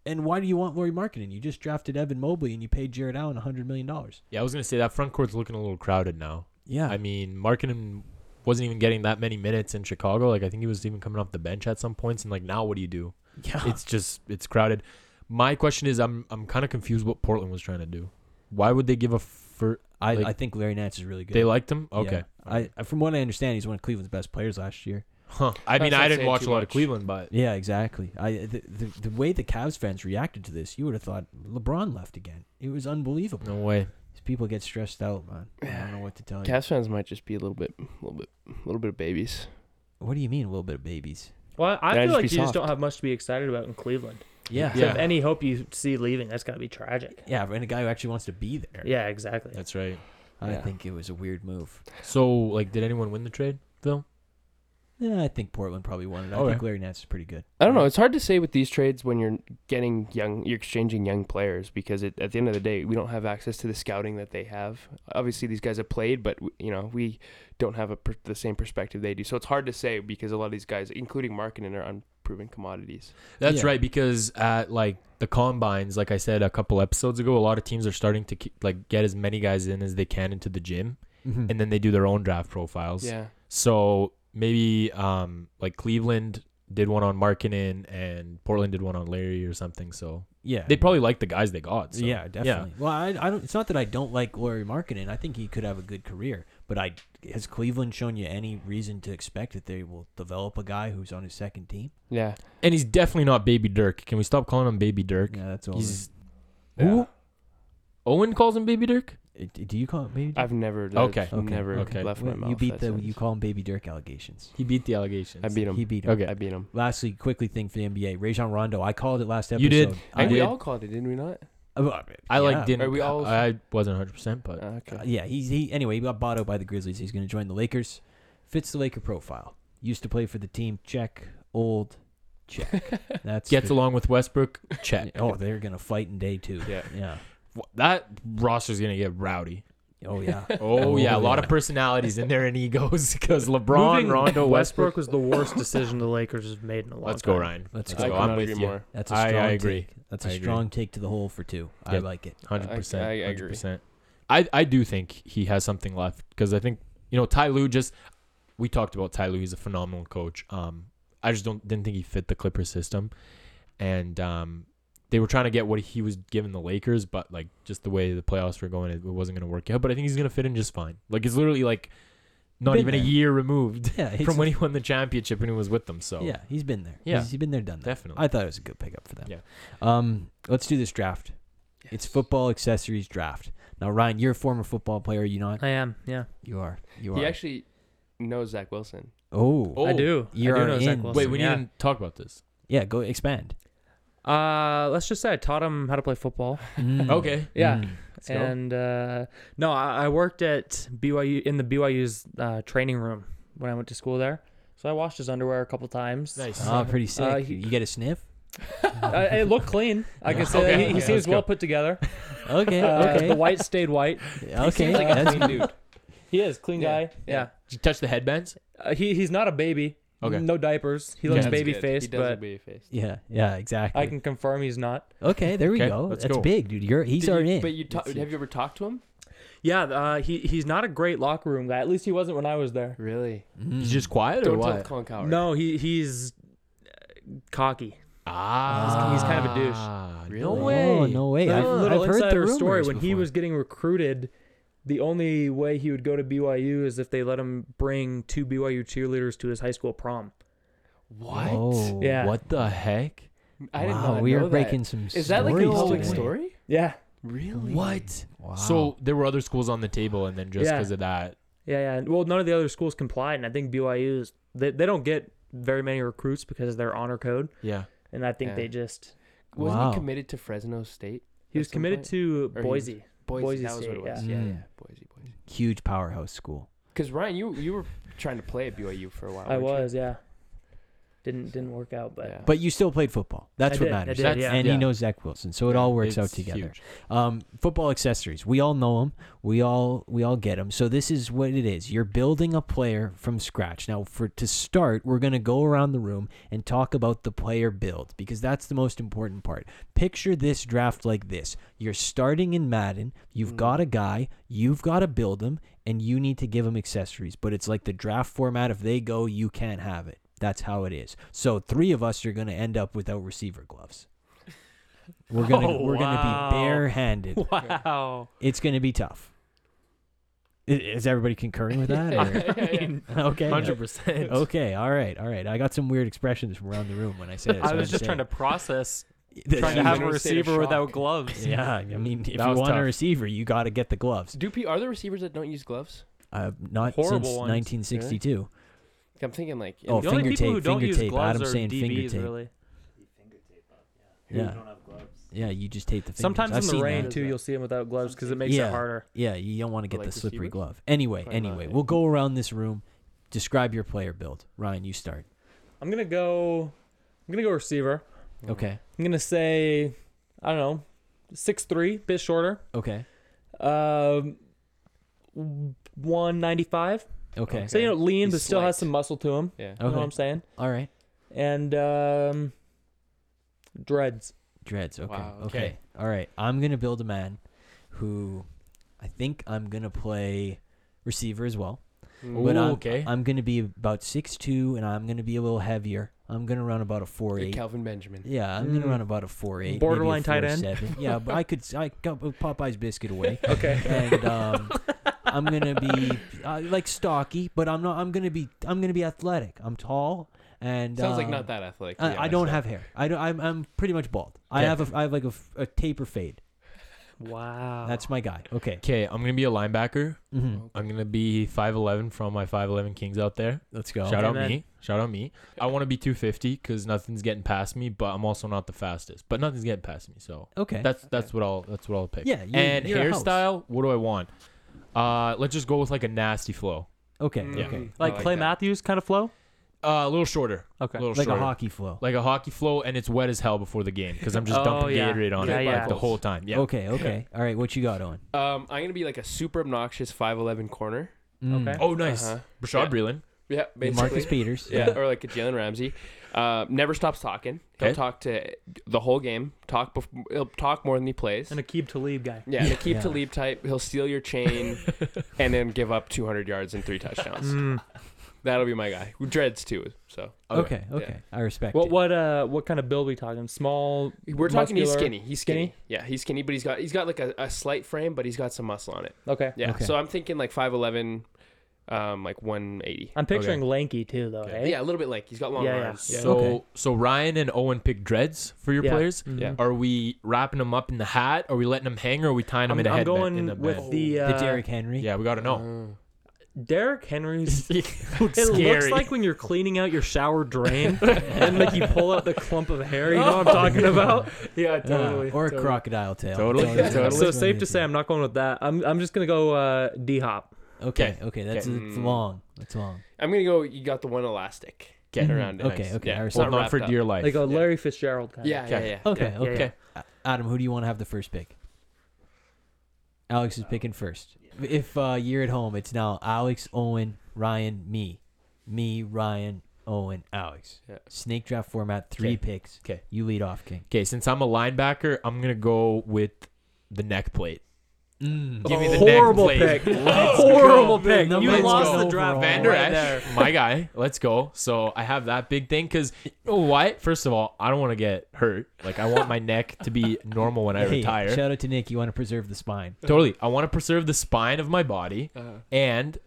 [SPEAKER 3] and why do you want Laurie Markkinen? You just drafted Evan Mobley and you paid Jared Allen hundred million dollars.
[SPEAKER 5] yeah, I was gonna say that front court's looking a little crowded now.
[SPEAKER 3] Yeah,
[SPEAKER 5] I mean, Markkinen wasn't even getting that many minutes in Chicago. Like I think he was even coming off the bench at some points. And like now, what do you do?
[SPEAKER 3] yeah.
[SPEAKER 5] It's just it's crowded. My question is, I'm I'm kind of confused what Portland was trying to do. Why would they give a fir-
[SPEAKER 3] I,
[SPEAKER 5] like-
[SPEAKER 3] I think Larry Nance is really good.
[SPEAKER 5] They liked him.
[SPEAKER 3] Yeah.
[SPEAKER 5] Okay.
[SPEAKER 3] I I- from what I understand, he's one of Cleveland's best players last year.
[SPEAKER 5] Huh. I mean,
[SPEAKER 4] That's
[SPEAKER 5] I
[SPEAKER 4] not
[SPEAKER 5] didn't
[SPEAKER 4] saying
[SPEAKER 5] watch a
[SPEAKER 4] too
[SPEAKER 5] lot of
[SPEAKER 4] much.
[SPEAKER 5] Cleveland, but
[SPEAKER 3] Yeah, exactly. I the, the the way the Cavs fans reacted to this, you would have thought LeBron left again. It was unbelievable.
[SPEAKER 5] no way.
[SPEAKER 3] These people get stressed out, man. I don't know what to tell you.
[SPEAKER 4] Cavs fans might just be a little bit, a little bit, a little bit of babies.
[SPEAKER 3] What do you mean, a little bit of babies?
[SPEAKER 6] Well, I
[SPEAKER 4] Yeah,
[SPEAKER 6] feel
[SPEAKER 4] just
[SPEAKER 6] like
[SPEAKER 4] be
[SPEAKER 6] you just
[SPEAKER 4] soft.
[SPEAKER 6] don't have much to be excited about in Cleveland.
[SPEAKER 3] Yeah,
[SPEAKER 6] So
[SPEAKER 5] Yeah.
[SPEAKER 6] if any hope you see leaving, that's gotta be tragic.
[SPEAKER 3] yeah, and a guy who actually wants to be there.
[SPEAKER 6] Yeah, exactly.
[SPEAKER 5] That's right.
[SPEAKER 3] I
[SPEAKER 4] Yeah.
[SPEAKER 3] think it was a weird move.
[SPEAKER 5] So like, did anyone win the trade, Phil?
[SPEAKER 3] Yeah, I think Portland probably wanted. I
[SPEAKER 5] Okay.
[SPEAKER 3] think Larry Nance is pretty good.
[SPEAKER 4] I don't know. It's hard to say with these trades when you're getting young, you're exchanging young players because it, at the end of the day, we don't have access to the scouting that they have. Obviously, these guys have played, but w- you know we don't have a per- the same perspective they do. So it's hard to say because a lot of these guys, including marketing, are unproven commodities.
[SPEAKER 5] That's
[SPEAKER 3] Yeah.
[SPEAKER 5] right because at like the combines, like I said a couple episodes ago, a lot of teams are starting to ke- like get as many guys in as they can into the gym,
[SPEAKER 3] Mm-hmm.
[SPEAKER 5] and then they do their own draft profiles.
[SPEAKER 4] Yeah,
[SPEAKER 5] So maybe um like Cleveland did one on Markkinen and Portland did one on Larry or something. So
[SPEAKER 3] yeah,
[SPEAKER 5] they probably like the guys they got. So.
[SPEAKER 3] yeah, definitely. Well, I, I don't. It's not that I don't like Laurie Markkinen. I think he could have a good career, but I has Cleveland shown you any reason to expect that they will develop a guy who's on his second team?
[SPEAKER 4] yeah.
[SPEAKER 5] And he's definitely not Baby Dirk. Can we stop calling him Baby Dirk?
[SPEAKER 3] Yeah, that's all.
[SPEAKER 5] He's
[SPEAKER 4] Yeah.
[SPEAKER 5] who? Owen calls him Baby Dirk.
[SPEAKER 3] Uh, d- Do you call it baby? Dirk?
[SPEAKER 4] I've never.
[SPEAKER 5] Okay.
[SPEAKER 4] Okay.
[SPEAKER 3] Okay,
[SPEAKER 4] Never
[SPEAKER 5] okay.
[SPEAKER 4] left my
[SPEAKER 3] Well,
[SPEAKER 4] mouth.
[SPEAKER 3] you beat
[SPEAKER 4] that
[SPEAKER 3] the
[SPEAKER 4] sentence.
[SPEAKER 3] you call him baby Dirk allegations.
[SPEAKER 5] He beat the allegations.
[SPEAKER 4] I beat him.
[SPEAKER 3] He beat him.
[SPEAKER 5] Okay.
[SPEAKER 4] I beat him.
[SPEAKER 3] Lastly, quickly thing for the NBA, Rajon Rondo. I called it last episode.
[SPEAKER 5] You did. I
[SPEAKER 4] And
[SPEAKER 5] did.
[SPEAKER 4] we all called it, didn't we not?
[SPEAKER 3] I,
[SPEAKER 5] I
[SPEAKER 3] yeah.
[SPEAKER 5] like didn't.
[SPEAKER 4] Are we all-
[SPEAKER 5] I wasn't 100, percent but
[SPEAKER 4] Uh, okay.
[SPEAKER 3] Uh, yeah, he's he anyway. He got bought out by the Grizzlies. He's going to join the Lakers. Fits the Laker profile. Used to play for the team. Check. Old. Check. That's
[SPEAKER 5] Gets
[SPEAKER 3] the-
[SPEAKER 5] along with Westbrook. Check.
[SPEAKER 3] Oh, they're gonna fight in day two.
[SPEAKER 4] Yeah.
[SPEAKER 3] Yeah.
[SPEAKER 5] That roster's gonna get rowdy.
[SPEAKER 3] Oh yeah.
[SPEAKER 5] Oh yeah, a lot of personalities in there and egos because LeBron,
[SPEAKER 6] Moving
[SPEAKER 5] Rondo, Westbrook.
[SPEAKER 6] Westbrook was the worst decision the Lakers have made in a long
[SPEAKER 5] Let's
[SPEAKER 6] time.
[SPEAKER 5] go, Ryan.
[SPEAKER 3] Let's
[SPEAKER 4] I
[SPEAKER 3] go.
[SPEAKER 4] cannot
[SPEAKER 5] I'm with
[SPEAKER 4] agree
[SPEAKER 5] you.
[SPEAKER 4] more.
[SPEAKER 3] That's a
[SPEAKER 5] I- I
[SPEAKER 3] strong
[SPEAKER 5] agree.
[SPEAKER 3] take. That's a
[SPEAKER 5] I agree.
[SPEAKER 3] strong take to the hole for two. I
[SPEAKER 5] Yep.
[SPEAKER 3] like it.
[SPEAKER 5] Hundred percent.
[SPEAKER 4] I- I
[SPEAKER 5] hundred
[SPEAKER 4] agree.
[SPEAKER 5] percent. I I do think he has something left because I think you know Ty Lue just we talked about Ty Lue. He's a phenomenal coach. Um, I just don't didn't think he fit the Clipper system, and um, they were trying to get what he was giving the Lakers, but like just the way the playoffs were going, it wasn't going to work out. But I think he's going to fit in just fine. Like it's literally like not
[SPEAKER 3] Been
[SPEAKER 5] even a
[SPEAKER 3] there.
[SPEAKER 5] year removed
[SPEAKER 3] Yeah. he's-
[SPEAKER 5] from when he won the championship and he was with them. So
[SPEAKER 3] Yeah, he's been there.
[SPEAKER 5] Yeah.
[SPEAKER 3] He's- he's been there, done that.
[SPEAKER 5] definitely.
[SPEAKER 3] I thought it was a good pickup for them.
[SPEAKER 5] Yeah.
[SPEAKER 3] Um, let's do this draft. It's football accessories draft. Now, Ryan, you're a former football player. Are you not?
[SPEAKER 6] I am, yeah.
[SPEAKER 3] You are. You are.
[SPEAKER 4] He actually knows Zach Wilson.
[SPEAKER 3] oh.
[SPEAKER 5] Oh,
[SPEAKER 6] I do.
[SPEAKER 3] you're
[SPEAKER 6] I do know Zach
[SPEAKER 3] in.
[SPEAKER 6] Wilson.
[SPEAKER 5] Wait, we need
[SPEAKER 6] yeah.
[SPEAKER 5] to talk about this.
[SPEAKER 3] Yeah. Go expand.
[SPEAKER 6] Uh, let's just say I taught him how to play football.
[SPEAKER 3] Mm.
[SPEAKER 5] Okay.
[SPEAKER 6] Yeah.
[SPEAKER 3] Mm.
[SPEAKER 5] Let's go.
[SPEAKER 6] and uh, no, I, I worked at BYU in the BYU's uh, training room when I went to school there. So I washed his underwear a couple times.
[SPEAKER 5] Nice.
[SPEAKER 3] Ah, pretty sick.
[SPEAKER 6] Uh, he-
[SPEAKER 3] you get a sniff.
[SPEAKER 6] Uh, it looked clean. I can say that.
[SPEAKER 5] Okay,
[SPEAKER 6] He, he
[SPEAKER 5] okay, let's
[SPEAKER 6] seems well
[SPEAKER 5] go.
[SPEAKER 6] put together.
[SPEAKER 3] Okay.
[SPEAKER 6] Uh,
[SPEAKER 3] okay.
[SPEAKER 6] The white stayed white.
[SPEAKER 3] okay.
[SPEAKER 4] Like a
[SPEAKER 3] that's
[SPEAKER 4] clean dude.
[SPEAKER 6] He is clean
[SPEAKER 4] Yeah,
[SPEAKER 6] guy.
[SPEAKER 4] yeah.
[SPEAKER 6] Yeah.
[SPEAKER 5] Did you touch the headbands?
[SPEAKER 6] Uh, he he's not a baby.
[SPEAKER 5] Okay.
[SPEAKER 6] No diapers. He
[SPEAKER 5] Yeah,
[SPEAKER 6] looks
[SPEAKER 5] that's
[SPEAKER 6] baby
[SPEAKER 4] good. He
[SPEAKER 6] faced,
[SPEAKER 4] does look
[SPEAKER 6] but
[SPEAKER 4] baby faced.
[SPEAKER 3] Yeah, yeah, exactly.
[SPEAKER 6] I can confirm he's not.
[SPEAKER 3] okay, there we
[SPEAKER 5] Okay,
[SPEAKER 3] go.
[SPEAKER 5] let's
[SPEAKER 3] That's
[SPEAKER 5] go.
[SPEAKER 3] big, dude. You're he's
[SPEAKER 4] Did you-
[SPEAKER 3] already in.
[SPEAKER 4] But you ta- have you ever talked to him?
[SPEAKER 6] Yeah. Uh, he he's not a great locker room guy. At least he wasn't when I was there.
[SPEAKER 4] Really?
[SPEAKER 3] Mm.
[SPEAKER 5] He's just quiet or
[SPEAKER 4] Don't tell
[SPEAKER 5] what?
[SPEAKER 4] Colin Coward.
[SPEAKER 6] No, he he's uh, cocky.
[SPEAKER 5] Ah,
[SPEAKER 6] He's- he's kind of a douche.
[SPEAKER 5] douche.
[SPEAKER 3] Oh,
[SPEAKER 5] No
[SPEAKER 4] Really?
[SPEAKER 5] way.
[SPEAKER 3] no way.
[SPEAKER 6] But
[SPEAKER 3] I've,
[SPEAKER 6] a
[SPEAKER 3] I've
[SPEAKER 6] little
[SPEAKER 3] heard
[SPEAKER 6] insider
[SPEAKER 3] the
[SPEAKER 6] story
[SPEAKER 3] rumors
[SPEAKER 6] when he
[SPEAKER 3] before.
[SPEAKER 6] was getting recruited. The only way he would go to BYU is if they let him bring two BYU cheerleaders to his high school prom.
[SPEAKER 4] What?
[SPEAKER 3] Oh,
[SPEAKER 6] Yeah.
[SPEAKER 5] What the heck?
[SPEAKER 4] I did
[SPEAKER 3] wow,
[SPEAKER 4] not
[SPEAKER 3] we
[SPEAKER 4] know
[SPEAKER 3] are
[SPEAKER 4] that.
[SPEAKER 3] breaking some.
[SPEAKER 4] Is that like an
[SPEAKER 3] stories
[SPEAKER 4] old
[SPEAKER 3] today.
[SPEAKER 4] story?
[SPEAKER 6] Yeah,
[SPEAKER 4] Really?
[SPEAKER 5] What?
[SPEAKER 3] Wow.
[SPEAKER 5] So there were other schools on the table, and then just
[SPEAKER 6] Yeah.
[SPEAKER 5] because of that,
[SPEAKER 6] yeah, yeah. Well, none of the other schools complied, and I think BYU's they, they don't get very many recruits because of their honor code,
[SPEAKER 5] yeah.
[SPEAKER 6] and I think
[SPEAKER 4] Yeah.
[SPEAKER 6] they just
[SPEAKER 4] Wasn't
[SPEAKER 3] Wow.
[SPEAKER 4] he committed to Fresno State?
[SPEAKER 6] he
[SPEAKER 4] At
[SPEAKER 6] was
[SPEAKER 4] some
[SPEAKER 6] committed
[SPEAKER 4] point?
[SPEAKER 6] to
[SPEAKER 4] Or he was-
[SPEAKER 6] Boise.
[SPEAKER 4] Boise,
[SPEAKER 6] Boise
[SPEAKER 4] that was
[SPEAKER 6] State,
[SPEAKER 4] what it was.
[SPEAKER 3] yeah.
[SPEAKER 4] Yeah,
[SPEAKER 3] Mm.
[SPEAKER 4] yeah. Boise, Boise.
[SPEAKER 3] huge powerhouse school.
[SPEAKER 4] Because Ryan, you you were trying to play at BYU for a while.
[SPEAKER 6] I
[SPEAKER 4] weren't you?
[SPEAKER 6] was, yeah. Didn't didn't work out, but
[SPEAKER 4] Yeah.
[SPEAKER 3] But you still played football. That's
[SPEAKER 6] I
[SPEAKER 3] what
[SPEAKER 6] did, I
[SPEAKER 3] matters.
[SPEAKER 6] did, That's- yeah.
[SPEAKER 3] And
[SPEAKER 5] yeah.
[SPEAKER 3] he knows Zach Wilson, so it all works out
[SPEAKER 5] It's
[SPEAKER 3] together.
[SPEAKER 5] huge.
[SPEAKER 3] Um, football accessories. We all know them. We all we all get them. So this is what it is. You're building a player from scratch. Now, for to start, we're gonna go around the room and talk about the player build because that's the most important part. Picture this draft like this. You're starting in Madden. You've got a guy. You've got to build him, and you need to give him accessories. But it's like the draft format. If they go, you can't have it. That's how it is. So three of us are gonna end up without receiver gloves. We're gonna
[SPEAKER 6] Oh,
[SPEAKER 3] we're gonna
[SPEAKER 6] wow.
[SPEAKER 3] be barehanded
[SPEAKER 6] wow.
[SPEAKER 3] it's going to be tough. I- Is everybody concurring with that? or- okay.
[SPEAKER 5] Hundred percent.
[SPEAKER 3] Okay. All right. All right. I got some weird expressions from around the room when I said it. so
[SPEAKER 7] I was
[SPEAKER 3] I'm
[SPEAKER 7] just trying to process trying to
[SPEAKER 4] Jeez.
[SPEAKER 7] have a
[SPEAKER 4] Literally state of
[SPEAKER 7] receiver without
[SPEAKER 4] shock.
[SPEAKER 7] gloves.
[SPEAKER 3] Yeah, I mean, if you
[SPEAKER 5] That was
[SPEAKER 3] want a
[SPEAKER 5] tough.
[SPEAKER 3] receiver, you got to get the gloves.
[SPEAKER 4] Do P- are there receivers that don't use gloves?
[SPEAKER 3] Uh, not
[SPEAKER 7] Horrible
[SPEAKER 3] since
[SPEAKER 7] ones.
[SPEAKER 3] 1962.
[SPEAKER 4] I'm thinking like
[SPEAKER 3] Oh,
[SPEAKER 7] the only
[SPEAKER 3] finger
[SPEAKER 7] people
[SPEAKER 3] tape,
[SPEAKER 7] who don't
[SPEAKER 3] finger
[SPEAKER 7] use
[SPEAKER 3] tape.
[SPEAKER 7] gloves
[SPEAKER 3] Adam's
[SPEAKER 7] are
[SPEAKER 3] saying
[SPEAKER 7] DBs,
[SPEAKER 3] finger tape.
[SPEAKER 7] really.
[SPEAKER 3] Yeah. Yeah, you just tape the fingers.
[SPEAKER 6] Sometimes
[SPEAKER 3] I've
[SPEAKER 6] in the
[SPEAKER 3] seen
[SPEAKER 6] rain
[SPEAKER 3] that.
[SPEAKER 6] too, you'll see him without gloves because it makes
[SPEAKER 3] Yeah.
[SPEAKER 6] it harder.
[SPEAKER 3] Yeah, you don't want to get
[SPEAKER 4] like
[SPEAKER 3] the slippery
[SPEAKER 4] receivers?
[SPEAKER 3] glove. Anyway,
[SPEAKER 4] Probably not,
[SPEAKER 3] anyway,
[SPEAKER 4] yeah.
[SPEAKER 3] we'll go around this room. Describe your player build. Ryan, you start.
[SPEAKER 6] I'm gonna go. I'm gonna go receiver.
[SPEAKER 3] Okay.
[SPEAKER 6] I'm gonna say, I don't know, six three, bit shorter.
[SPEAKER 3] Okay.
[SPEAKER 6] Um, one ninety five.
[SPEAKER 3] Okay.
[SPEAKER 6] So you know, lean,
[SPEAKER 4] He's
[SPEAKER 6] but still has
[SPEAKER 4] slight.
[SPEAKER 6] some muscle to him.
[SPEAKER 4] yeah.
[SPEAKER 6] You know what I'm
[SPEAKER 3] Okay.
[SPEAKER 6] saying?
[SPEAKER 3] All right.
[SPEAKER 6] And um, dreads.
[SPEAKER 3] Dreads. Okay.
[SPEAKER 4] Wow,
[SPEAKER 3] okay.
[SPEAKER 5] okay.
[SPEAKER 3] All right. I'm gonna build a man who I think I'm gonna play receiver as well.
[SPEAKER 4] Mm.
[SPEAKER 5] Ooh,
[SPEAKER 3] But um, I'm,
[SPEAKER 5] okay.
[SPEAKER 3] I'm gonna be about six two, and I'm gonna be a little heavier. I'm gonna run about a four
[SPEAKER 4] Like
[SPEAKER 3] eight.
[SPEAKER 4] Calvin Benjamin.
[SPEAKER 3] Yeah, I'm gonna
[SPEAKER 6] Mm.
[SPEAKER 3] run about a four eight.
[SPEAKER 6] Borderline tight end.
[SPEAKER 3] Yeah, but I could I got Popeye's biscuit away.
[SPEAKER 6] Okay.
[SPEAKER 3] and um, I'm gonna be uh, like stocky, but I'm not. I'm gonna be. I'm gonna be athletic. I'm tall, and
[SPEAKER 4] Sounds like
[SPEAKER 3] um,
[SPEAKER 4] not that athletic. to be
[SPEAKER 3] I, I
[SPEAKER 4] honest,
[SPEAKER 3] don't
[SPEAKER 4] though.
[SPEAKER 3] have hair. I don't, I'm, I'm pretty much bald. I
[SPEAKER 5] Okay.
[SPEAKER 3] have a, I have like a, f- a taper fade.
[SPEAKER 6] Wow.
[SPEAKER 3] That's my guy. Okay.
[SPEAKER 5] Okay, I'm gonna be a linebacker.
[SPEAKER 3] hmm
[SPEAKER 5] I'm gonna be 5'11 from my 5'11 Kings out there.
[SPEAKER 3] Let's go.
[SPEAKER 5] Shout out
[SPEAKER 6] Amen.
[SPEAKER 5] me. Shout out me. I want to be 250 because nothing's getting past me, but I'm also not the fastest. But nothing's getting past me, so
[SPEAKER 3] Okay.
[SPEAKER 5] that's that's what I'll that's what I'll pick.
[SPEAKER 3] Yeah, you're-
[SPEAKER 5] and
[SPEAKER 3] you're a house.
[SPEAKER 5] hairstyle. What do I want? Uh, let's just go with like a nasty flow.
[SPEAKER 3] okay.
[SPEAKER 4] Mm.
[SPEAKER 5] Yeah.
[SPEAKER 3] Okay.
[SPEAKER 4] I
[SPEAKER 7] Like Clay
[SPEAKER 4] that.
[SPEAKER 7] Matthews kind of flow.
[SPEAKER 5] Uh, a little shorter.
[SPEAKER 7] Okay.
[SPEAKER 5] A little
[SPEAKER 3] like
[SPEAKER 5] shorter.
[SPEAKER 3] a hockey flow.
[SPEAKER 5] Like a hockey flow, and it's wet as hell before the game because I'm just
[SPEAKER 6] Oh,
[SPEAKER 5] dumping
[SPEAKER 6] yeah.
[SPEAKER 5] Gatorade on
[SPEAKER 6] Yeah,
[SPEAKER 5] it
[SPEAKER 6] yeah.
[SPEAKER 5] like, the whole time. Yeah.
[SPEAKER 3] Okay, okay. All right, what you got on?
[SPEAKER 4] Um, I'm gonna be like a super obnoxious 5'11 corner.
[SPEAKER 6] Okay.
[SPEAKER 5] Oh, nice.
[SPEAKER 4] Uh-huh.
[SPEAKER 5] Brashad
[SPEAKER 4] Yeah.
[SPEAKER 5] Breeland.
[SPEAKER 4] Yeah, basically.
[SPEAKER 3] Mm. Marcus Peters.
[SPEAKER 4] Yeah, or like a Jalen Ramsey. Uh, never stops talking. He'll
[SPEAKER 5] Okay.
[SPEAKER 4] talk to the whole game. Talk. Bef- he'll talk more than he plays.
[SPEAKER 6] And Akib Talib guy.
[SPEAKER 4] yeah, and a keep
[SPEAKER 3] Yeah.
[SPEAKER 4] to leap type. He'll steal your chain, and then give up 200 yards and three touchdowns.
[SPEAKER 6] Mm.
[SPEAKER 4] That'll be my guy. Who dreads too. So
[SPEAKER 5] Oh,
[SPEAKER 3] Okay,
[SPEAKER 4] Yeah.
[SPEAKER 3] okay. I respect
[SPEAKER 6] What
[SPEAKER 3] it.
[SPEAKER 6] what uh what kind of build we talking? Small.
[SPEAKER 4] we're talking. He's
[SPEAKER 6] muscular-
[SPEAKER 4] skinny. He's skinny. Yeah, he's skinny, but he's got he's got like a, a slight frame, but he's got some muscle on it.
[SPEAKER 6] Okay.
[SPEAKER 4] Yeah.
[SPEAKER 3] Okay.
[SPEAKER 4] So I'm thinking like 5'11, um, like 180.
[SPEAKER 6] I'm picturing lanky too though.
[SPEAKER 5] Okay.
[SPEAKER 6] eh?
[SPEAKER 4] Yeah, a little bit like he's got long
[SPEAKER 6] Yeah, yeah.
[SPEAKER 4] arms.
[SPEAKER 5] So
[SPEAKER 3] Okay.
[SPEAKER 5] so Ryan and Owen pick dreads for your
[SPEAKER 6] Yeah.
[SPEAKER 5] players.
[SPEAKER 6] Mhm.
[SPEAKER 4] Yeah.
[SPEAKER 5] Are we wrapping them up in the hat? Are we letting them hang? Or are we tying them
[SPEAKER 6] I'm,
[SPEAKER 5] in a
[SPEAKER 6] I'm
[SPEAKER 5] headband?
[SPEAKER 6] going
[SPEAKER 5] in a
[SPEAKER 6] with
[SPEAKER 5] band?
[SPEAKER 6] the uh,
[SPEAKER 3] the Derrick Henry.
[SPEAKER 5] Yeah, we gotta know.
[SPEAKER 6] Derrick Henry's.
[SPEAKER 4] Uh,
[SPEAKER 5] it
[SPEAKER 6] It looks like when you're cleaning out your shower drain, and like you pull out the clump of hair. You know what I'm talking about? Yeah,
[SPEAKER 3] Ah, or a crocodile tail.
[SPEAKER 5] Totally, totally.
[SPEAKER 6] So safe to say, I'm not going with that. I'm I'm just gonna go uh, D Hop.
[SPEAKER 3] Okay, okay. That's
[SPEAKER 4] Okay.
[SPEAKER 3] it's long. It's long.
[SPEAKER 4] I'm gonna go. You got the one elastic.
[SPEAKER 5] Mm-hmm.
[SPEAKER 4] Get around it.
[SPEAKER 3] Okay,
[SPEAKER 4] Nice.
[SPEAKER 3] okay, I
[SPEAKER 4] Yeah, it's
[SPEAKER 3] respect
[SPEAKER 5] holding on
[SPEAKER 4] wrapped
[SPEAKER 5] for
[SPEAKER 4] up.
[SPEAKER 5] dear life.
[SPEAKER 6] Like a Larry Fitzgerald kind.
[SPEAKER 4] Yeah, yeah,
[SPEAKER 5] Okay.
[SPEAKER 4] yeah.
[SPEAKER 3] Okay,
[SPEAKER 6] yeah,
[SPEAKER 3] okay.
[SPEAKER 6] yeah.
[SPEAKER 3] A- Adam, who do you want to have the first pick? Alex is picking first. If uh, you're at home, it's now Alex, Owen, Ryan, me, me, Ryan, Owen, Alex.
[SPEAKER 4] Yeah.
[SPEAKER 3] Snake draft format, three
[SPEAKER 5] Okay.
[SPEAKER 3] picks.
[SPEAKER 5] Okay.
[SPEAKER 3] you lead off, King.
[SPEAKER 5] Okay, since I'm a linebacker, I'm gonna go with the neck plate. Give me the
[SPEAKER 6] Horrible
[SPEAKER 5] neck plate.
[SPEAKER 6] pick. Oh, Horrible
[SPEAKER 5] go.
[SPEAKER 6] pick.
[SPEAKER 3] Number
[SPEAKER 6] You
[SPEAKER 5] one
[SPEAKER 6] lost
[SPEAKER 5] overall.
[SPEAKER 6] the draft.
[SPEAKER 5] Vander
[SPEAKER 6] right
[SPEAKER 5] Esch,
[SPEAKER 6] there.
[SPEAKER 5] my guy. Let's go. So I have that big thing because you know what? First of all, I don't want to get hurt. Like I want my neck to be normal when I
[SPEAKER 3] Hey,
[SPEAKER 5] retire.
[SPEAKER 3] Shout out to Nick. You want to preserve the spine.
[SPEAKER 5] Totally. I want to preserve the spine of my body. And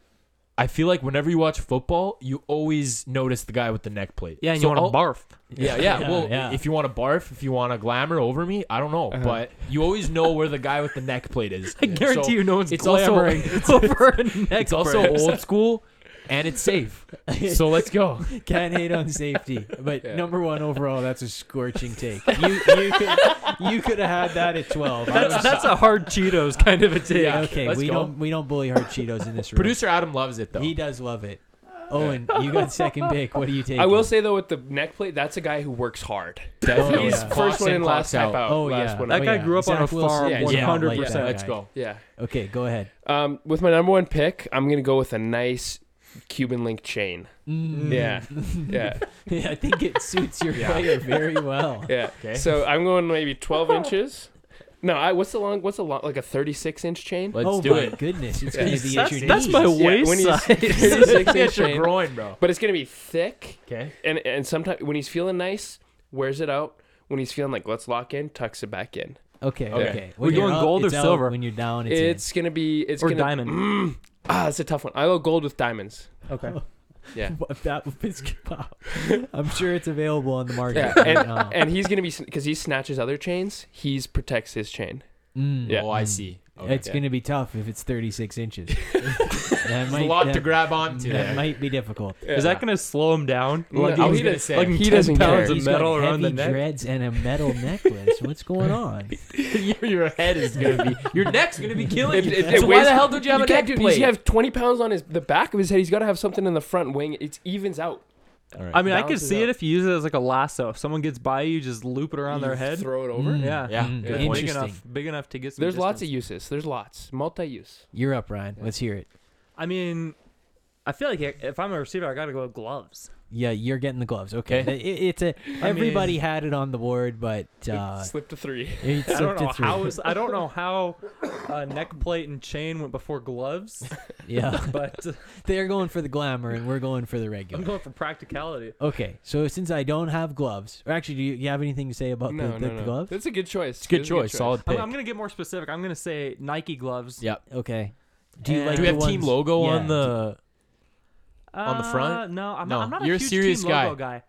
[SPEAKER 5] I feel like whenever you watch football, you always notice the guy with the neck plate.
[SPEAKER 6] Yeah, and
[SPEAKER 5] So
[SPEAKER 6] you
[SPEAKER 5] I'll-
[SPEAKER 6] want to barf.
[SPEAKER 5] Yeah, yeah.
[SPEAKER 3] Yeah,
[SPEAKER 5] well,
[SPEAKER 3] yeah.
[SPEAKER 5] if you want to barf, if you want to glamour over me, I don't know. But you always know where the guy with the neck plate is.
[SPEAKER 6] I guarantee
[SPEAKER 5] So
[SPEAKER 6] you, no one's
[SPEAKER 5] it's
[SPEAKER 6] clamoring
[SPEAKER 5] Also,
[SPEAKER 6] over a neck.
[SPEAKER 5] it's also
[SPEAKER 6] brace.
[SPEAKER 5] old school and it's safe. So let's go.
[SPEAKER 3] Can't hate on safety, but number one overall, that's a scorching take. You you could, you could have had that at twelve. I
[SPEAKER 6] That's
[SPEAKER 3] was-
[SPEAKER 6] that's a hard Cheetos kind of a take.
[SPEAKER 5] Yeah.
[SPEAKER 3] okay,
[SPEAKER 5] let's
[SPEAKER 3] we
[SPEAKER 5] go.
[SPEAKER 3] don't we don't bully hard Cheetos in this room.
[SPEAKER 5] Producer Adam loves it though.
[SPEAKER 3] He does love it. Owen, you got second pick. What do you take?
[SPEAKER 4] I will say though, with the neck plate, that's a guy who works hard.
[SPEAKER 5] Definitely.
[SPEAKER 4] He's
[SPEAKER 3] yeah.
[SPEAKER 5] Clocks
[SPEAKER 4] first one
[SPEAKER 5] in,
[SPEAKER 4] in, last
[SPEAKER 5] clocks out.
[SPEAKER 4] type out.
[SPEAKER 3] Oh,
[SPEAKER 4] last
[SPEAKER 3] yeah.
[SPEAKER 4] one.
[SPEAKER 6] That
[SPEAKER 4] out.
[SPEAKER 6] guy
[SPEAKER 3] yeah.
[SPEAKER 6] grew up on a
[SPEAKER 3] Zach Wilson,
[SPEAKER 6] farm,
[SPEAKER 4] yeah,
[SPEAKER 6] one
[SPEAKER 4] yeah.
[SPEAKER 6] hundred
[SPEAKER 3] Like
[SPEAKER 6] percent.
[SPEAKER 3] that.
[SPEAKER 5] Let's
[SPEAKER 3] guy.
[SPEAKER 5] go.
[SPEAKER 4] Yeah.
[SPEAKER 3] Okay, go ahead.
[SPEAKER 4] Um, with my number one pick, I'm gonna go with a nice Cuban link chain.
[SPEAKER 3] Hmm.
[SPEAKER 4] Yeah. Yeah.
[SPEAKER 3] Mm. I think it suits your player very well.
[SPEAKER 4] Yeah.
[SPEAKER 5] Okay.
[SPEAKER 4] So I'm going maybe 12 inches. No, I what's the long? What's a long? Like a 36 inch chain?
[SPEAKER 5] Let's
[SPEAKER 3] oh
[SPEAKER 5] do
[SPEAKER 3] my
[SPEAKER 5] it.
[SPEAKER 3] goodness, it's
[SPEAKER 4] Yeah.
[SPEAKER 3] gonna be at
[SPEAKER 6] That's,
[SPEAKER 3] your
[SPEAKER 6] that's
[SPEAKER 3] knees.
[SPEAKER 6] my
[SPEAKER 4] Yeah,
[SPEAKER 6] waist
[SPEAKER 4] when he's-
[SPEAKER 6] size.
[SPEAKER 4] 36
[SPEAKER 5] It's
[SPEAKER 4] inch
[SPEAKER 5] your
[SPEAKER 4] chain.
[SPEAKER 5] groin, bro.
[SPEAKER 4] But it's gonna be thick,
[SPEAKER 5] Okay.
[SPEAKER 4] and and sometimes when he's feeling nice, wears it out. When he's feeling like let's lock in, tucks it back in.
[SPEAKER 3] Okay,
[SPEAKER 5] Okay.
[SPEAKER 3] okay.
[SPEAKER 6] We're
[SPEAKER 3] When you're
[SPEAKER 6] going
[SPEAKER 3] up,
[SPEAKER 6] gold or
[SPEAKER 3] it's out.
[SPEAKER 6] silver?
[SPEAKER 3] When you're down, it's, in.
[SPEAKER 4] It's gonna be it's
[SPEAKER 6] Or
[SPEAKER 4] gonna
[SPEAKER 6] diamond.
[SPEAKER 4] Mm. ah, it's a tough one. I go gold with diamonds.
[SPEAKER 6] Okay.
[SPEAKER 4] Yeah.
[SPEAKER 3] What that would piss you off. I'm sure it's available on the market
[SPEAKER 4] Yeah,
[SPEAKER 3] right now.
[SPEAKER 4] and he's gonna be because he snatches other chains. He's protects his chain.
[SPEAKER 3] Mm.
[SPEAKER 4] Yeah.
[SPEAKER 5] Oh, I see. Okay.
[SPEAKER 3] It's
[SPEAKER 4] Yeah.
[SPEAKER 3] gonna be tough if it's 36 inches. that
[SPEAKER 5] There's a lot to
[SPEAKER 3] that-
[SPEAKER 5] grab onto.
[SPEAKER 3] That
[SPEAKER 5] there.
[SPEAKER 3] might be difficult.
[SPEAKER 6] Is that gonna slow him down?
[SPEAKER 4] Like,
[SPEAKER 5] I
[SPEAKER 4] he
[SPEAKER 5] was
[SPEAKER 4] did-
[SPEAKER 5] gonna say.
[SPEAKER 6] Like
[SPEAKER 4] He
[SPEAKER 6] 10
[SPEAKER 4] doesn't
[SPEAKER 6] pounds
[SPEAKER 4] care.
[SPEAKER 6] of
[SPEAKER 3] He's
[SPEAKER 6] metal
[SPEAKER 3] got heavy
[SPEAKER 6] around the neck.
[SPEAKER 3] dreads and a metal necklace. What's going on?
[SPEAKER 5] your, your head is gonna be your neck's gonna be killing
[SPEAKER 4] It-
[SPEAKER 5] you.
[SPEAKER 4] it-
[SPEAKER 5] so
[SPEAKER 4] it
[SPEAKER 5] why
[SPEAKER 4] weighs-
[SPEAKER 5] the hell don't you have
[SPEAKER 4] You
[SPEAKER 5] a neck
[SPEAKER 4] can't do. Does
[SPEAKER 5] plate?
[SPEAKER 4] he have 20 pounds on his the back of his head? He's got to have something in the front wing. It evens out.
[SPEAKER 6] I mean, I could
[SPEAKER 4] Balances
[SPEAKER 6] see
[SPEAKER 4] out.
[SPEAKER 6] it if you use it as like a lasso. If someone gets by you, just loop it around
[SPEAKER 4] You
[SPEAKER 6] their head.
[SPEAKER 4] Throw it over.
[SPEAKER 6] yeah.
[SPEAKER 5] yeah,
[SPEAKER 3] Mm,
[SPEAKER 5] good point.
[SPEAKER 6] Big
[SPEAKER 3] Interesting.
[SPEAKER 6] enough, big enough to get some.
[SPEAKER 4] There's lots of
[SPEAKER 6] distance.
[SPEAKER 4] uses. There's lots. Multi-use.
[SPEAKER 3] You're up, Ryan. Let's hear it.
[SPEAKER 6] I mean, I feel like if I'm a receiver, I gotta go with gloves.
[SPEAKER 3] Yeah, you're getting the gloves. Okay,
[SPEAKER 5] Okay.
[SPEAKER 3] It- it's a everybody had it on the board, but uh,
[SPEAKER 4] Slip to three.
[SPEAKER 3] it
[SPEAKER 6] I don't
[SPEAKER 3] slipped
[SPEAKER 6] know
[SPEAKER 3] it through.
[SPEAKER 6] how is, I don't know how uh, neck plate and chain went before gloves,
[SPEAKER 3] yeah,
[SPEAKER 6] but uh,
[SPEAKER 3] they're going for the glamour, and we're going for the
[SPEAKER 6] I'm
[SPEAKER 3] regular.
[SPEAKER 6] going for practicality.
[SPEAKER 3] Okay, so since I don't have gloves, or actually, do you, you have anything to say
[SPEAKER 5] Oh,
[SPEAKER 3] about
[SPEAKER 4] No,
[SPEAKER 3] the, the,
[SPEAKER 4] no,
[SPEAKER 3] the
[SPEAKER 4] no.
[SPEAKER 3] gloves?
[SPEAKER 4] That's a good choice.
[SPEAKER 5] It's a good choice. Solid
[SPEAKER 6] I'm,
[SPEAKER 5] pick.
[SPEAKER 6] I'm gonna get more specific. I'm gonna say Nike gloves.
[SPEAKER 5] Yeah.
[SPEAKER 3] Okay. Do you
[SPEAKER 6] And-
[SPEAKER 3] like
[SPEAKER 5] do we
[SPEAKER 3] the
[SPEAKER 5] have team
[SPEAKER 3] ones-
[SPEAKER 5] logo
[SPEAKER 3] yeah,
[SPEAKER 5] on
[SPEAKER 3] do-
[SPEAKER 5] the? on the front?
[SPEAKER 6] Uh, No, I'm,
[SPEAKER 5] No,
[SPEAKER 6] Not, I'm not
[SPEAKER 5] you're a
[SPEAKER 6] a huge
[SPEAKER 5] serious
[SPEAKER 6] team logo guy.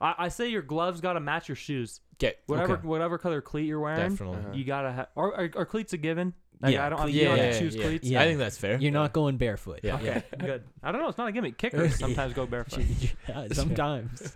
[SPEAKER 6] I, I say your gloves gotta match your shoes.
[SPEAKER 5] Okay.
[SPEAKER 6] Whatever
[SPEAKER 5] okay.
[SPEAKER 6] whatever color cleat you're wearing,
[SPEAKER 5] Definitely.
[SPEAKER 4] Uh-huh.
[SPEAKER 6] you gotta have. Or, or, or cleats a given. Like,
[SPEAKER 3] Yeah,
[SPEAKER 6] I don't. I
[SPEAKER 3] cleat-
[SPEAKER 6] mean,
[SPEAKER 5] Yeah,
[SPEAKER 6] you don't
[SPEAKER 5] yeah,
[SPEAKER 6] have to choose
[SPEAKER 5] yeah.
[SPEAKER 6] cleats.
[SPEAKER 3] Yeah.
[SPEAKER 5] I think that's fair.
[SPEAKER 3] You're not going barefoot.
[SPEAKER 5] Yeah.
[SPEAKER 6] Okay, good. I don't know. It's not a gimmick. Kickers sometimes go barefoot.
[SPEAKER 3] Yeah, sometimes.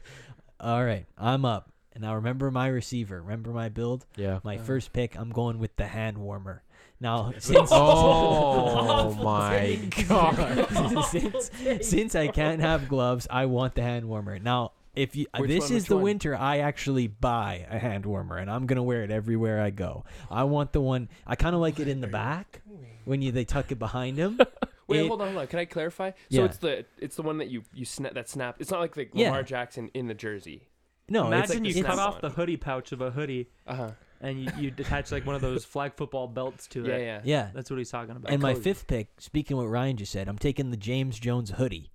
[SPEAKER 3] All right, I'm up. And Now remember my receiver. Remember my build.
[SPEAKER 5] Yeah.
[SPEAKER 3] My first pick. I'm going with the hand warmer. Now since
[SPEAKER 5] Oh my
[SPEAKER 3] since, since I can't have gloves, I want the hand warmer. Now, if you
[SPEAKER 4] Which
[SPEAKER 3] this
[SPEAKER 4] one,
[SPEAKER 3] is
[SPEAKER 4] which
[SPEAKER 3] the
[SPEAKER 4] one?
[SPEAKER 3] winter, I actually buy a hand warmer and I'm gonna wear it everywhere I go. I want the one I kind of like it in the back when you they tuck it behind them.
[SPEAKER 4] Wait,
[SPEAKER 3] It-
[SPEAKER 4] hold on, hold on. Can I clarify?
[SPEAKER 3] Yeah.
[SPEAKER 4] So it's the it's the one that you you snap that snap. It's not like the
[SPEAKER 3] Yeah.
[SPEAKER 4] Lamar Jackson in the jersey.
[SPEAKER 3] No, it's
[SPEAKER 6] Imagine
[SPEAKER 4] like
[SPEAKER 6] you
[SPEAKER 4] the
[SPEAKER 6] cut
[SPEAKER 4] snap
[SPEAKER 6] off
[SPEAKER 4] on.
[SPEAKER 6] the hoodie pouch of a hoodie
[SPEAKER 4] Uh huh.
[SPEAKER 6] and you, you attach like one of those flag football belts to
[SPEAKER 4] Yeah,
[SPEAKER 6] it.
[SPEAKER 4] yeah.
[SPEAKER 3] yeah.
[SPEAKER 6] That's what he's talking about.
[SPEAKER 3] And my
[SPEAKER 4] Kobe.
[SPEAKER 3] fifth pick, speaking of what Ryan just said, I'm taking the James Jones hoodie.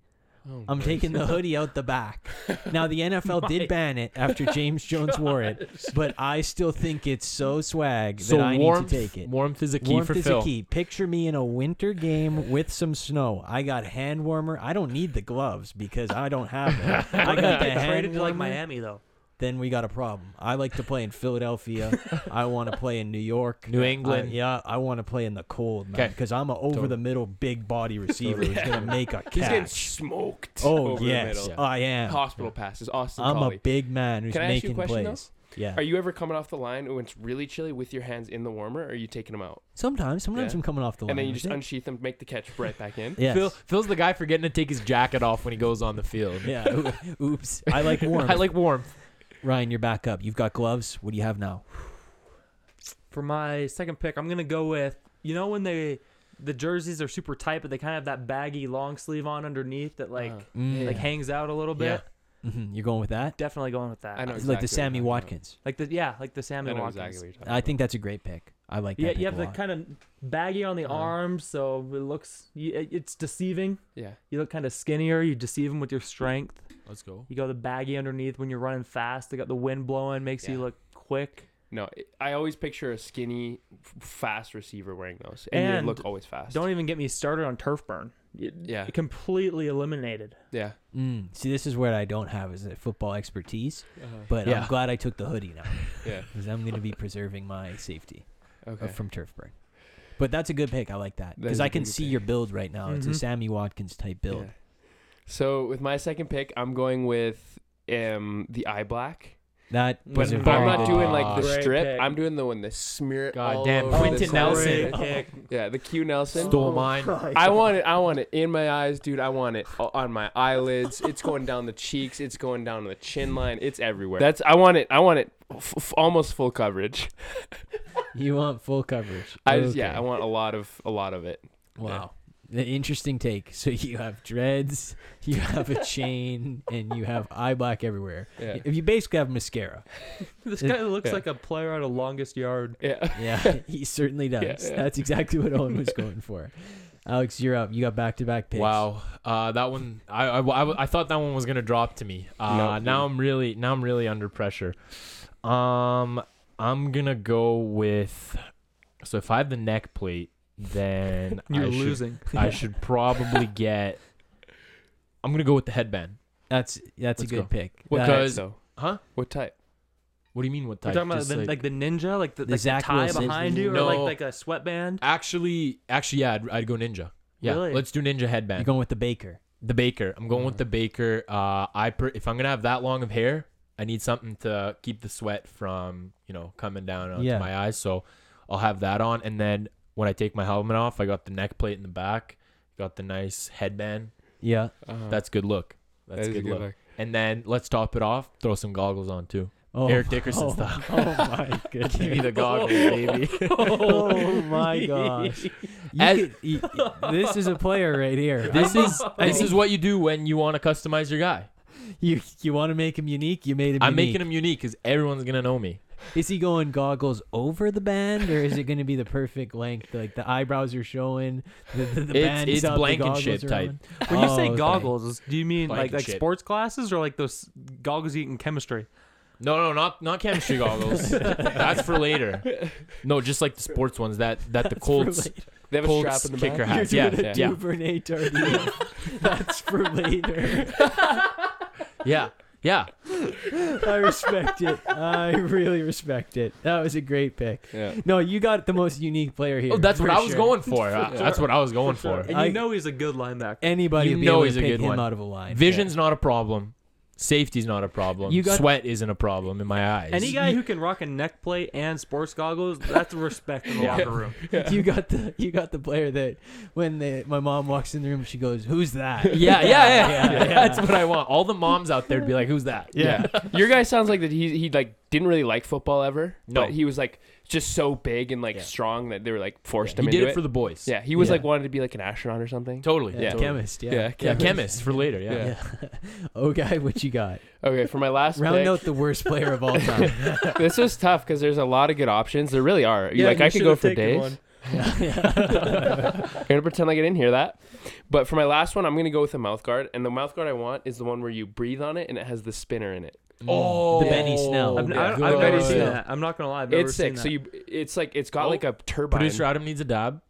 [SPEAKER 5] Oh,
[SPEAKER 3] I'm taking the hoodie out the back. Now the NFL did ban it after James Jones wore it, but I still think it's so swag that
[SPEAKER 5] So
[SPEAKER 3] I
[SPEAKER 5] warmth,
[SPEAKER 3] need to take it.
[SPEAKER 5] warmth is a key
[SPEAKER 3] Warmth
[SPEAKER 5] for
[SPEAKER 3] is
[SPEAKER 5] Phil.
[SPEAKER 3] a key. Picture me in a winter game with some snow. I got hand warmer. I don't need the gloves because I don't have them. I got the
[SPEAKER 6] Get
[SPEAKER 3] hand
[SPEAKER 6] traded to
[SPEAKER 3] warmer.
[SPEAKER 6] like Miami though.
[SPEAKER 3] Then we got a problem. I like to play in Philadelphia. I want to play in New York.
[SPEAKER 5] New England.
[SPEAKER 3] I- yeah, I want to play in the cold, man,
[SPEAKER 5] 'Kay.
[SPEAKER 3] because I'm an over the middle big body receiver who's gonna make a
[SPEAKER 4] He's getting
[SPEAKER 3] catch.
[SPEAKER 4] smoked.
[SPEAKER 3] Oh
[SPEAKER 4] over the
[SPEAKER 3] yes,
[SPEAKER 4] middle.
[SPEAKER 3] I am.
[SPEAKER 4] Hospital passes. Austin
[SPEAKER 3] I'm a
[SPEAKER 4] Collie.
[SPEAKER 3] big man who's
[SPEAKER 4] Can I ask you a
[SPEAKER 3] making
[SPEAKER 4] question, though?
[SPEAKER 3] plays. Yeah.
[SPEAKER 4] Are you ever coming off the line when it's really chilly with your hands in the warmer? Or are you taking them out
[SPEAKER 3] sometimes, sometimes
[SPEAKER 4] Yeah.
[SPEAKER 3] I'm coming off the line.
[SPEAKER 4] and then you
[SPEAKER 3] I
[SPEAKER 4] just
[SPEAKER 3] think.
[SPEAKER 4] unsheath them, make the catch right back in?
[SPEAKER 3] Yes.
[SPEAKER 5] Phil, Phil's the guy forgetting to take his jacket off when he goes on the field.
[SPEAKER 3] yeah. oo- Oops. I like warm.
[SPEAKER 5] I like warmth.
[SPEAKER 3] Ryan, you're back up. You've got gloves. What do you have now?
[SPEAKER 6] For my second pick, I'm gonna go with you know when they the jerseys are super tight, but they kind of have that baggy long sleeve on underneath that like
[SPEAKER 4] Uh,
[SPEAKER 3] Mm.
[SPEAKER 6] like hangs out a little bit.
[SPEAKER 5] Yeah.
[SPEAKER 3] Mhm, You're going with that?
[SPEAKER 6] Definitely going with that.
[SPEAKER 4] I know
[SPEAKER 3] It's like the
[SPEAKER 4] exactly what
[SPEAKER 3] Sammy
[SPEAKER 4] you're talking
[SPEAKER 3] Watkins.
[SPEAKER 6] Like the yeah, like the
[SPEAKER 4] about.
[SPEAKER 6] Sammy
[SPEAKER 4] I know
[SPEAKER 6] Watkins.
[SPEAKER 4] exactly what you're talking
[SPEAKER 3] I think that's a great pick. I like that.
[SPEAKER 6] Yeah,
[SPEAKER 3] pick
[SPEAKER 6] you
[SPEAKER 3] a
[SPEAKER 6] have the
[SPEAKER 3] lot.
[SPEAKER 6] kind of baggy on the
[SPEAKER 4] Uh-huh.
[SPEAKER 6] arms, so it looks you- it- it's deceiving.
[SPEAKER 4] about. Yeah.
[SPEAKER 6] You look kind of skinnier. You deceive them with your strength.
[SPEAKER 5] Let's go.
[SPEAKER 6] You go the baggy underneath when you're running fast. They got the wind blowing, makes you
[SPEAKER 4] Yeah.
[SPEAKER 6] look quick.
[SPEAKER 4] No, I always picture a skinny, f- fast receiver wearing those, and,
[SPEAKER 6] And
[SPEAKER 4] you look always fast.
[SPEAKER 6] Don't even get me started on turf burn. You-
[SPEAKER 4] Yeah.
[SPEAKER 6] you completely eliminated.
[SPEAKER 4] yeah.
[SPEAKER 3] Mm, see, this is where I don't have is the football expertise,
[SPEAKER 6] Uh-huh.
[SPEAKER 3] but
[SPEAKER 5] Yeah.
[SPEAKER 3] I'm glad I took the hoodie now
[SPEAKER 4] Yeah.
[SPEAKER 3] because I'm going to be preserving my safety uh,
[SPEAKER 4] Okay.
[SPEAKER 3] from turf burn. But that's a good pick. I like that
[SPEAKER 4] That
[SPEAKER 3] because
[SPEAKER 4] is
[SPEAKER 3] I
[SPEAKER 4] a
[SPEAKER 3] can
[SPEAKER 4] good
[SPEAKER 3] see
[SPEAKER 4] pick.
[SPEAKER 3] your build right now. It's a
[SPEAKER 6] Mhm.
[SPEAKER 3] Sammy Watkins type build.
[SPEAKER 4] Yeah. So with my second pick, I'm going with um the eye black,
[SPEAKER 3] That
[SPEAKER 4] but
[SPEAKER 3] was a
[SPEAKER 4] I'm
[SPEAKER 3] very
[SPEAKER 4] not
[SPEAKER 3] good
[SPEAKER 4] doing
[SPEAKER 3] pick.
[SPEAKER 4] like the
[SPEAKER 6] Great
[SPEAKER 4] strip.
[SPEAKER 6] pick.
[SPEAKER 4] I'm doing the one that smear it.
[SPEAKER 5] God
[SPEAKER 4] all
[SPEAKER 5] damn,
[SPEAKER 4] over
[SPEAKER 5] Quentin
[SPEAKER 4] the
[SPEAKER 5] Nelson.
[SPEAKER 6] Oh.
[SPEAKER 4] side. Yeah, the Q Nelson.
[SPEAKER 5] Stole mine.
[SPEAKER 4] I want it. I want it in my eyes, dude. I want it o- on my eyelids. It's going down the cheeks. It's going down the chin line. It's everywhere. That's. I want it. I want it. F- f- almost full coverage.
[SPEAKER 3] You want full coverage.
[SPEAKER 4] I just, yeah,
[SPEAKER 3] Okay.
[SPEAKER 4] I want a lot of a lot of it.
[SPEAKER 3] Wow. The interesting take. So you have dreads, you have a chain, and you have eye black everywhere.
[SPEAKER 4] Yeah.
[SPEAKER 3] If you basically have mascara.
[SPEAKER 6] This
[SPEAKER 3] It-
[SPEAKER 6] guy looks
[SPEAKER 4] yeah.
[SPEAKER 6] like a player out of longest yard.
[SPEAKER 4] Yeah.
[SPEAKER 3] Yeah, he certainly does.
[SPEAKER 4] yeah.
[SPEAKER 3] That's exactly what Owen was going for. Alex, you're up. You got back to back picks.
[SPEAKER 5] Wow, uh, that one I, I, I, I thought that one was gonna drop to me. Uh,
[SPEAKER 4] No.
[SPEAKER 5] Now I'm really now I'm really under pressure. Um, I'm gonna go with. So if I have the neck plate, then
[SPEAKER 6] You're
[SPEAKER 5] I
[SPEAKER 6] losing.
[SPEAKER 5] Should, I should probably get. I'm gonna go with the headband.
[SPEAKER 3] That's that's
[SPEAKER 5] Let's
[SPEAKER 3] a good
[SPEAKER 5] go.
[SPEAKER 3] pick. Uh,
[SPEAKER 5] What
[SPEAKER 3] That-
[SPEAKER 5] Because-
[SPEAKER 4] So,
[SPEAKER 5] Huh?
[SPEAKER 4] what type?
[SPEAKER 5] What do you mean? What
[SPEAKER 6] You're
[SPEAKER 5] type?
[SPEAKER 6] talking about
[SPEAKER 5] Just
[SPEAKER 6] the, like, the ninja, like the,
[SPEAKER 3] The
[SPEAKER 6] like the
[SPEAKER 3] Zach
[SPEAKER 6] tie
[SPEAKER 3] Wilson.
[SPEAKER 6] behind you,
[SPEAKER 5] No.
[SPEAKER 6] or like like a sweatband.
[SPEAKER 5] actually, actually, yeah, I'd, I'd go ninja. Yeah,
[SPEAKER 6] Really?
[SPEAKER 5] let's do ninja
[SPEAKER 3] You're
[SPEAKER 5] headband.
[SPEAKER 3] going with the baker.
[SPEAKER 5] The baker. I'm going with the baker. Uh, I per- if I'm gonna have that long of hair, I need something to keep the sweat from you know coming down onto
[SPEAKER 3] Yeah.
[SPEAKER 5] my eyes. So I'll have that on, and then when I take my helmet off, I got the neck plate in the back, got the nice headband.
[SPEAKER 3] Yeah.
[SPEAKER 4] Uh-huh.
[SPEAKER 5] That's good look. That's good, look. And then let's top it off. Throw some goggles on too.
[SPEAKER 3] Oh,
[SPEAKER 5] Eric Dickerson
[SPEAKER 3] oh,
[SPEAKER 5] style.
[SPEAKER 3] Oh my goodness.
[SPEAKER 5] Give me the goggles, baby.
[SPEAKER 3] oh my gosh. You
[SPEAKER 5] As-
[SPEAKER 3] could- you- this is a player right here.
[SPEAKER 5] This is this
[SPEAKER 3] think-
[SPEAKER 5] is what you do when you want to customize your guy.
[SPEAKER 3] you you want to make him unique. You made him.
[SPEAKER 5] I'm
[SPEAKER 3] unique.
[SPEAKER 5] making him unique because everyone's gonna know me.
[SPEAKER 3] Is he going goggles over the band, or is it going to be the perfect length? Like the eyebrows are showing, the, the, the
[SPEAKER 5] It's-
[SPEAKER 3] band
[SPEAKER 5] it's
[SPEAKER 3] is out, the goggles
[SPEAKER 5] Blankenship
[SPEAKER 3] are
[SPEAKER 5] type.
[SPEAKER 3] on.
[SPEAKER 6] When you
[SPEAKER 3] Oh,
[SPEAKER 6] say
[SPEAKER 3] okay.
[SPEAKER 6] goggles, do you mean
[SPEAKER 5] Like
[SPEAKER 6] like
[SPEAKER 5] and
[SPEAKER 6] like
[SPEAKER 5] shit.
[SPEAKER 6] sports glasses or like those goggles you eat in chemistry?
[SPEAKER 5] No, no, not not chemistry goggles. That's for later. No, just like the sports ones that that the Colts
[SPEAKER 3] later.
[SPEAKER 4] They have a
[SPEAKER 5] Colts
[SPEAKER 4] strap in the back.
[SPEAKER 5] kicker
[SPEAKER 3] You're
[SPEAKER 5] hats. Yeah,
[SPEAKER 3] doing
[SPEAKER 5] yeah,
[SPEAKER 3] a
[SPEAKER 5] yeah,
[SPEAKER 3] Duvernay Tardif. That's for later.
[SPEAKER 5] yeah, yeah.
[SPEAKER 3] I respect it. I really respect it. That was a great pick.
[SPEAKER 4] Yeah.
[SPEAKER 3] No, you got the most unique player here.
[SPEAKER 5] Oh, that's what
[SPEAKER 3] for
[SPEAKER 5] I was
[SPEAKER 3] sure.
[SPEAKER 5] going for. Uh, That's what I was going for.
[SPEAKER 6] And
[SPEAKER 3] I-
[SPEAKER 6] you know he's a good linebacker.
[SPEAKER 3] Anybody
[SPEAKER 5] You
[SPEAKER 3] would be
[SPEAKER 5] know
[SPEAKER 3] able
[SPEAKER 5] he's
[SPEAKER 3] to
[SPEAKER 5] a
[SPEAKER 3] pick
[SPEAKER 5] good
[SPEAKER 3] him
[SPEAKER 5] one.
[SPEAKER 3] out of a line.
[SPEAKER 5] Vision's not a problem. Safety's not a problem.
[SPEAKER 3] You got-
[SPEAKER 5] Sweat isn't a problem in my eyes.
[SPEAKER 6] Any guy who can rock a neck plate and sports goggles, that's respect in the locker room.
[SPEAKER 3] You got the you got the player that when the, my mom walks in the room, she goes, "Who's that?"
[SPEAKER 5] Yeah, yeah, yeah,
[SPEAKER 3] Yeah,
[SPEAKER 5] yeah,
[SPEAKER 3] yeah.
[SPEAKER 5] That's what I want. All the moms out there to be like, "Who's that?"
[SPEAKER 4] Yeah. Your guy sounds like that he he like didn't really like football ever.
[SPEAKER 5] No.
[SPEAKER 4] But he was like just so big and like
[SPEAKER 5] Yeah.
[SPEAKER 4] strong that they were like forced
[SPEAKER 5] he
[SPEAKER 4] him
[SPEAKER 5] did
[SPEAKER 4] into
[SPEAKER 5] it for the boys.
[SPEAKER 4] Yeah, he was
[SPEAKER 3] Yeah.
[SPEAKER 4] like wanted to be like an astronaut or something.
[SPEAKER 5] totally.
[SPEAKER 3] Yeah,
[SPEAKER 5] Yeah, totally.
[SPEAKER 3] chemist. Yeah,
[SPEAKER 4] Yeah,
[SPEAKER 5] Yeah,
[SPEAKER 4] chemist.
[SPEAKER 5] chemist for later. Yeah.
[SPEAKER 4] Yeah.
[SPEAKER 3] Okay, what you got?
[SPEAKER 4] Okay, for my last
[SPEAKER 3] Round
[SPEAKER 4] pick,
[SPEAKER 3] out the worst player of all time.
[SPEAKER 4] this was tough because there's a lot of good options. There really are. like I could go for days. I'm gonna pretend like I didn't hear that. But for my last one, I'm gonna go with a mouth guard, and the mouth guard I want is the one where you breathe on it and it has the spinner in it.
[SPEAKER 5] Oh,
[SPEAKER 3] The Benny Snell.
[SPEAKER 6] I've,
[SPEAKER 3] Oh,
[SPEAKER 6] I, have
[SPEAKER 5] good.
[SPEAKER 6] never seen that. I'm not gonna lie. I've never
[SPEAKER 4] it's sick.
[SPEAKER 6] seen that.
[SPEAKER 4] So you, it's like it's got
[SPEAKER 5] Oh,
[SPEAKER 4] like a turbine.
[SPEAKER 5] Producer Adam needs a dab.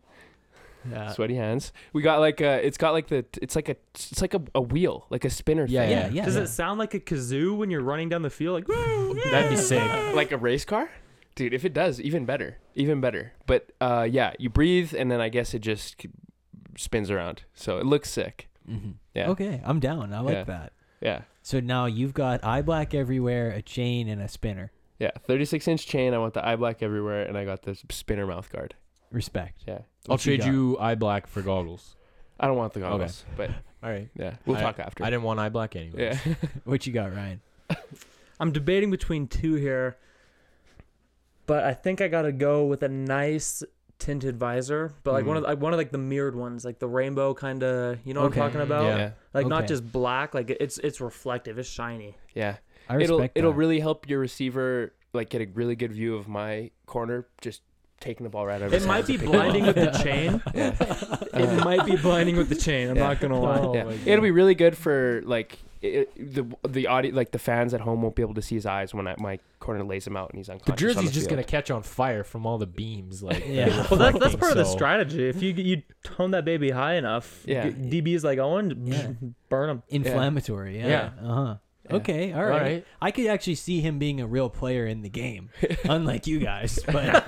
[SPEAKER 3] Yeah.
[SPEAKER 4] sweaty hands. We got like a. It's got like the. It's like a. It's like a, a wheel, like a spinner.
[SPEAKER 5] Yeah,
[SPEAKER 4] thing.
[SPEAKER 3] yeah, yeah.
[SPEAKER 6] Does it sound like a kazoo when you're running down the field? Like,
[SPEAKER 5] That'd be sick.
[SPEAKER 4] Like a race car, dude. If it does, even better, even better. But uh, yeah, you breathe, and then I guess it just c- spins around. So it looks sick.
[SPEAKER 3] Mhm.
[SPEAKER 4] Yeah.
[SPEAKER 3] Okay, I'm down. I like
[SPEAKER 4] Yeah.
[SPEAKER 3] that.
[SPEAKER 4] Yeah,
[SPEAKER 3] So now you've got eye black everywhere, a chain, and a spinner.
[SPEAKER 4] yeah. Thirty-six inch chain. I want the eye black everywhere, and I got this spinner mouth guard.
[SPEAKER 3] Respect.
[SPEAKER 4] Yeah.
[SPEAKER 5] I'll
[SPEAKER 3] What you
[SPEAKER 5] trade
[SPEAKER 3] got?
[SPEAKER 5] you eye black for goggles.
[SPEAKER 4] I don't want the goggles, but
[SPEAKER 5] All right.
[SPEAKER 4] yeah, we'll talk after.
[SPEAKER 5] I didn't want eye black anyway.
[SPEAKER 4] yeah.
[SPEAKER 3] What you got, Ryan?
[SPEAKER 6] I'm debating between two here, but I think I gotta go with a nice tinted visor, but like one of the, like one of like the mirrored ones, like the rainbow kind of. You know
[SPEAKER 3] Okay.
[SPEAKER 6] what I'm talking about?
[SPEAKER 5] Yeah.
[SPEAKER 4] yeah.
[SPEAKER 6] Like
[SPEAKER 3] Okay.
[SPEAKER 6] not just black. Like it's it's reflective. It's shiny.
[SPEAKER 4] Yeah.
[SPEAKER 3] I respect
[SPEAKER 4] it'll
[SPEAKER 3] that.
[SPEAKER 4] it'll really help your receiver like get a really good view of my corner just taking the ball right out of his
[SPEAKER 6] It
[SPEAKER 4] hands
[SPEAKER 6] might be
[SPEAKER 4] and picking
[SPEAKER 6] blinding
[SPEAKER 4] it up.
[SPEAKER 6] with the chain. It might be blinding with the chain. I'm
[SPEAKER 4] Yeah.
[SPEAKER 6] not gonna lie.
[SPEAKER 5] Oh
[SPEAKER 4] Yeah.
[SPEAKER 5] my God.
[SPEAKER 4] It'll be really good for like it, the the audio like the fans at home won't be able to see his eyes when I, my corner lays him out and he's
[SPEAKER 5] The
[SPEAKER 4] unconscious. on
[SPEAKER 5] jersey's
[SPEAKER 4] the
[SPEAKER 5] just
[SPEAKER 4] field.
[SPEAKER 5] gonna catch on fire from all the beams. Like,
[SPEAKER 3] Yeah.
[SPEAKER 5] they're
[SPEAKER 6] Well, that's, that's
[SPEAKER 5] reflecting,
[SPEAKER 6] part of the
[SPEAKER 5] so-
[SPEAKER 6] strategy. If you you tone that baby high enough,
[SPEAKER 4] Yeah.
[SPEAKER 6] g- DB's like Owen,
[SPEAKER 3] Yeah.
[SPEAKER 6] burn him.
[SPEAKER 3] Inflammatory. Yeah.
[SPEAKER 4] Yeah.
[SPEAKER 3] Uh huh.
[SPEAKER 4] Yeah.
[SPEAKER 3] Okay. All
[SPEAKER 5] All
[SPEAKER 3] right.
[SPEAKER 5] right.
[SPEAKER 3] I could actually see him being a real player in the game, unlike you guys. But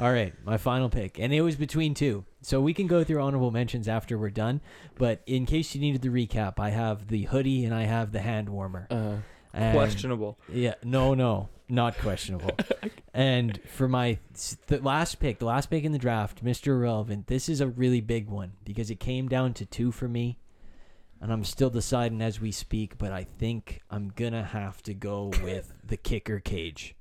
[SPEAKER 3] all right, my final pick, and it was between two, so we can go through honorable mentions after we're done. But in case you needed the recap, I have the hoodie and I have the hand warmer.
[SPEAKER 4] Uh,
[SPEAKER 3] And-
[SPEAKER 6] Questionable.
[SPEAKER 3] Yeah, no, no, not questionable. and for my s- the last pick, the last pick in the draft, Mr. Irrelevant, this is a really big one because it came down to two for me. And I'm still deciding as we speak, but I think I'm going to have to go with the kicker cage.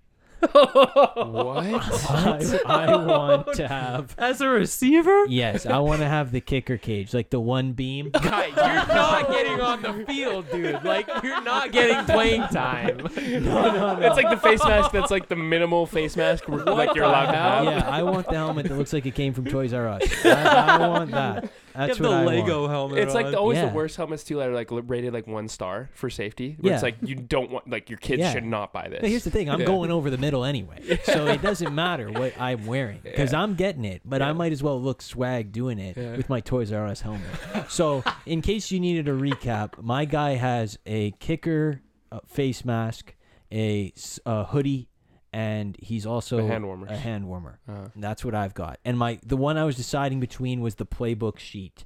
[SPEAKER 4] what?
[SPEAKER 3] I, I want to have.
[SPEAKER 6] As a receiver,
[SPEAKER 3] Yes, I want to have the kicker cage, like the one beam.
[SPEAKER 5] Guy, you're not getting on the field, dude. Like, you're not getting playing time.
[SPEAKER 4] It's like the face mask that's like the minimal face mask like you're allowed to have.
[SPEAKER 3] Yeah, I want the helmet that looks like it came from Toys R Us. I, I want that. That's
[SPEAKER 6] get
[SPEAKER 3] what
[SPEAKER 6] the
[SPEAKER 3] I want.
[SPEAKER 6] Lego helmet.
[SPEAKER 4] It's like
[SPEAKER 6] on.
[SPEAKER 4] the, always
[SPEAKER 3] Yeah.
[SPEAKER 4] the worst helmets too that are like li- rated like one star for safety. Where It's
[SPEAKER 3] Yeah.
[SPEAKER 4] like you don't want like your kids
[SPEAKER 3] Yeah.
[SPEAKER 4] should not buy this.
[SPEAKER 3] But here's the thing: I'm
[SPEAKER 4] Yeah.
[SPEAKER 3] going over the middle anyway, so it doesn't matter what I'm wearing because I'm getting it. But I might as well look swag doing it with my Toys R Us helmet. so, in case you needed a recap, my guy has a kicker uh, face mask, a, s- a hoodie, and he's also
[SPEAKER 4] The hand warmers.
[SPEAKER 3] A hand warmer.
[SPEAKER 4] Uh-huh.
[SPEAKER 3] And That's what I've got. And my the one I was deciding between was the playbook sheet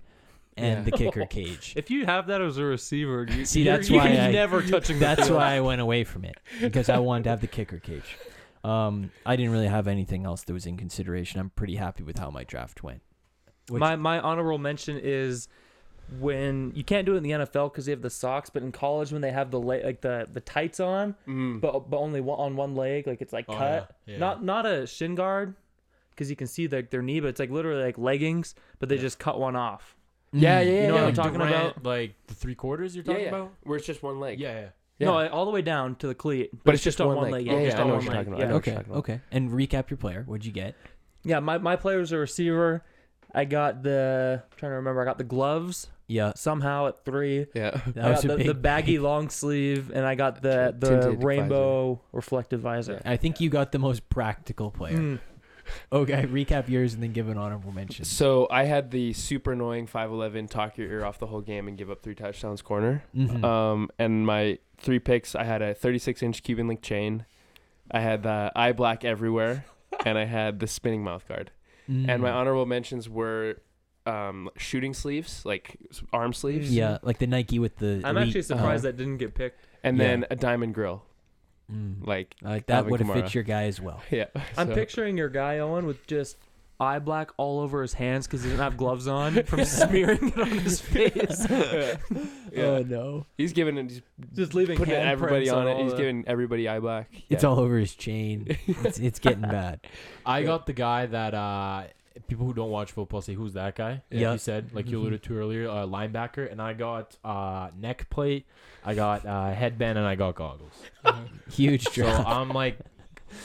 [SPEAKER 3] and
[SPEAKER 4] Yeah.
[SPEAKER 3] the kicker cage.
[SPEAKER 6] If you have that as a receiver, you,
[SPEAKER 3] See,
[SPEAKER 6] you're-
[SPEAKER 3] that's
[SPEAKER 6] you
[SPEAKER 3] why
[SPEAKER 6] can
[SPEAKER 3] I-
[SPEAKER 6] never touching. the
[SPEAKER 3] That's
[SPEAKER 6] field.
[SPEAKER 3] why I went away from it because I wanted to have the kicker cage. Um, I didn't really have anything else that was in consideration. I'm pretty happy with how my draft went. Which-
[SPEAKER 6] my my honorable mention is when you can't do it in the NFL because they have the socks, but in college when they have the la- like the the tights on,
[SPEAKER 4] Mm-hmm. Mm.
[SPEAKER 6] but but only one, on one leg, like it's like
[SPEAKER 5] Oh,
[SPEAKER 6] cut,
[SPEAKER 5] yeah, yeah.
[SPEAKER 6] not not a shin guard because you can see like their knee, but it's like literally like leggings, but they just cut one off.
[SPEAKER 4] yeah, Mm. yeah, yeah.
[SPEAKER 6] You know
[SPEAKER 4] yeah.
[SPEAKER 6] what I'm talking
[SPEAKER 5] Durant,
[SPEAKER 6] about?
[SPEAKER 5] like the three quarters you're
[SPEAKER 4] Yeah,
[SPEAKER 5] talking
[SPEAKER 4] yeah.
[SPEAKER 5] about?
[SPEAKER 4] Where it's just one leg.
[SPEAKER 5] Yeah, yeah.
[SPEAKER 6] No,
[SPEAKER 4] Yeah.
[SPEAKER 6] like, all the way down to the cleat, but,
[SPEAKER 4] But
[SPEAKER 6] it's, just on one leg.
[SPEAKER 4] Yeah, yeah,
[SPEAKER 6] just
[SPEAKER 4] I
[SPEAKER 6] on
[SPEAKER 4] know
[SPEAKER 6] one
[SPEAKER 4] what you're
[SPEAKER 6] leg.
[SPEAKER 4] talking about. I
[SPEAKER 6] Yeah.
[SPEAKER 4] know what you're
[SPEAKER 3] okay,
[SPEAKER 4] talking about.
[SPEAKER 3] okay. And recap your player. What'd you get?
[SPEAKER 6] Yeah, my, my player was a receiver. I got the I'm trying to remember. I got the gloves
[SPEAKER 3] Yeah,
[SPEAKER 6] somehow at three.
[SPEAKER 4] Yeah.
[SPEAKER 3] that
[SPEAKER 6] I
[SPEAKER 3] was
[SPEAKER 6] got
[SPEAKER 3] a
[SPEAKER 6] the,
[SPEAKER 3] big.
[SPEAKER 6] the baggy long sleeve, and I got the
[SPEAKER 4] T-
[SPEAKER 6] the
[SPEAKER 4] tinted
[SPEAKER 6] rainbow reflective visor.
[SPEAKER 3] I think you got the most practical player.
[SPEAKER 6] Mm.
[SPEAKER 3] Okay, recap yours and then give an honorable mention.
[SPEAKER 4] So I had the super annoying 5'11 talk your ear off the whole game and give up three touchdowns corner.
[SPEAKER 3] Mhm.
[SPEAKER 4] Um, and my three picks, I had a 36 inch Cuban link chain, I had the eye black everywhere, and I had the spinning mouth guard.
[SPEAKER 3] Mm.
[SPEAKER 4] And my honorable mentions were um, shooting sleeves, like s- arm sleeves.
[SPEAKER 3] Yeah, like the Nike with the.
[SPEAKER 6] I'm
[SPEAKER 3] elite-
[SPEAKER 6] actually surprised
[SPEAKER 3] uh,
[SPEAKER 6] that didn't get picked.
[SPEAKER 4] And
[SPEAKER 3] Yeah.
[SPEAKER 4] then a diamond grill.
[SPEAKER 3] mm.
[SPEAKER 4] Like,
[SPEAKER 3] like that
[SPEAKER 4] Alvin
[SPEAKER 3] would have
[SPEAKER 4] Kamara.
[SPEAKER 3] fit your guy as well.
[SPEAKER 4] yeah.
[SPEAKER 6] I'm
[SPEAKER 4] so-
[SPEAKER 6] picturing your guy Owen with just eye black all over his hands because he didn't have gloves on from smearing it on his face.
[SPEAKER 4] yeah. Yeah.
[SPEAKER 3] Oh no,
[SPEAKER 4] he's giving it, he's
[SPEAKER 6] just leaving
[SPEAKER 4] putting
[SPEAKER 6] handprints
[SPEAKER 4] everybody on it.
[SPEAKER 6] all
[SPEAKER 4] He's
[SPEAKER 6] the-
[SPEAKER 4] giving everybody eye black.
[SPEAKER 3] it's
[SPEAKER 4] Yeah.
[SPEAKER 3] all over his chain. It's, it's getting bad.
[SPEAKER 5] I got the guy that uh, people who don't watch football say, "Who's that guy?" Like
[SPEAKER 3] Yeah.
[SPEAKER 5] you said, like
[SPEAKER 6] Mm-hmm.
[SPEAKER 5] you alluded to earlier, uh, linebacker. And I got uh, neck plate, I got uh, headband, and I got goggles.
[SPEAKER 3] Huge
[SPEAKER 5] So
[SPEAKER 3] drop.
[SPEAKER 5] I'm like,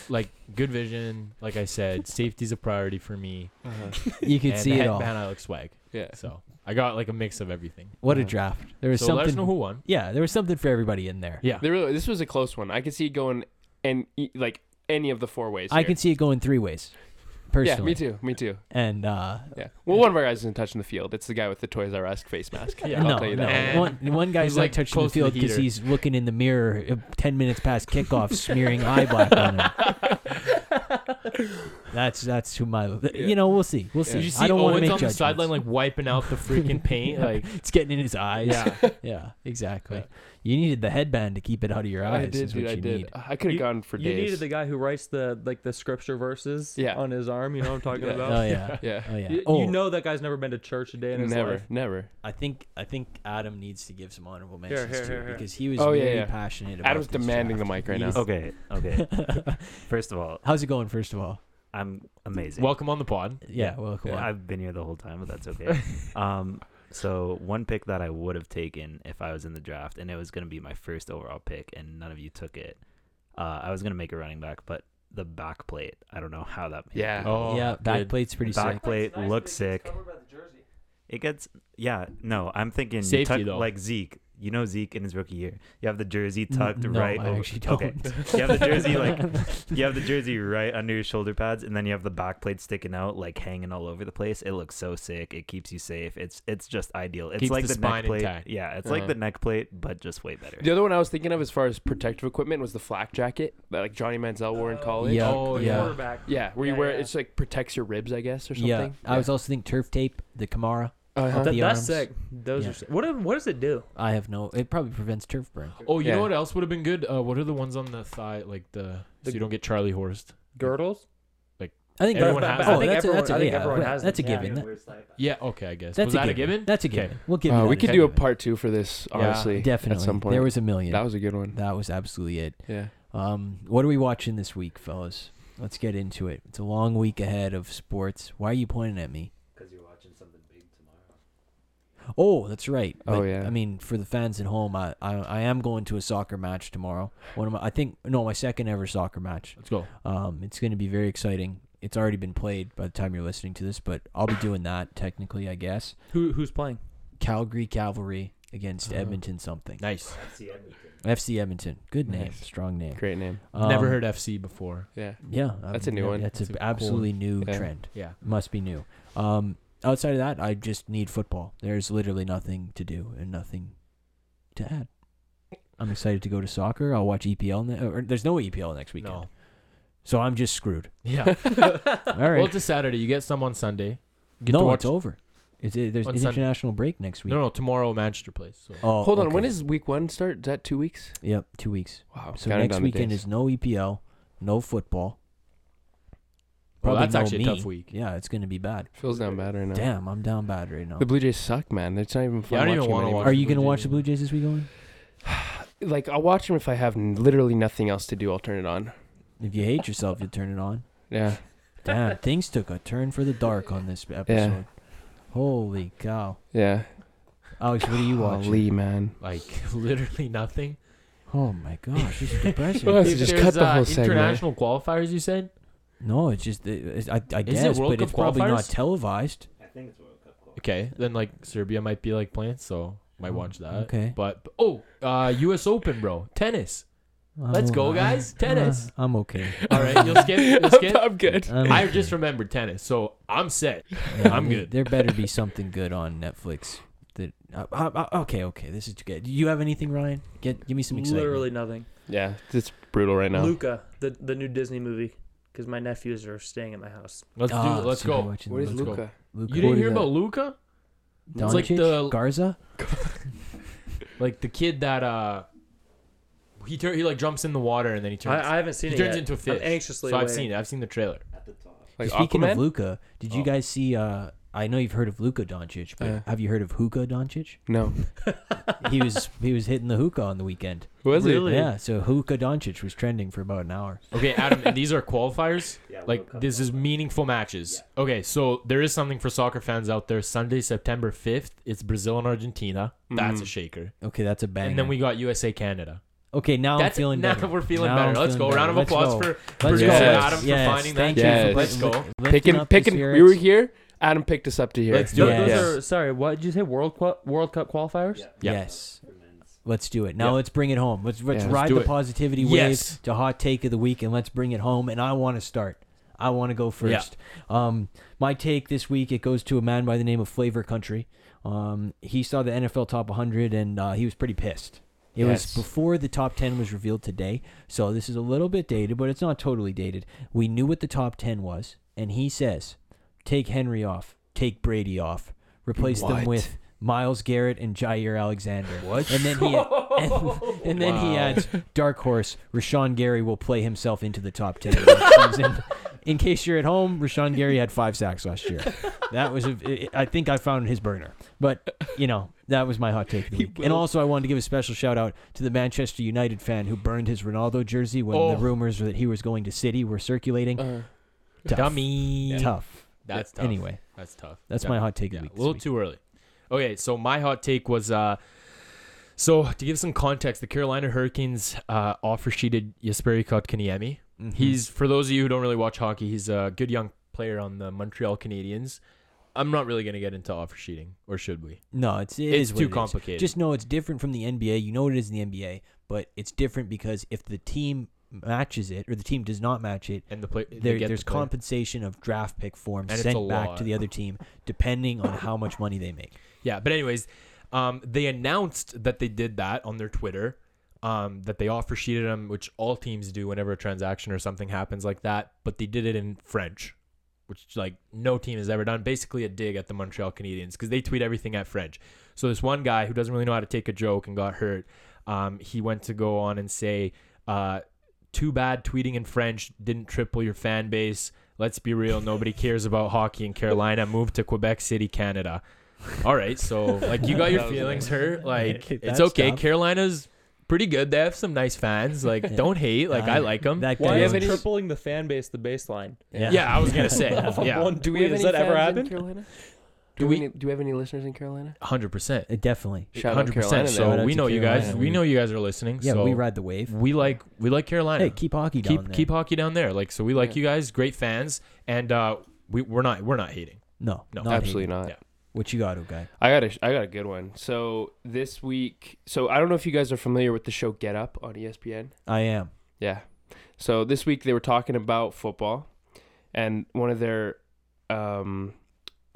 [SPEAKER 5] like good vision. Like I said, safety's a priority for me.
[SPEAKER 4] Uh-huh.
[SPEAKER 3] you could
[SPEAKER 5] and
[SPEAKER 3] see
[SPEAKER 5] the
[SPEAKER 3] it all.
[SPEAKER 5] headband, I look swag.
[SPEAKER 4] Yeah.
[SPEAKER 5] So I got like a mix of everything.
[SPEAKER 3] What a
[SPEAKER 4] Yeah.
[SPEAKER 3] draft. There was
[SPEAKER 5] Mm-hmm. so
[SPEAKER 3] something.
[SPEAKER 5] let us know who won.
[SPEAKER 3] yeah, there was something for everybody in there.
[SPEAKER 5] Yeah.
[SPEAKER 4] They really, this was a close one. I could see it going and like any of the four ways.
[SPEAKER 3] I
[SPEAKER 4] here.
[SPEAKER 3] can see it going three ways,
[SPEAKER 4] Yeah,
[SPEAKER 3] personally.
[SPEAKER 4] me too. Me too.
[SPEAKER 3] And uh,
[SPEAKER 4] Yeah. Well, one of our guys isn't touching the field. It's the guy with the Toys R Us face mask.
[SPEAKER 5] Yeah.
[SPEAKER 4] I'll
[SPEAKER 3] no,
[SPEAKER 4] tell you
[SPEAKER 3] no.
[SPEAKER 4] that.
[SPEAKER 5] Eh.
[SPEAKER 3] One, one guy's
[SPEAKER 5] He's,
[SPEAKER 3] like
[SPEAKER 5] like,
[SPEAKER 3] touching the
[SPEAKER 5] close to the
[SPEAKER 3] field because
[SPEAKER 5] heater.
[SPEAKER 3] he's looking in the mirror uh, ten minutes past kickoff, smearing eye black on him. That's that's who my you know we'll see we'll see.
[SPEAKER 5] Did you see
[SPEAKER 3] I don't want to
[SPEAKER 5] Owens
[SPEAKER 3] make
[SPEAKER 5] on the
[SPEAKER 3] judgments.
[SPEAKER 5] sideline like wiping out the freaking paint? Like,
[SPEAKER 3] it's getting in his eyes.
[SPEAKER 5] yeah.
[SPEAKER 3] Yeah, exactly. You needed the headband to keep it out of your eyes.
[SPEAKER 4] I did,
[SPEAKER 3] is what
[SPEAKER 4] dude. I
[SPEAKER 3] you
[SPEAKER 4] did.
[SPEAKER 3] need.
[SPEAKER 4] I could have
[SPEAKER 6] You-
[SPEAKER 4] gone for
[SPEAKER 6] You
[SPEAKER 4] days.
[SPEAKER 6] needed the guy who writes the like the scripture verses
[SPEAKER 4] Yeah.
[SPEAKER 6] on his arm. You know what I'm talking
[SPEAKER 4] Yeah.
[SPEAKER 6] about?
[SPEAKER 3] Oh yeah.
[SPEAKER 4] yeah.
[SPEAKER 3] Oh yeah.
[SPEAKER 6] You,
[SPEAKER 3] oh,
[SPEAKER 6] you know that guy's never been to church a day in his
[SPEAKER 4] Never.
[SPEAKER 6] life.
[SPEAKER 4] Never.
[SPEAKER 3] I think I think Adam needs to give some honorable
[SPEAKER 6] Here,
[SPEAKER 3] mentions
[SPEAKER 6] here,
[SPEAKER 3] too
[SPEAKER 6] here, here.
[SPEAKER 3] because he was
[SPEAKER 4] Oh, yeah,
[SPEAKER 3] really
[SPEAKER 4] yeah.
[SPEAKER 3] passionate about
[SPEAKER 4] Adam's
[SPEAKER 3] this
[SPEAKER 4] demanding the
[SPEAKER 3] draft.
[SPEAKER 4] mic right now.
[SPEAKER 3] He's-
[SPEAKER 8] Okay, okay. First of all,
[SPEAKER 3] How's it going first of all?
[SPEAKER 8] I'm amazing.
[SPEAKER 5] Welcome on the pod.
[SPEAKER 3] Yeah, well, cool.
[SPEAKER 8] I've been here the whole time, but that's okay. um, so one pick that I would have taken if I was in the draft, and it was going to be my first overall pick, and none of you took it. Uh, I was going to make a running back, but the back plate, I don't know how that. made
[SPEAKER 4] Yeah.
[SPEAKER 8] people.
[SPEAKER 5] Oh,
[SPEAKER 3] yeah, back plate's pretty
[SPEAKER 8] back
[SPEAKER 3] sick.
[SPEAKER 8] plate looks sick. It gets yeah. No, I'm thinking you
[SPEAKER 5] Safety,
[SPEAKER 8] tuck,
[SPEAKER 5] though.
[SPEAKER 8] like Zeke. You know Zeke in his rookie year. You have the jersey tucked
[SPEAKER 3] no,
[SPEAKER 8] right.
[SPEAKER 3] I
[SPEAKER 8] over-
[SPEAKER 3] actually don't.
[SPEAKER 8] Okay. You have the jersey like you have the jersey right under your shoulder pads, and then you have the back plate sticking out, like hanging all over the place. It looks so sick. It keeps you safe. It's it's just ideal. It's
[SPEAKER 5] Keeps
[SPEAKER 8] like
[SPEAKER 5] the
[SPEAKER 8] the,
[SPEAKER 5] spine
[SPEAKER 8] neck plate.
[SPEAKER 5] intact.
[SPEAKER 8] Yeah, it's like
[SPEAKER 4] Uh-huh.
[SPEAKER 8] the neck plate, but just way better.
[SPEAKER 4] The other one I was thinking of as far as protective equipment was the flak jacket that like Johnny Manziel wore in college.
[SPEAKER 3] Yeah,
[SPEAKER 5] Oh,
[SPEAKER 3] yeah.
[SPEAKER 5] yeah.
[SPEAKER 6] Quarterback.
[SPEAKER 4] Yeah, where you
[SPEAKER 6] Yeah,
[SPEAKER 4] wear
[SPEAKER 6] yeah.
[SPEAKER 4] it's like protects your ribs, I guess, or something.
[SPEAKER 3] Yeah, I was also thinking turf tape, the Kamara.
[SPEAKER 4] Uh-huh.
[SPEAKER 3] That-
[SPEAKER 6] That,
[SPEAKER 3] The
[SPEAKER 6] that's
[SPEAKER 3] arms.
[SPEAKER 6] sick. Those
[SPEAKER 3] Yeah.
[SPEAKER 6] are sick. What, what does it do?
[SPEAKER 3] I have no. It probably prevents turf burn.
[SPEAKER 5] Oh, you
[SPEAKER 4] Yeah.
[SPEAKER 5] know what else would have been good? Uh, what are the ones on the thigh, like the, so
[SPEAKER 6] The-
[SPEAKER 5] you don't get Charlie horsed?
[SPEAKER 6] Girdles?
[SPEAKER 3] I think
[SPEAKER 5] Everyone
[SPEAKER 3] that-
[SPEAKER 5] has
[SPEAKER 3] oh,
[SPEAKER 5] it. I
[SPEAKER 6] think
[SPEAKER 3] that's
[SPEAKER 6] everyone-
[SPEAKER 3] a, that's a,
[SPEAKER 6] I think
[SPEAKER 3] yeah,
[SPEAKER 6] everyone
[SPEAKER 3] but
[SPEAKER 6] has
[SPEAKER 3] that's a
[SPEAKER 6] it. Yeah.
[SPEAKER 3] given.
[SPEAKER 5] Yeah. Okay, I guess.
[SPEAKER 3] That's
[SPEAKER 5] was
[SPEAKER 3] a
[SPEAKER 5] that
[SPEAKER 3] given.
[SPEAKER 5] a given?
[SPEAKER 3] That's a
[SPEAKER 5] Okay.
[SPEAKER 3] given. We'll give.
[SPEAKER 4] Uh,
[SPEAKER 3] you
[SPEAKER 4] we
[SPEAKER 3] that
[SPEAKER 4] could
[SPEAKER 3] as
[SPEAKER 4] do a
[SPEAKER 3] given.
[SPEAKER 4] part two for this,
[SPEAKER 5] Yeah,
[SPEAKER 4] honestly.
[SPEAKER 3] Definitely.
[SPEAKER 4] At some point.
[SPEAKER 3] There was a million.
[SPEAKER 4] that was a good one.
[SPEAKER 3] That was absolutely it.
[SPEAKER 4] Yeah.
[SPEAKER 3] Um, what are we watching this week, fellas? Let's get into it. It's a long week ahead of sports. Why are you pointing at me? Because you're watching something big tomorrow. Oh, that's right.
[SPEAKER 4] Oh,
[SPEAKER 3] But,
[SPEAKER 4] yeah.
[SPEAKER 3] I mean, for the fans at home, I, I I am going to a soccer match tomorrow. One of my, I think no, my second ever soccer match.
[SPEAKER 5] Let's go.
[SPEAKER 3] Um, it's going to be very exciting. It's already been played by the time you're listening to this, but I'll be doing that technically, I guess.
[SPEAKER 6] Who, who's playing?
[SPEAKER 3] Calgary Cavalry against
[SPEAKER 4] Uh-huh.
[SPEAKER 5] Uh,
[SPEAKER 3] Edmonton something.
[SPEAKER 5] Nice.
[SPEAKER 3] FC Edmonton. Good name.
[SPEAKER 4] Nice.
[SPEAKER 3] Strong name.
[SPEAKER 4] Great name.
[SPEAKER 5] Never
[SPEAKER 3] Um,
[SPEAKER 5] heard FC before.
[SPEAKER 4] Yeah.
[SPEAKER 3] Yeah,
[SPEAKER 4] That's
[SPEAKER 3] I've
[SPEAKER 4] a new
[SPEAKER 3] nev-
[SPEAKER 4] one.
[SPEAKER 3] That's
[SPEAKER 5] That's
[SPEAKER 3] an
[SPEAKER 5] a cool one.
[SPEAKER 3] absolutely new
[SPEAKER 4] Yeah.
[SPEAKER 3] trend.
[SPEAKER 5] Yeah.
[SPEAKER 3] Must be new. Um, outside of that, I just need football. There's literally nothing to do and nothing to add. I'm excited to go to soccer. I'll watch EPL. Ne- or there's no EPL next weekend,
[SPEAKER 5] No.
[SPEAKER 3] so I'm just screwed.
[SPEAKER 5] Yeah.
[SPEAKER 3] All
[SPEAKER 5] Well,
[SPEAKER 3] right,
[SPEAKER 5] it's a Saturday. You get some on Sunday. Get to
[SPEAKER 3] no,
[SPEAKER 5] watch-
[SPEAKER 3] it's over. It's, it, there's
[SPEAKER 5] on
[SPEAKER 3] an
[SPEAKER 5] Sunday.
[SPEAKER 3] international break next week.
[SPEAKER 5] No, no. Tomorrow, Manchester plays. So.
[SPEAKER 3] Oh,
[SPEAKER 4] Hold on. When
[SPEAKER 3] okay.
[SPEAKER 4] is week one start? Is that two weeks?
[SPEAKER 3] Yep, two weeks.
[SPEAKER 5] Oh,
[SPEAKER 4] Wow.
[SPEAKER 3] So
[SPEAKER 4] counting
[SPEAKER 3] next
[SPEAKER 4] down the
[SPEAKER 3] weekend
[SPEAKER 4] days.
[SPEAKER 3] is no EPL, no football.
[SPEAKER 5] Well,
[SPEAKER 3] Probably
[SPEAKER 5] that's
[SPEAKER 3] no
[SPEAKER 5] actually a
[SPEAKER 3] me.
[SPEAKER 5] tough week.
[SPEAKER 3] Yeah, it's gonna be bad.
[SPEAKER 4] feels down bad right now.
[SPEAKER 3] Damn, I'm down bad right now.
[SPEAKER 4] The Blue Jays suck, man. It's not even fun.
[SPEAKER 5] Yeah, I don't even
[SPEAKER 4] watching them
[SPEAKER 5] wanna
[SPEAKER 4] anymore.
[SPEAKER 5] watch
[SPEAKER 3] Are
[SPEAKER 5] the
[SPEAKER 3] you
[SPEAKER 5] Blue
[SPEAKER 3] gonna
[SPEAKER 5] Jays
[SPEAKER 3] watch the
[SPEAKER 5] anymore.
[SPEAKER 3] Blue Jays this week, Owen?
[SPEAKER 4] like I'll watch them if I have n- literally nothing else to do. I'll turn it on.
[SPEAKER 3] If you hate yourself, you'll turn it on.
[SPEAKER 4] Yeah,
[SPEAKER 3] Damn, things took a turn for the dark on this episode. Holy cow.
[SPEAKER 4] yeah.
[SPEAKER 3] Alex, what are you watching?
[SPEAKER 4] Lee, man.
[SPEAKER 5] Like literally nothing.
[SPEAKER 3] Oh my gosh, this is depressing.
[SPEAKER 4] Well, that's just
[SPEAKER 5] There's,
[SPEAKER 4] cut the
[SPEAKER 5] uh,
[SPEAKER 4] whole segment.
[SPEAKER 5] International qualifiers. You said.
[SPEAKER 3] no, it's just, it's, I, I
[SPEAKER 5] it
[SPEAKER 3] guess,
[SPEAKER 5] World
[SPEAKER 3] but it's
[SPEAKER 5] Cup
[SPEAKER 3] probably not
[SPEAKER 5] qualifiers?
[SPEAKER 3] televised.
[SPEAKER 5] Okay. Then like Serbia might be like playing, so might watch that.
[SPEAKER 3] Oh, okay.
[SPEAKER 5] But oh, uh, U.S. Open, bro. Tennis. Let's
[SPEAKER 3] I'm-
[SPEAKER 5] go, guys.
[SPEAKER 3] I'm-
[SPEAKER 5] Tennis.
[SPEAKER 3] Oh, uh, I'm okay.
[SPEAKER 5] All right. You'll skip. You'll skip.
[SPEAKER 4] I'm good.
[SPEAKER 3] I'm
[SPEAKER 5] I
[SPEAKER 3] okay.
[SPEAKER 5] just remembered tennis, so I'm set.
[SPEAKER 3] Yeah,
[SPEAKER 5] I'm
[SPEAKER 3] there-
[SPEAKER 5] good.
[SPEAKER 3] There better be something good on Netflix. That uh, uh, uh, okay, okay, this is good. Do you have anything, Ryan? Get give me some excitement.
[SPEAKER 6] Literally nothing.
[SPEAKER 4] Yeah, it's brutal right now.
[SPEAKER 6] Luca, the, the new Disney movie. because my nephews are staying at my house.
[SPEAKER 5] Let's
[SPEAKER 3] Ah,
[SPEAKER 5] do. Let's
[SPEAKER 3] so they're
[SPEAKER 5] go.
[SPEAKER 3] watching
[SPEAKER 4] Where's
[SPEAKER 5] Let's go.
[SPEAKER 4] Luca?
[SPEAKER 3] Luka.
[SPEAKER 5] You didn't
[SPEAKER 3] Who
[SPEAKER 5] hear
[SPEAKER 3] do
[SPEAKER 5] about Luca?
[SPEAKER 3] you got?
[SPEAKER 5] it's like
[SPEAKER 3] uh, Doncic?
[SPEAKER 5] the-
[SPEAKER 3] Garza?
[SPEAKER 5] Like the kid that uh, he tur- he like jumps in the water and then he turns.
[SPEAKER 6] I, I haven't seen
[SPEAKER 5] he
[SPEAKER 6] it.
[SPEAKER 5] turns
[SPEAKER 6] yet.
[SPEAKER 5] into a fish.
[SPEAKER 6] I'm anxiously.
[SPEAKER 5] so I've
[SPEAKER 6] waiting.
[SPEAKER 5] seen it. I've seen the trailer.
[SPEAKER 4] Like
[SPEAKER 3] Speaking
[SPEAKER 4] Aquaman?
[SPEAKER 3] of Luca, did you
[SPEAKER 5] Oh.
[SPEAKER 3] guys see? Uh, I know you've heard of Luca Doncic, but
[SPEAKER 4] Uh.
[SPEAKER 3] have you heard of Hookah Doncic?
[SPEAKER 4] no.
[SPEAKER 3] he was he was hitting the hookah on the weekend.
[SPEAKER 4] Was it?
[SPEAKER 6] Really?
[SPEAKER 3] Yeah, so Hookah Doncic was trending for about an hour.
[SPEAKER 5] Okay, Adam, and these are qualifiers. like this is meaningful matches. Okay, so there is something for soccer fans out there. Sunday, September fifth, it's Brazil and Argentina. That's a
[SPEAKER 4] Mm.
[SPEAKER 5] shaker.
[SPEAKER 3] Okay, that's a bang.
[SPEAKER 5] And then we got USA Canada.
[SPEAKER 3] okay now I'm
[SPEAKER 5] That's
[SPEAKER 3] feeling
[SPEAKER 5] now
[SPEAKER 3] better.
[SPEAKER 5] we're feeling
[SPEAKER 3] Now
[SPEAKER 5] better.
[SPEAKER 3] I'm
[SPEAKER 5] Let's
[SPEAKER 3] feeling
[SPEAKER 5] go. Round of
[SPEAKER 3] better. Let's
[SPEAKER 5] applause
[SPEAKER 3] go.
[SPEAKER 5] for
[SPEAKER 3] Let's
[SPEAKER 5] producer
[SPEAKER 3] go.
[SPEAKER 4] Yes.
[SPEAKER 5] Adam for
[SPEAKER 3] Yes,
[SPEAKER 5] finding
[SPEAKER 3] thank
[SPEAKER 5] that.
[SPEAKER 3] you
[SPEAKER 4] Yes.
[SPEAKER 3] for
[SPEAKER 5] Let's
[SPEAKER 3] putting-
[SPEAKER 5] go.
[SPEAKER 3] lifting
[SPEAKER 4] Picking,
[SPEAKER 3] up the
[SPEAKER 4] picking. We were
[SPEAKER 3] spirits.
[SPEAKER 4] here. Adam picked us up to here.
[SPEAKER 5] Let's do
[SPEAKER 6] Th-
[SPEAKER 5] it.
[SPEAKER 6] Those
[SPEAKER 3] Yes.
[SPEAKER 6] are sorry. What did you say? World Cup World Cup qualifiers.
[SPEAKER 5] Yeah.
[SPEAKER 3] Yes. Let's do it. Now let's bring it home. Let's let's
[SPEAKER 4] Yeah, let's
[SPEAKER 3] ride
[SPEAKER 5] do
[SPEAKER 3] the
[SPEAKER 5] it.
[SPEAKER 3] positivity
[SPEAKER 5] Yes.
[SPEAKER 3] wave to hot take of the week and let's bring it home. And I want to start. I want to go
[SPEAKER 5] Yeah.
[SPEAKER 3] first. Um, my take this week it goes to a man by the name of Flavor Country. Um, he saw the NFL top 100 and uh, he was pretty pissed. It
[SPEAKER 4] Yes.
[SPEAKER 3] was before the top 10 was revealed today. So this is a little bit dated, but it's not totally dated. We knew what the top 10 was. And he says, take Henry off, take Brady off, replace them
[SPEAKER 4] What?
[SPEAKER 3] with Miles Garrett and Jair Alexander. What? And then he and, and then he
[SPEAKER 5] Wow.
[SPEAKER 3] adds dark horse. Rashawn Gary will play himself into the top ten. when it comes in. in case you're at home, Rashawn Gary had five sacks last year. That was a, I think I found his burner, but you know that was my hot take. Of the week. And also, I wanted to give a special shout out to the Manchester United fan who burned his Ronaldo jersey when
[SPEAKER 5] Oh.
[SPEAKER 3] the rumors that he was going to City were circulating.
[SPEAKER 4] Uh,
[SPEAKER 3] Tough.
[SPEAKER 5] Dummy.
[SPEAKER 3] Tough.
[SPEAKER 5] That's tough.
[SPEAKER 3] Anyway,
[SPEAKER 5] That's tough.
[SPEAKER 3] that's
[SPEAKER 5] Yeah.
[SPEAKER 3] my hot take
[SPEAKER 5] Yeah,
[SPEAKER 3] of the week.
[SPEAKER 5] a
[SPEAKER 3] this
[SPEAKER 5] little
[SPEAKER 3] week.
[SPEAKER 5] too early. Okay, so my hot take was uh, so to give some context, the Carolina Hurricanes uh, offer sheeted Jesperi Kotkaniemi.
[SPEAKER 3] Mhm.
[SPEAKER 5] He's for those of you who don't really watch hockey, he's a good young player on the Montreal Canadiens. I'm not really gonna get into offer sheeting, or should we?
[SPEAKER 3] No, it's it
[SPEAKER 5] it's
[SPEAKER 3] is what
[SPEAKER 5] too
[SPEAKER 3] it is.
[SPEAKER 5] complicated.
[SPEAKER 3] Just know it's different from the NBA. You know what it is in the NBA, but it's different because if the team matches it or the team does not match it,
[SPEAKER 5] and the play they
[SPEAKER 3] there,
[SPEAKER 5] get the
[SPEAKER 3] there's
[SPEAKER 5] player.
[SPEAKER 3] compensation of draft pick form
[SPEAKER 5] And it's a
[SPEAKER 3] sent back
[SPEAKER 5] lot.
[SPEAKER 3] to the other team depending on how much money they make.
[SPEAKER 5] Yeah, but anyways, um, they announced that they did that on their Twitter. Um, that they offer sheeted him, which all teams do whenever a transaction or something happens like that. But they did it in French, which like no team has ever done. Basically, a dig at the Montreal Canadiens because they tweet everything at French. So this one guy who doesn't really know how to take a joke and got hurt, um, he went to go on and say, uh, "Too bad tweeting in French didn't triple your fan base. Let's be real, nobody cares about hockey in Carolina. Move to Quebec City, Canada." All right, so like you got your
[SPEAKER 4] That was
[SPEAKER 5] feelings
[SPEAKER 4] nice.
[SPEAKER 5] hurt. Like it's
[SPEAKER 3] That's
[SPEAKER 5] okay.
[SPEAKER 3] tough.
[SPEAKER 5] Carolina's pretty good. They have some nice fans. Like don't hate. Like I like them.
[SPEAKER 3] That
[SPEAKER 6] Why
[SPEAKER 3] guy
[SPEAKER 6] is
[SPEAKER 3] was-
[SPEAKER 6] tripling the fan base the baseline?
[SPEAKER 3] yeah.
[SPEAKER 5] yeah, I was gonna say.
[SPEAKER 6] Of
[SPEAKER 5] Yeah,
[SPEAKER 6] One tweet. Has that
[SPEAKER 4] fans
[SPEAKER 6] ever
[SPEAKER 4] in
[SPEAKER 6] happened?
[SPEAKER 4] Carolina?
[SPEAKER 5] Do
[SPEAKER 4] Do
[SPEAKER 5] we-
[SPEAKER 4] we? Any, do we have any listeners in Carolina?
[SPEAKER 5] hundred percent.
[SPEAKER 3] Uh, definitely.
[SPEAKER 4] Shout out
[SPEAKER 5] Hundred
[SPEAKER 4] Carolina.
[SPEAKER 5] percent. So
[SPEAKER 4] then.
[SPEAKER 3] out
[SPEAKER 5] we
[SPEAKER 3] to
[SPEAKER 5] know you guys.
[SPEAKER 3] Carolina.
[SPEAKER 5] We know you guys are listening.
[SPEAKER 3] Yeah,
[SPEAKER 5] so
[SPEAKER 3] we ride the wave.
[SPEAKER 5] We like we like Carolina.
[SPEAKER 3] Hey, keep hockey down
[SPEAKER 5] keep
[SPEAKER 3] there.
[SPEAKER 5] keep hockey down there. Like so, we like
[SPEAKER 4] Yeah.
[SPEAKER 5] you guys. Great fans, and uh, we we're not we're not hating.
[SPEAKER 3] No,
[SPEAKER 5] No,
[SPEAKER 3] not
[SPEAKER 4] absolutely
[SPEAKER 3] hating.
[SPEAKER 4] not.
[SPEAKER 5] Yeah.
[SPEAKER 3] What you got, okay?
[SPEAKER 4] I got a I got a good one. So this week, so I don't know if you guys are familiar with the show Get Up on E ESPN.
[SPEAKER 3] I am.
[SPEAKER 4] Yeah. So this week they were talking about football, and one of their, um,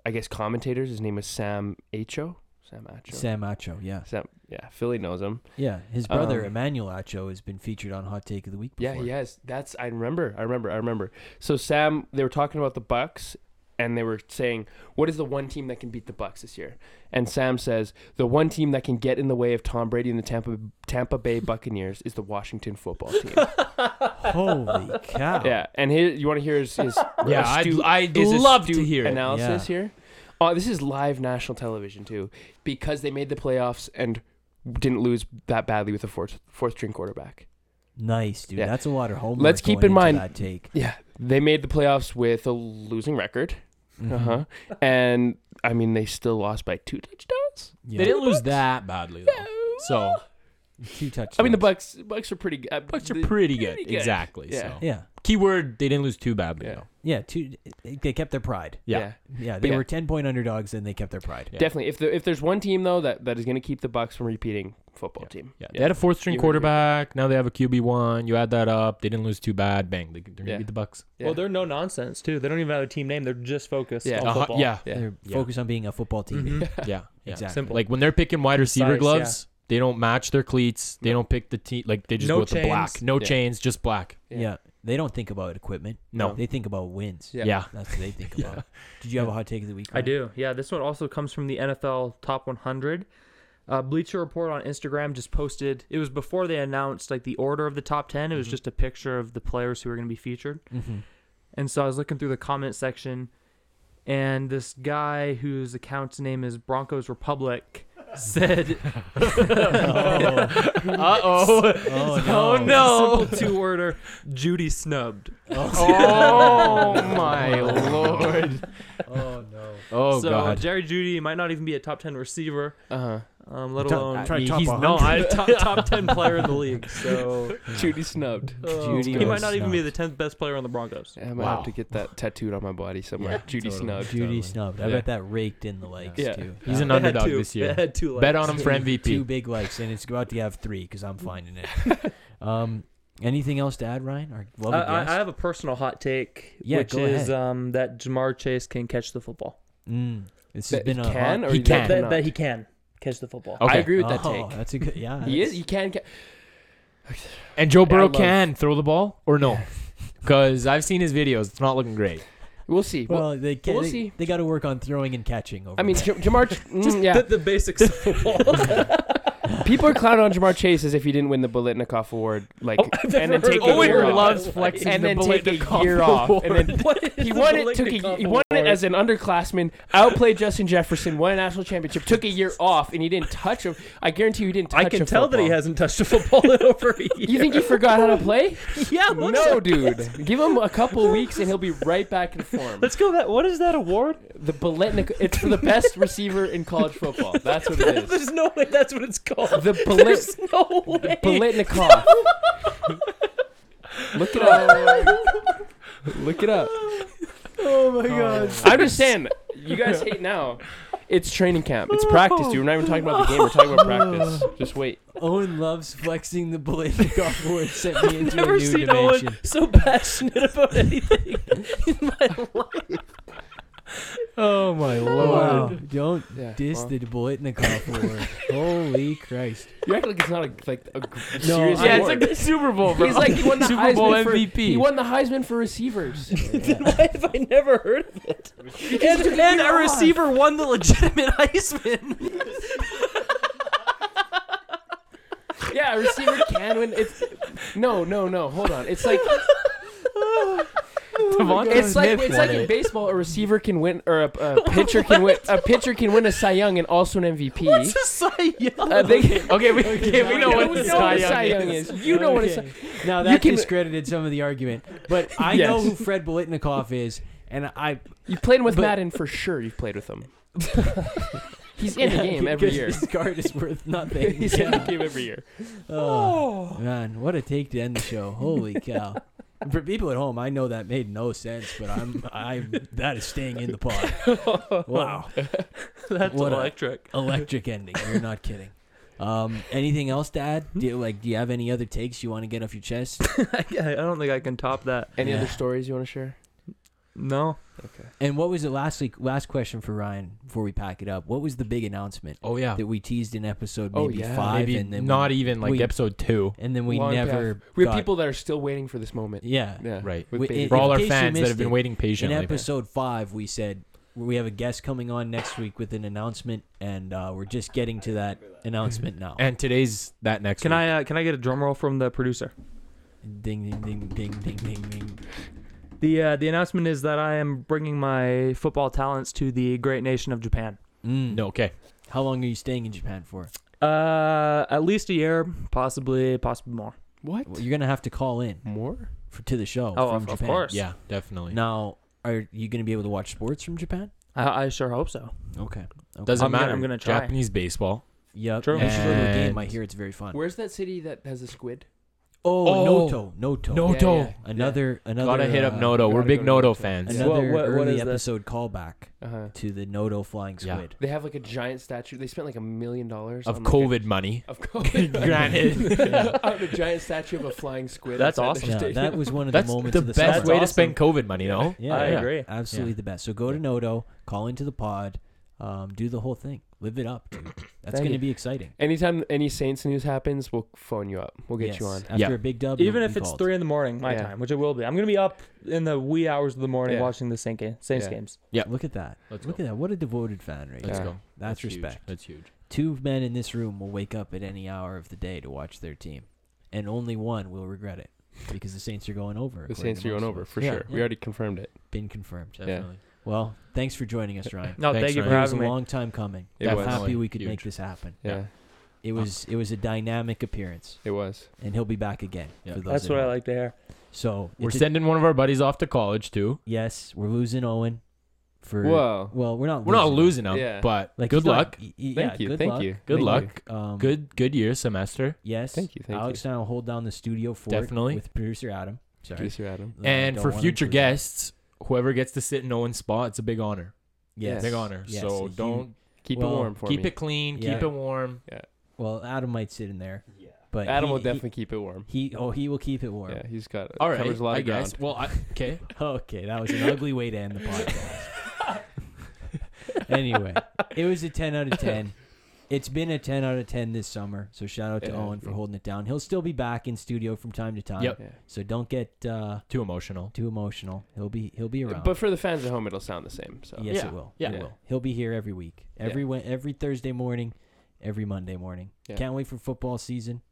[SPEAKER 4] I guess commentators, his name was Sam Acho. Sam Acho.
[SPEAKER 3] Sam Acho, yeah.
[SPEAKER 4] Sam. Yeah, Philly knows him.
[SPEAKER 3] Yeah, his brother
[SPEAKER 4] Um,
[SPEAKER 3] Emmanuel Acho has been featured on Hot Take of the Week before.
[SPEAKER 4] Yeah, he has. That's I remember. I remember. I remember. So Sam, they were talking about the Bucks, and they were saying, "What is the one team that can beat the Bucks this year?" And Sam says, "The one team that can get in the way of Tom Brady and the Tampa Tampa Bay Buccaneers is the Washington Football Team."
[SPEAKER 5] Oh.
[SPEAKER 3] Holy cow.
[SPEAKER 4] yeah, and here you want to hear his, his
[SPEAKER 5] Yeah, I'd-
[SPEAKER 4] astute,
[SPEAKER 5] I'd
[SPEAKER 4] his
[SPEAKER 5] love to
[SPEAKER 4] astute
[SPEAKER 5] hear it.
[SPEAKER 4] analysis
[SPEAKER 3] Yeah.
[SPEAKER 4] here. Uh, this is live national television too, because they made the playoffs and didn't lose that badly with a fourth fourth string quarterback.
[SPEAKER 3] Nice, dude.
[SPEAKER 4] Yeah.
[SPEAKER 3] That's a lot of homework.
[SPEAKER 4] Let's keep
[SPEAKER 3] going
[SPEAKER 4] in
[SPEAKER 3] into
[SPEAKER 4] mind-
[SPEAKER 3] that take.
[SPEAKER 4] Yeah, they made the playoffs with a losing record. Uh huh. and I mean, they still lost by two touchdowns.
[SPEAKER 3] Mm-hmm.
[SPEAKER 5] They didn't lose that badly though. So
[SPEAKER 3] Two touchdowns.
[SPEAKER 4] I mean, the Bucks Bucks are pretty good. Uh,
[SPEAKER 5] Bucks are
[SPEAKER 4] they-
[SPEAKER 5] pretty good.
[SPEAKER 4] pretty good.
[SPEAKER 5] Exactly.
[SPEAKER 4] Yeah.
[SPEAKER 5] So
[SPEAKER 3] Yeah,
[SPEAKER 5] keyword they didn't lose too badly
[SPEAKER 4] Yeah.
[SPEAKER 5] though.
[SPEAKER 3] yeah. Two. They kept their pride.
[SPEAKER 5] Yeah.
[SPEAKER 3] Yeah, they
[SPEAKER 4] Yeah.
[SPEAKER 3] were ten point underdogs and they kept their pride.
[SPEAKER 5] Yeah.
[SPEAKER 4] Definitely. If the, if there's one team though that, that is going to keep the Bucks from repeating, football team.
[SPEAKER 5] Yeah, they had a fourth string
[SPEAKER 4] You heard it.
[SPEAKER 5] quarterback. Now they have a QB one. You add that up, they didn't lose too bad. Bang, they, they're
[SPEAKER 4] Yeah.
[SPEAKER 5] gonna beat the Bucks.
[SPEAKER 4] Yeah.
[SPEAKER 6] Well, they're no nonsense too. They don't even have a team name. They're just focused
[SPEAKER 4] Yeah.
[SPEAKER 6] on
[SPEAKER 5] Uh-huh,
[SPEAKER 6] football.
[SPEAKER 5] yeah,
[SPEAKER 4] Yeah. Mm-hmm.
[SPEAKER 3] They're
[SPEAKER 5] Yeah.
[SPEAKER 3] focused on being a football team.
[SPEAKER 5] yeah, yeah,
[SPEAKER 3] Exactly.
[SPEAKER 6] Simple.
[SPEAKER 5] Like when they're picking wide receiver
[SPEAKER 6] Concise,
[SPEAKER 5] gloves, they don't match their cleats. They don't pick the team. Like they just
[SPEAKER 6] No
[SPEAKER 5] go with the black.
[SPEAKER 6] chains.
[SPEAKER 5] No
[SPEAKER 4] Yeah.
[SPEAKER 5] chains, just black.
[SPEAKER 3] Yeah.
[SPEAKER 4] Yeah.
[SPEAKER 3] They don't think about equipment.
[SPEAKER 5] No.
[SPEAKER 3] They think about wins.
[SPEAKER 4] Yeah.
[SPEAKER 5] Yeah.
[SPEAKER 3] That's what they think
[SPEAKER 5] Yeah.
[SPEAKER 3] about. Did you have a hot take of the week?
[SPEAKER 6] I do. Yeah, this one also comes from the NFL Top 100. Uh, Bleacher Report on Instagram just posted. It was before they announced like the order of the top 10. It was just a picture of the players who were going to be featured.
[SPEAKER 3] Mm-hmm.
[SPEAKER 6] And so I was looking through the comment section, and this guy whose account's name is Broncos Republic said,
[SPEAKER 5] Uh oh.
[SPEAKER 3] Oh, no.
[SPEAKER 6] "Oh no, simple two worder, Judy snubbed."
[SPEAKER 4] oh my lord.
[SPEAKER 5] oh no. Oh
[SPEAKER 6] so
[SPEAKER 5] god.
[SPEAKER 6] Jerry Judy might not even be a top 10 receiver,
[SPEAKER 4] Uh
[SPEAKER 6] um, let
[SPEAKER 3] Top-
[SPEAKER 6] alone
[SPEAKER 3] I-
[SPEAKER 2] Try
[SPEAKER 3] he-
[SPEAKER 2] top
[SPEAKER 3] he's
[SPEAKER 2] 100.
[SPEAKER 6] no, I top, top 10 player in the league. So
[SPEAKER 4] huh. Judy snubbed.
[SPEAKER 3] Judy
[SPEAKER 6] Oh, he might not even be
[SPEAKER 3] snubbed.
[SPEAKER 6] the 10th best player on the Broncos.
[SPEAKER 4] I might have to get that tattooed on my body somewhere. Judy
[SPEAKER 5] totally.
[SPEAKER 4] snubbed.
[SPEAKER 3] Judy
[SPEAKER 5] Totally.
[SPEAKER 3] snubbed. I
[SPEAKER 5] Yeah.
[SPEAKER 3] bet that raked in the likes
[SPEAKER 4] Yeah.
[SPEAKER 3] too. Uh,
[SPEAKER 5] He's an
[SPEAKER 6] They had
[SPEAKER 5] underdog
[SPEAKER 6] two.
[SPEAKER 5] this
[SPEAKER 6] They
[SPEAKER 5] year.
[SPEAKER 6] had two
[SPEAKER 5] Bet
[SPEAKER 6] legs.
[SPEAKER 5] on him for
[SPEAKER 3] Two
[SPEAKER 5] MVP.
[SPEAKER 3] big likes, and it's about to have three because I'm finding it. um, anything else to add, Ryan? Our
[SPEAKER 6] I,
[SPEAKER 3] lovely
[SPEAKER 6] I, I
[SPEAKER 3] guest?
[SPEAKER 6] have a personal hot take,
[SPEAKER 3] Yeah,
[SPEAKER 6] which
[SPEAKER 3] go
[SPEAKER 6] is
[SPEAKER 3] ahead.
[SPEAKER 6] um, that Jamar Chase can catch the football.
[SPEAKER 3] Mm, this has
[SPEAKER 4] That
[SPEAKER 3] been
[SPEAKER 4] he
[SPEAKER 3] a
[SPEAKER 4] can
[SPEAKER 3] hot,
[SPEAKER 4] or
[SPEAKER 3] he
[SPEAKER 4] that-
[SPEAKER 3] can.
[SPEAKER 4] that- Cannot.
[SPEAKER 6] he can catch the football.
[SPEAKER 5] Okay.
[SPEAKER 4] I agree with that
[SPEAKER 3] Oh,
[SPEAKER 4] take.
[SPEAKER 3] That's a good. Yeah.
[SPEAKER 4] He is.
[SPEAKER 3] that's-
[SPEAKER 4] He can. Ca-
[SPEAKER 5] And Joe
[SPEAKER 4] Yeah, I
[SPEAKER 5] Burrow
[SPEAKER 4] love-
[SPEAKER 5] can throw the ball or no? Because I've seen his videos. It's not looking great.
[SPEAKER 4] we'll see. Well,
[SPEAKER 3] Well, they can,
[SPEAKER 4] we'll
[SPEAKER 3] they,
[SPEAKER 4] see.
[SPEAKER 3] they got to work on throwing and catching. Over
[SPEAKER 4] I mean,
[SPEAKER 3] there.
[SPEAKER 4] J- Jamar. mm,
[SPEAKER 6] Just
[SPEAKER 4] yeah.
[SPEAKER 6] the, the basics of football.
[SPEAKER 4] People are clowning on Jamar Chase as if he didn't win the Bolitnikoff Award. Like,
[SPEAKER 6] Oh, I've
[SPEAKER 4] and then
[SPEAKER 6] never heard
[SPEAKER 4] take
[SPEAKER 6] of
[SPEAKER 4] a
[SPEAKER 6] that.
[SPEAKER 4] year
[SPEAKER 5] Owen
[SPEAKER 4] off.
[SPEAKER 5] loves flexing
[SPEAKER 4] and
[SPEAKER 5] the
[SPEAKER 4] then take a
[SPEAKER 5] Bolitnikoff
[SPEAKER 4] year off. And then
[SPEAKER 6] What is
[SPEAKER 4] He
[SPEAKER 6] the
[SPEAKER 4] won it. Took a,
[SPEAKER 6] Bolitnikoff
[SPEAKER 4] he won it
[SPEAKER 6] Award?
[SPEAKER 4] as an underclassman. Outplayed Justin Jefferson. Won a national championship. Took a year off, and he didn't touch him. I guarantee you, he didn't touch.
[SPEAKER 6] I can
[SPEAKER 4] a
[SPEAKER 6] tell that he
[SPEAKER 4] football.
[SPEAKER 6] hasn't touched a football in over a year.
[SPEAKER 4] You think he forgot how to play?
[SPEAKER 6] yeah,
[SPEAKER 4] no,
[SPEAKER 6] looks like
[SPEAKER 4] dude.
[SPEAKER 6] it.
[SPEAKER 4] Give him a couple weeks, and he'll be right back in form.
[SPEAKER 6] Let's go. That what is that award?
[SPEAKER 4] The Bolitnik. It's for the best receiver in college football. That's what it is.
[SPEAKER 6] There's no way that's what it's called.
[SPEAKER 4] The Bolit.
[SPEAKER 6] There's no way.
[SPEAKER 4] Bolitnikov. Look it up. Look it up.
[SPEAKER 2] Oh my God.
[SPEAKER 4] I'm just saying, you guys hate now. It's training camp. It's practice, dude. We're not even talking about the game. We're talking about practice. Just wait.
[SPEAKER 3] Owen loves flexing the ballistic golf board. Sent me into a
[SPEAKER 6] Never
[SPEAKER 3] new
[SPEAKER 6] seen
[SPEAKER 3] dimension.
[SPEAKER 6] Owen so passionate about anything in my life.
[SPEAKER 5] Oh my
[SPEAKER 3] Wow. Don't
[SPEAKER 4] Yeah,
[SPEAKER 3] diss
[SPEAKER 4] well.
[SPEAKER 3] the Bolitnikov award. Holy Christ.
[SPEAKER 4] You act like it's not a, like a gr-
[SPEAKER 3] No,
[SPEAKER 4] serious
[SPEAKER 5] Yeah, it's
[SPEAKER 4] award.
[SPEAKER 5] like the Super Bowl, bro.
[SPEAKER 4] He's like he won the
[SPEAKER 5] Super
[SPEAKER 4] Heisman
[SPEAKER 5] Bowl
[SPEAKER 4] for-
[SPEAKER 5] MVP.
[SPEAKER 4] he won the Heisman for receivers.
[SPEAKER 6] Then why have I never heard of it? And, and a receiver won the legitimate Heisman.
[SPEAKER 4] yeah, a receiver can win. It's no, no, no. Hold on. It's like
[SPEAKER 5] Devonta
[SPEAKER 4] it's like
[SPEAKER 5] Smith
[SPEAKER 4] it's
[SPEAKER 5] won
[SPEAKER 4] like in
[SPEAKER 5] it.
[SPEAKER 4] baseball, a receiver can win, or a, a pitcher can win. A pitcher can win a Cy Young and also an MVP.
[SPEAKER 6] What's a Cy Young?
[SPEAKER 4] Uh, they- you
[SPEAKER 5] Okay, we, okay, we know
[SPEAKER 4] know
[SPEAKER 5] what
[SPEAKER 4] what
[SPEAKER 5] the
[SPEAKER 4] Cy
[SPEAKER 5] Sky Young
[SPEAKER 4] Young is. You know what a Cy-
[SPEAKER 3] Okay. Now that
[SPEAKER 4] can-
[SPEAKER 3] discredited some of the argument, but I
[SPEAKER 4] Yes.
[SPEAKER 3] know who Fred Bolitnikov is, and I
[SPEAKER 4] You played with
[SPEAKER 3] But-
[SPEAKER 4] Madden for sure. You've played with him. He's in the game every
[SPEAKER 3] because
[SPEAKER 4] year.
[SPEAKER 3] His card is worth nothing.
[SPEAKER 4] He's in the game every year.
[SPEAKER 3] Oh, man, what a take to end the show! Holy cow! And For people at home, I know that made no sense, but I'm I that is staying in the pod. Wow,
[SPEAKER 6] That's
[SPEAKER 3] What a-
[SPEAKER 6] electric.
[SPEAKER 3] electric ending. You're not kidding. Um, anything else to add? Do you, like, do you have any other takes you want to get off your chest?
[SPEAKER 6] I I don't think I can top that.
[SPEAKER 4] Any
[SPEAKER 3] Yeah.
[SPEAKER 4] other stories you want to share?
[SPEAKER 6] No.
[SPEAKER 3] And what was the last week, last question for Ryan before we pack it up? What was the big announcement
[SPEAKER 5] Oh yeah,
[SPEAKER 3] that we teased in episode
[SPEAKER 4] Oh,
[SPEAKER 3] maybe
[SPEAKER 4] yeah.
[SPEAKER 3] five,
[SPEAKER 5] maybe
[SPEAKER 3] and then
[SPEAKER 5] not e-
[SPEAKER 3] we,
[SPEAKER 5] even like
[SPEAKER 3] we-
[SPEAKER 5] episode two,
[SPEAKER 3] and then we
[SPEAKER 4] Long
[SPEAKER 3] never
[SPEAKER 4] path. We have
[SPEAKER 3] got-
[SPEAKER 4] people that are still waiting for this moment.
[SPEAKER 3] yeah.
[SPEAKER 4] Yeah.
[SPEAKER 5] right?
[SPEAKER 4] With
[SPEAKER 3] We-
[SPEAKER 4] bated
[SPEAKER 3] it-
[SPEAKER 5] For
[SPEAKER 3] In
[SPEAKER 5] all our
[SPEAKER 3] case you
[SPEAKER 5] fans that
[SPEAKER 3] missed
[SPEAKER 5] have been
[SPEAKER 3] it,
[SPEAKER 5] waiting
[SPEAKER 3] In
[SPEAKER 5] patiently.
[SPEAKER 3] episode five, we said we have a guest coming on next week with an announcement, and uh, we're just getting to that announcement now.
[SPEAKER 5] and today's that next.
[SPEAKER 6] Can
[SPEAKER 5] week.
[SPEAKER 6] I uh, can I get a drum roll from the producer?
[SPEAKER 3] ding ding ding ding ding ding ding.
[SPEAKER 6] The uh, the announcement is that I am bringing my football talents to the great nation of Japan.
[SPEAKER 3] Mm.
[SPEAKER 5] No, okay.
[SPEAKER 3] How long are you staying in Japan for?
[SPEAKER 6] Uh, at least a year, possibly possibly more.
[SPEAKER 4] What?
[SPEAKER 3] Well, you're gonna have to call in
[SPEAKER 4] More?
[SPEAKER 3] for, to the show.
[SPEAKER 6] Oh,
[SPEAKER 3] from
[SPEAKER 6] of- of
[SPEAKER 3] Japan.
[SPEAKER 6] course.
[SPEAKER 5] Yeah, definitely.
[SPEAKER 3] Now, are you gonna be able to watch sports from Japan?
[SPEAKER 6] I, I sure hope so.
[SPEAKER 3] Okay. okay. Um,
[SPEAKER 5] Doesn't
[SPEAKER 6] I'm gonna-
[SPEAKER 5] matter.
[SPEAKER 6] I'm gonna try.
[SPEAKER 5] Japanese baseball.
[SPEAKER 3] Yep.
[SPEAKER 6] True.
[SPEAKER 3] You should go to a game.
[SPEAKER 5] And-
[SPEAKER 3] I hear it's very fun.
[SPEAKER 4] Where's that city that has a squid?
[SPEAKER 3] Oh, Noto, Noto.
[SPEAKER 5] Noto.
[SPEAKER 3] Another another.
[SPEAKER 5] Gotta hit up
[SPEAKER 3] uh,
[SPEAKER 5] Noto. We're
[SPEAKER 4] gotta
[SPEAKER 5] big
[SPEAKER 4] go to Noto.
[SPEAKER 5] Noto fans.
[SPEAKER 3] Another
[SPEAKER 6] What- what- what
[SPEAKER 3] early
[SPEAKER 6] is that?
[SPEAKER 3] episode callback
[SPEAKER 4] Uh-huh.
[SPEAKER 3] to the Noto flying
[SPEAKER 5] Yeah.
[SPEAKER 3] squid.
[SPEAKER 4] They have like a giant statue. They spent like a million dollars
[SPEAKER 5] Of
[SPEAKER 4] on, like, a-
[SPEAKER 5] COVID money.
[SPEAKER 4] of COVID.
[SPEAKER 5] Granted.
[SPEAKER 4] on a giant statue of a flying squid.
[SPEAKER 6] That's
[SPEAKER 4] outside
[SPEAKER 6] awesome.
[SPEAKER 4] the
[SPEAKER 3] Yeah,
[SPEAKER 4] stadium.
[SPEAKER 3] that was one of
[SPEAKER 5] That's
[SPEAKER 3] the moments
[SPEAKER 5] the,
[SPEAKER 3] of the
[SPEAKER 5] best
[SPEAKER 3] summer.
[SPEAKER 5] way to
[SPEAKER 6] That's
[SPEAKER 5] spend COVID money, though.
[SPEAKER 3] Yeah,
[SPEAKER 6] I
[SPEAKER 3] yeah.
[SPEAKER 6] agree.
[SPEAKER 3] Absolutely the best. So go to Noto, call into the pod, um, do the whole thing, live it up, dude. That's
[SPEAKER 4] Thank
[SPEAKER 3] going to
[SPEAKER 4] you.
[SPEAKER 3] be exciting.
[SPEAKER 4] Anytime any Saints news happens, we'll phone you up. We'll get you
[SPEAKER 3] Yes,
[SPEAKER 4] on.
[SPEAKER 3] after
[SPEAKER 5] Yeah.
[SPEAKER 3] a big dub.
[SPEAKER 6] Even
[SPEAKER 3] you'll
[SPEAKER 6] if
[SPEAKER 3] be
[SPEAKER 6] it's
[SPEAKER 3] called.
[SPEAKER 6] three in the morning, my
[SPEAKER 4] Yeah.
[SPEAKER 6] time, which it will be. I'm gonna be up in the wee hours of the morning
[SPEAKER 4] Yeah.
[SPEAKER 6] watching the Saint game, Saints
[SPEAKER 4] Yeah.
[SPEAKER 6] games.
[SPEAKER 3] Look at that.
[SPEAKER 5] Let's
[SPEAKER 3] Look
[SPEAKER 5] go.
[SPEAKER 3] at that. What a devoted fan right
[SPEAKER 5] Let's
[SPEAKER 3] there.
[SPEAKER 5] go.
[SPEAKER 3] That's,
[SPEAKER 5] huge.
[SPEAKER 3] respect.
[SPEAKER 5] That's huge.
[SPEAKER 3] Two men in this room will wake up at any hour of the day to watch their team, and only one will regret it because the Saints are going over.
[SPEAKER 4] The
[SPEAKER 3] according
[SPEAKER 4] Saints
[SPEAKER 3] to
[SPEAKER 4] are going
[SPEAKER 3] most of
[SPEAKER 4] over
[SPEAKER 3] us.
[SPEAKER 4] for
[SPEAKER 3] Yeah,
[SPEAKER 4] sure. We
[SPEAKER 3] yeah.
[SPEAKER 4] already confirmed it.
[SPEAKER 3] been confirmed.
[SPEAKER 5] Definitely.
[SPEAKER 3] Well, thanks for joining us, Ryan.
[SPEAKER 6] No,
[SPEAKER 5] Thanks,
[SPEAKER 6] thank you for
[SPEAKER 5] Ryan.
[SPEAKER 3] it was a
[SPEAKER 6] having me.
[SPEAKER 3] long time coming.
[SPEAKER 4] It
[SPEAKER 3] I'm
[SPEAKER 4] was.
[SPEAKER 3] happy we could
[SPEAKER 5] Huge.
[SPEAKER 3] make this happen.
[SPEAKER 4] Yeah,
[SPEAKER 3] It was it was a dynamic appearance,
[SPEAKER 4] it was.
[SPEAKER 3] and he'll be back again.
[SPEAKER 5] Yeah.
[SPEAKER 3] For those
[SPEAKER 6] That's
[SPEAKER 3] that
[SPEAKER 6] what I
[SPEAKER 3] know.
[SPEAKER 6] like to hear.
[SPEAKER 3] So
[SPEAKER 5] We're
[SPEAKER 3] it's a-
[SPEAKER 5] sending one of our buddies off to college too.
[SPEAKER 3] yes, we're losing Owen. For
[SPEAKER 4] Whoa.
[SPEAKER 3] well, we're not
[SPEAKER 5] We're not
[SPEAKER 3] him.
[SPEAKER 5] losing him,
[SPEAKER 4] Yeah.
[SPEAKER 5] but
[SPEAKER 3] Like
[SPEAKER 5] good
[SPEAKER 3] he's not-
[SPEAKER 5] luck.
[SPEAKER 3] y- y-
[SPEAKER 4] Thank
[SPEAKER 3] yeah,
[SPEAKER 4] you.
[SPEAKER 3] good
[SPEAKER 4] Thank
[SPEAKER 3] luck.
[SPEAKER 4] you. Good
[SPEAKER 5] Thank
[SPEAKER 4] luck.
[SPEAKER 5] you.
[SPEAKER 3] Um,
[SPEAKER 5] Good good year semester.
[SPEAKER 3] Yes.
[SPEAKER 4] Thank you. Thank
[SPEAKER 3] Alex
[SPEAKER 4] you.
[SPEAKER 3] and I will hold down the studio for it
[SPEAKER 5] Definitely.
[SPEAKER 3] with producer Adam. Sorry.
[SPEAKER 4] Producer Adam.
[SPEAKER 3] Uh,
[SPEAKER 5] and
[SPEAKER 3] don't
[SPEAKER 5] for
[SPEAKER 3] wanna
[SPEAKER 5] future
[SPEAKER 3] include him.
[SPEAKER 5] guests, whoever gets to sit in Owen's spot, it's a big honor.
[SPEAKER 3] yes,
[SPEAKER 5] Big honor.
[SPEAKER 3] yes,
[SPEAKER 5] so
[SPEAKER 3] a
[SPEAKER 5] don't
[SPEAKER 4] Keep
[SPEAKER 3] Well,
[SPEAKER 4] it warm for
[SPEAKER 5] keep
[SPEAKER 4] me.
[SPEAKER 5] it clean,
[SPEAKER 3] Yeah.
[SPEAKER 5] keep it warm.
[SPEAKER 3] Well, Adam might sit in there. Yeah. But
[SPEAKER 4] Adam
[SPEAKER 3] he-
[SPEAKER 4] will
[SPEAKER 3] he-
[SPEAKER 4] definitely keep it warm.
[SPEAKER 3] He, oh he will keep it warm.
[SPEAKER 4] Yeah, he's got
[SPEAKER 5] All right,
[SPEAKER 4] covers a lot
[SPEAKER 5] I
[SPEAKER 4] of ground.
[SPEAKER 5] guess. Well, I, okay.
[SPEAKER 3] Okay, that was an ugly way to end the podcast. anyway, it was a 10 out of 10. It's been a 10 out of 10 this summer. So shout out to
[SPEAKER 4] Yeah.
[SPEAKER 3] Owen for holding it down. He'll still be back in studio from time to time.
[SPEAKER 5] Yep.
[SPEAKER 4] Yeah.
[SPEAKER 3] So don't get uh,
[SPEAKER 5] Too emotional.
[SPEAKER 3] too emotional. He'll be he'll be around.
[SPEAKER 4] But for the fans at home, it'll sound the same. So
[SPEAKER 3] yes,
[SPEAKER 5] Yeah,
[SPEAKER 3] it will.
[SPEAKER 5] yeah.
[SPEAKER 3] It will. He'll be here every week. Every Wed- every Thursday morning, every Monday morning.
[SPEAKER 4] Yeah.
[SPEAKER 3] Can't wait for football season.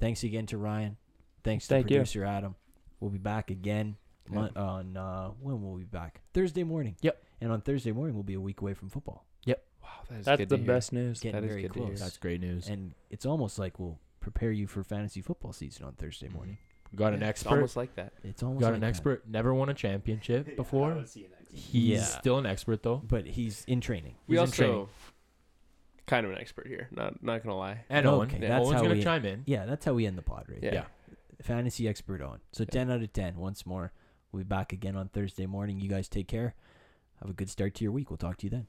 [SPEAKER 3] Thanks again to Ryan. Thanks to
[SPEAKER 6] Thank you.
[SPEAKER 3] producer Adam. We'll be back again
[SPEAKER 4] Yeah.
[SPEAKER 3] mon- on uh, when will we be back? Thursday morning.
[SPEAKER 5] Yep.
[SPEAKER 3] And on Thursday morning, we'll be a week away from football.
[SPEAKER 4] wow, Oh, that is
[SPEAKER 6] That's
[SPEAKER 4] good
[SPEAKER 6] the
[SPEAKER 4] to hear.
[SPEAKER 6] best news.
[SPEAKER 3] Getting
[SPEAKER 4] That is
[SPEAKER 3] very
[SPEAKER 4] good to hear.
[SPEAKER 3] close.
[SPEAKER 5] That's great news.
[SPEAKER 3] And it's almost like we'll prepare you for fantasy football season on Thursday morning.
[SPEAKER 5] Got an
[SPEAKER 4] Yeah, it's
[SPEAKER 5] expert.
[SPEAKER 4] almost like that.
[SPEAKER 3] It's almost
[SPEAKER 5] Mm-hmm. got
[SPEAKER 3] like
[SPEAKER 5] an
[SPEAKER 3] that.
[SPEAKER 5] expert. Never won a championship before. He's
[SPEAKER 3] Yeah.
[SPEAKER 5] still an expert though.
[SPEAKER 3] but he's in training.
[SPEAKER 4] We
[SPEAKER 5] He's in
[SPEAKER 4] also
[SPEAKER 5] training.
[SPEAKER 4] kind of an expert here. Not not gonna lie.
[SPEAKER 5] And Owen.
[SPEAKER 3] Okay,
[SPEAKER 5] Yeah,
[SPEAKER 3] that's
[SPEAKER 5] Owen's
[SPEAKER 3] how
[SPEAKER 5] gonna
[SPEAKER 3] we-
[SPEAKER 5] chime in.
[SPEAKER 3] Yeah, that's how we end the pod, right?
[SPEAKER 4] Yeah.
[SPEAKER 5] Yeah.
[SPEAKER 3] fantasy expert on. So 10 out of 10 once more. We'll be back again on Thursday morning. You guys take care. Have a good start to your week. We'll talk to you then.